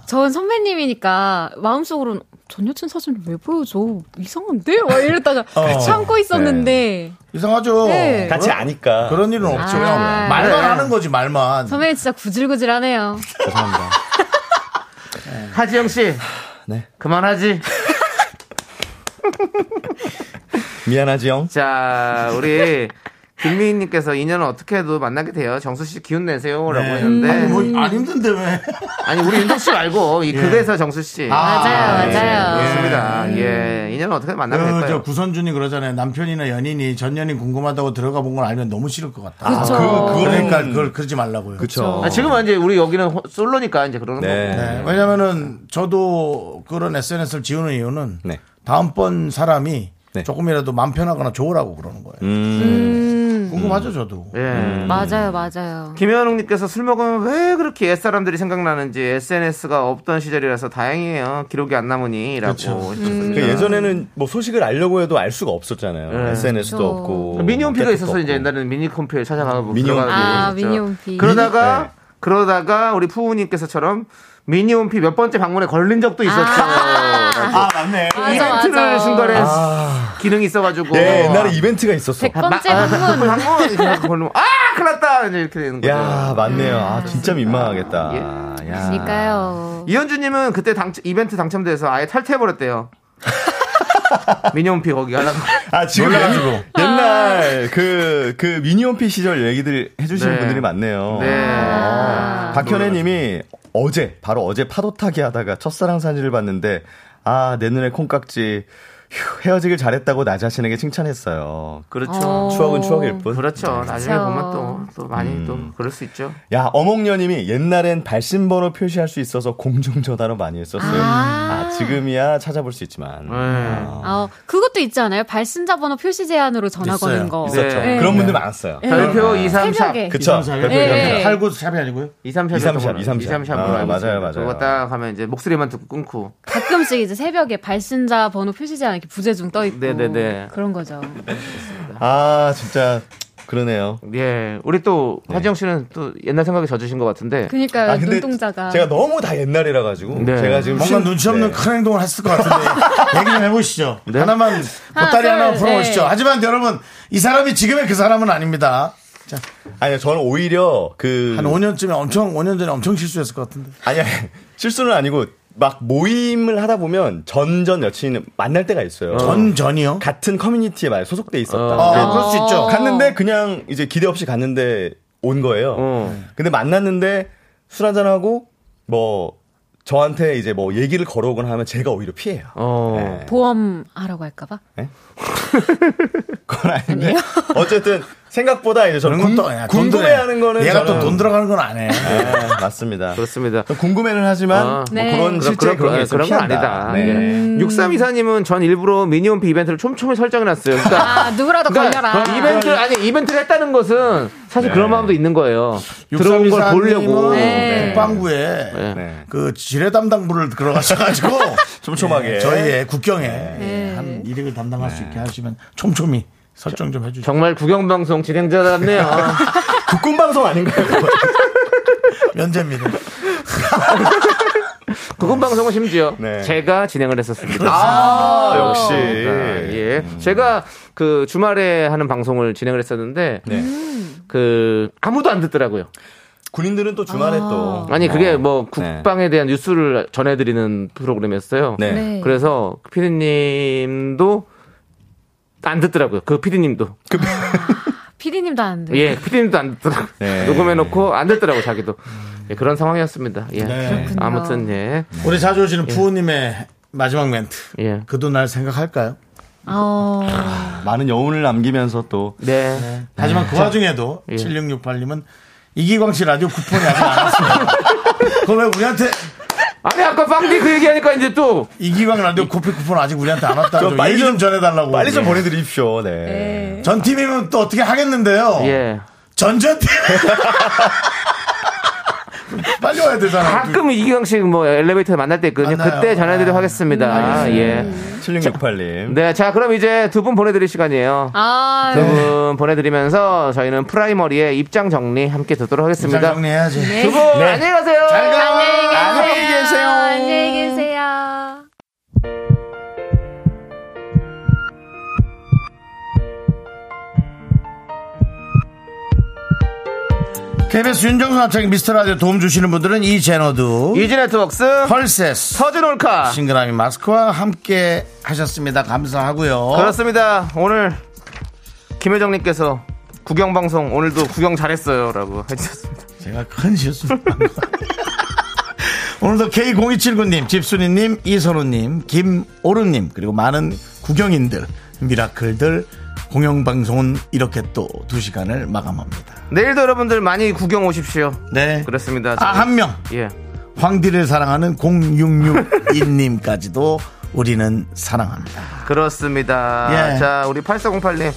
[SPEAKER 7] 전 선배님이니까 마음속으로는 전 여친 사진을 왜 보여줘? 이상한데? 막 이랬다가
[SPEAKER 1] 어.
[SPEAKER 7] 참고 있었는데
[SPEAKER 1] 이상하죠.
[SPEAKER 7] 네.
[SPEAKER 9] 같이 아니까.
[SPEAKER 1] 그런 일은 없죠.
[SPEAKER 7] 아.
[SPEAKER 1] 말만
[SPEAKER 2] 네.
[SPEAKER 1] 하는 거지 말만.
[SPEAKER 7] 선배님 진짜 구질구질하네요.
[SPEAKER 9] 죄송합니다.
[SPEAKER 2] 하지영 씨.
[SPEAKER 9] 네.
[SPEAKER 2] 그만하지.
[SPEAKER 9] 미안하지 형.
[SPEAKER 2] 자, 우리 김미희님께서 인연은 어떻게 해도 만나게 돼요. 정수 씨 기운 내세요라고 했는데
[SPEAKER 1] 아니 뭐 안 힘든데 왜? 예.
[SPEAKER 2] 아니 우리 윤정 씨 말고 이 극에서 정수 씨.
[SPEAKER 7] 맞아요, 맞아요.
[SPEAKER 2] 그렇습니다. 예, 인연은 어떻게 만나게
[SPEAKER 1] 그,
[SPEAKER 2] 될까요?
[SPEAKER 1] 저 구선준이 그러잖아요. 남편이나 연인이 전 연인 궁금하다고 들어가 본 걸 알면 너무 싫을 것 같다.
[SPEAKER 7] 그쵸.
[SPEAKER 1] 그, 그러니까 그걸 그러지 말라고요.
[SPEAKER 9] 그쵸.
[SPEAKER 2] 아, 지금은 이제 우리 여기는 호- 솔로니까 이제 그러는 거고.
[SPEAKER 9] 네.
[SPEAKER 1] 뭐. 네, 왜냐면은 저도 그런 SNS를 지우는 이유는
[SPEAKER 9] 네.
[SPEAKER 1] 다음번 사람이
[SPEAKER 9] 네. 음.
[SPEAKER 1] 조금이라도 맘 편하거나 좋으라고 그러는 거예요. 음. 궁금하죠, 저도.
[SPEAKER 2] 예.
[SPEAKER 7] 맞아요, 맞아요.
[SPEAKER 2] 김현웅님께서 술 먹으면 왜 그렇게 옛 사람들이 생각나는지 SNS가 없던 시절이라서 다행이에요. 기록이 안 남으니라고. 음.
[SPEAKER 9] 그
[SPEAKER 2] 네.
[SPEAKER 9] 예전에는 뭐 소식을 알려고 해도 알 수가 없었잖아요. SNS도
[SPEAKER 7] 그쵸.
[SPEAKER 9] 없고.
[SPEAKER 2] 그러니까 미니홈피가
[SPEAKER 9] 뭐
[SPEAKER 2] 있어서 이제
[SPEAKER 9] 탭도 없고.
[SPEAKER 2] 옛날에는 미니홈피에 찾아가고
[SPEAKER 9] 미니홈피.
[SPEAKER 2] 들어가고
[SPEAKER 7] 아,
[SPEAKER 2] 그랬죠.
[SPEAKER 7] 미니홈피.
[SPEAKER 2] 그러다가
[SPEAKER 9] 미니- 네.
[SPEAKER 2] 그러다가 우리 푸우님께서처럼 미니홈피 몇 번째 방문에 걸린 적도 있었죠.
[SPEAKER 9] 아 맞네.
[SPEAKER 7] 맞아,
[SPEAKER 2] 이벤트를
[SPEAKER 7] 맞아.
[SPEAKER 2] 중간에 기능이 있어가지고.
[SPEAKER 9] 예, 옛날에 이벤트가 있었어.
[SPEAKER 7] 백 번째
[SPEAKER 2] 아,
[SPEAKER 7] 방문.
[SPEAKER 2] 방문 이렇게 걸리면 아 큰일 났다 이제 이렇게 되는 거죠.
[SPEAKER 9] 야 맞네요. 아 진짜 민망하겠다. 야.
[SPEAKER 7] 예. 그러니까요.
[SPEAKER 2] 이현주님은 그때 당, 이벤트 당첨돼서 아예 탈퇴해버렸대요. 미니홈피 거기 하려고.
[SPEAKER 9] 아 지금 옛-
[SPEAKER 7] 아.
[SPEAKER 9] 옛날 그 그 미니홈피 시절 얘기들 해주시는
[SPEAKER 2] 네.
[SPEAKER 9] 분들이 많네요.
[SPEAKER 2] 네.
[SPEAKER 9] 박현애님이 어제 바로 어제 파도 타기 하다가 첫사랑 사진을 봤는데 아 내 눈에 콩깍지 휴, 헤어지길 잘했다고 나 자신에게 칭찬했어요.
[SPEAKER 2] 그렇죠.
[SPEAKER 7] 어.
[SPEAKER 9] 아, 추억은 추억일 뿐.
[SPEAKER 2] 그렇죠. 나중에
[SPEAKER 7] 그렇죠.
[SPEAKER 2] 보면 또, 또 많이 또 그럴 수 있죠.
[SPEAKER 9] 야, 어몽녀님이 옛날엔 발신번호 표시할 수 있어서 공중전화로 많이 했었어요. 아,
[SPEAKER 7] 아.
[SPEAKER 9] 지금이야 찾아볼 수
[SPEAKER 2] 네.
[SPEAKER 9] 있지만. 아,
[SPEAKER 7] 아, 그것도 있지 않아요? 발신자 번호 표시 제한으로 전화
[SPEAKER 1] 있어요.
[SPEAKER 7] 거는 거.
[SPEAKER 9] 있었죠.
[SPEAKER 2] 네.
[SPEAKER 9] 그런 분들 많았어요.
[SPEAKER 2] 별표 234.
[SPEAKER 7] 새벽에.
[SPEAKER 9] 그쵸.
[SPEAKER 1] 이삼삼이요?
[SPEAKER 9] 별표
[SPEAKER 7] 네.
[SPEAKER 9] 이삼삼.
[SPEAKER 1] 팔구 샵이 아니고요.
[SPEAKER 2] 233.
[SPEAKER 9] 233,
[SPEAKER 2] 233.
[SPEAKER 9] 아, 맞아요, 맞아요.
[SPEAKER 2] 그거 딱 하면 이제 목소리만 듣고 끊고.
[SPEAKER 7] 가끔씩 이제 새벽에 발신자 번호 표시 제한 이렇게 부재중 떠 있고.
[SPEAKER 2] 네네네.
[SPEAKER 7] 그런 거죠.
[SPEAKER 9] 아, 진짜 그러네요.
[SPEAKER 2] 예. 우리 또 화지영 씨는 또 옛날 생각에 젖으신 것 같은데.
[SPEAKER 7] 그러니까요.
[SPEAKER 9] 아, 근데
[SPEAKER 7] 네, 눈동자가.
[SPEAKER 9] 제가 너무 다 옛날이라 가지고
[SPEAKER 2] 네.
[SPEAKER 9] 제가 지금
[SPEAKER 1] 뭔가
[SPEAKER 9] 신-
[SPEAKER 1] 눈치 없는
[SPEAKER 9] 네.
[SPEAKER 1] 큰 행동을 했을 것 같은데 얘기 좀 해보시죠.
[SPEAKER 2] 네?
[SPEAKER 1] 하나만 보따리
[SPEAKER 7] 둘,
[SPEAKER 1] 하나, 만 풀어보시죠.
[SPEAKER 7] 아, 네.
[SPEAKER 1] 하지만 여러분 이 사람이 지금의 그 사람은 아닙니다.
[SPEAKER 9] 아니요, 저는 오히려 그
[SPEAKER 1] 한 5년쯤에 엄청 5년 전에 엄청 실수했을 것 같은데.
[SPEAKER 9] 아니, 아니 실수는 아니고 막 모임을 하다 보면 전전 여친 만날 때가 있어요.
[SPEAKER 1] 전 전이요?
[SPEAKER 9] 같은 커뮤니티에 많이 소속돼 있었다.
[SPEAKER 1] 어, 그럴 수 있죠.
[SPEAKER 9] 갔는데 그냥 이제 기대 없이 갔는데 온 거예요.
[SPEAKER 2] 어.
[SPEAKER 9] 근데 만났는데 술 한잔하고 뭐 저한테 이제 뭐 얘기를 걸어오거나 하면 제가 오히려 피해요.
[SPEAKER 2] 어.
[SPEAKER 9] 네.
[SPEAKER 7] 보험하라고 할까봐?
[SPEAKER 9] 그건 아닌데. 어쨌든 생각보다 이제 저는
[SPEAKER 1] 그런
[SPEAKER 9] 궁,
[SPEAKER 1] 것도 아니야. 예, 돈 들어.
[SPEAKER 9] 궁금해하는 거는
[SPEAKER 1] 얘가
[SPEAKER 9] 저는-
[SPEAKER 1] 또 돈 들어가는 건 안 해.
[SPEAKER 9] 네, 맞습니다.
[SPEAKER 2] 그렇습니다.
[SPEAKER 9] 저 궁금해는 하지만
[SPEAKER 2] 아,
[SPEAKER 9] 뭐
[SPEAKER 7] 네.
[SPEAKER 9] 그런
[SPEAKER 2] 그런-
[SPEAKER 9] 실제 그런 게
[SPEAKER 2] 그런,
[SPEAKER 9] 있으면
[SPEAKER 2] 그런 건
[SPEAKER 9] 피한다.
[SPEAKER 2] 아니다.
[SPEAKER 9] 네.
[SPEAKER 2] 네. 6324님은 전 일부러 미니홈피 이벤트를 촘촘히 설정해놨어요. 그러니까
[SPEAKER 7] 아, 누구라도 걸려라.
[SPEAKER 2] 그런 이벤트 아니 이벤트를 했다는 것은 사실
[SPEAKER 9] 네.
[SPEAKER 2] 그런 마음도 있는 거예요. 들어온 걸 보려고.
[SPEAKER 7] 네.
[SPEAKER 1] 빵구에
[SPEAKER 9] 네.
[SPEAKER 1] 그 지뢰 담당부를 들어가셔가지고
[SPEAKER 9] 촘촘하게.
[SPEAKER 1] 예, 저희의 국경에 예, 한 일익을 담당할
[SPEAKER 2] 네.
[SPEAKER 1] 수 있게 하시면 촘촘히 설정 좀 해주시죠.
[SPEAKER 2] 정말 구경방송 진행자답네요.
[SPEAKER 9] 국군 방송 아닌가요? 그거?
[SPEAKER 1] 면제입니다.
[SPEAKER 2] 구경방송은 심지어
[SPEAKER 9] 네.
[SPEAKER 2] 제가 진행을 했었습니다.
[SPEAKER 9] 아, 역시. 음.
[SPEAKER 2] 그러니까, 예. 제가 그 주말에 하는 방송을 진행을 했었는데
[SPEAKER 9] 네.
[SPEAKER 2] 그 아무도 안 듣더라고요.
[SPEAKER 9] 군인들은 또 주말에 또
[SPEAKER 2] 아니 그게
[SPEAKER 9] 어,
[SPEAKER 2] 뭐
[SPEAKER 9] 네.
[SPEAKER 2] 국방에 대한 뉴스를 전해드리는 프로그램이었어요.
[SPEAKER 9] 네.
[SPEAKER 7] 네.
[SPEAKER 2] 그래서 피디님도 안 듣더라고요. 그 피디님도
[SPEAKER 7] 피디님도 안 돼.
[SPEAKER 2] 예 피디님도 안 듣더라고.
[SPEAKER 9] 네.
[SPEAKER 2] 요 녹음해놓고 안 듣더라고 자기도 예, 그런 상황이었습니다. 예.
[SPEAKER 1] 그렇군요.
[SPEAKER 2] 아무튼 예.
[SPEAKER 1] 우리 자주 오시는 부호님의 마지막 멘트.
[SPEAKER 2] 예.
[SPEAKER 1] 그도 날 생각할까요?
[SPEAKER 7] 어,
[SPEAKER 9] 많은 여운을 남기면서 또
[SPEAKER 2] 네. 예.
[SPEAKER 1] 하지만 그 와중에도 7668님은 이기광 씨 라디오 쿠폰이 아직 안 왔어요. 그걸 왜 우리한테
[SPEAKER 2] 아니 아까 빵디 그 얘기하니까 이제 또
[SPEAKER 1] 이기광 라디오 커피 쿠폰 아직 우리한테 안 왔다고
[SPEAKER 9] 좀
[SPEAKER 1] 좀
[SPEAKER 9] 빨리
[SPEAKER 1] 얘기 좀 전해달라고.
[SPEAKER 9] 빨리 좀
[SPEAKER 1] 예.
[SPEAKER 9] 보내드립시오. 네.
[SPEAKER 1] 전 팀이면 또 어떻게 하겠는데요.
[SPEAKER 2] 예.
[SPEAKER 1] 전전 팀. 빨리 와야 되잖아.
[SPEAKER 2] 가끔 이기광 씨 뭐 엘리베이터에 만날 때 있거든요. 아.
[SPEAKER 1] 만나요.
[SPEAKER 2] 그때 전해드리도록 하겠습니다. 예.
[SPEAKER 9] 7668님.
[SPEAKER 2] 네, 자 그럼 이제 두 분 보내드릴 시간이에요.
[SPEAKER 7] 아,
[SPEAKER 9] 네.
[SPEAKER 2] 두 분 보내드리면서 저희는 프라이머리의 입장 정리 함께 듣도록
[SPEAKER 1] 입장
[SPEAKER 2] 하겠습니다.
[SPEAKER 1] 정리해야지.
[SPEAKER 2] 두 분 안녕히 네. 가세요.
[SPEAKER 1] 잘 가.
[SPEAKER 9] 아,
[SPEAKER 2] 안녕히 계세요.
[SPEAKER 7] 안녕히 계세요.
[SPEAKER 1] KBS 윤정수 합창 미스터 라디오 도움 주시는 분들은 이 제너두,
[SPEAKER 2] 이지 네트웍스
[SPEAKER 1] 펄세스,
[SPEAKER 2] 서진 올카.
[SPEAKER 1] 싱그라미 마스크와 함께 하셨습니다. 감사하고요.
[SPEAKER 2] 어? 그렇습니다. 오늘 김혜정님께서 구경 방송 오늘도 구경 잘했어요라고 해주셨습니다.
[SPEAKER 1] 제가 큰 실수를 한 거. 오늘도 K0279님, 집순이님, 이선우님, 김오른님, 그리고 많은 구경인들, 미라클들, 공영방송은 이렇게 또 두 시간을 마감합니다.
[SPEAKER 2] 내일도 여러분들 많이 구경 오십시오.
[SPEAKER 1] 네.
[SPEAKER 2] 그렇습니다.
[SPEAKER 1] 아, 한 명.
[SPEAKER 2] 예.
[SPEAKER 1] 황디를 사랑하는 0662님까지도 우리는 사랑합니다.
[SPEAKER 2] 그렇습니다.
[SPEAKER 1] 예.
[SPEAKER 2] 자, 우리 8408님.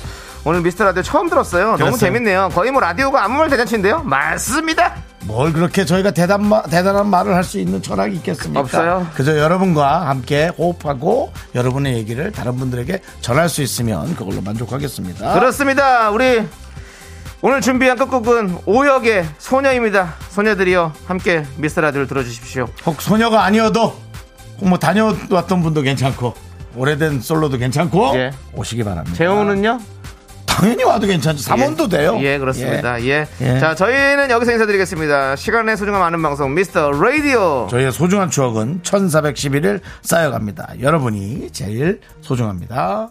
[SPEAKER 2] 오늘 미스터 라디오 처음 들었어요. 너무
[SPEAKER 1] 그렇습니다.
[SPEAKER 2] 재밌네요. 거의 뭐 라디오가 아무 말 대잔치인데요? 맞습니다.
[SPEAKER 1] 뭘 그렇게 저희가 대단, 마- 대단한 말을 할 수 있는 철학이 있겠습니까?
[SPEAKER 2] 없어요.
[SPEAKER 1] 그저 여러분과 함께 호흡하고 여러분의 얘기를 다른 분들에게 전할 수 있으면 그걸로 만족하겠습니다.
[SPEAKER 2] 그렇습니다. 우리 오늘 준비한 끝곡은 오역의 소녀입니다. 소녀들이요. 함께 미스터 라디오를 들어주십시오.
[SPEAKER 1] 혹 소녀가 아니어도 혹 뭐 다녀왔던 분도 괜찮고 오래된 솔로도 괜찮고
[SPEAKER 2] 예.
[SPEAKER 1] 오시기 바랍니다.
[SPEAKER 2] 재호는요?
[SPEAKER 1] 당연히 와도 괜찮죠. 사원도 아, 돼요.
[SPEAKER 2] 예, 그렇습니다. 예.
[SPEAKER 1] 예.
[SPEAKER 2] 자, 저희는 여기서 인사드리겠습니다. 시간의 소중함 아는 방송 미스터 라디오.
[SPEAKER 1] 저희의 소중한 추억은 1411일 쌓여갑니다. 여러분이 제일 소중합니다.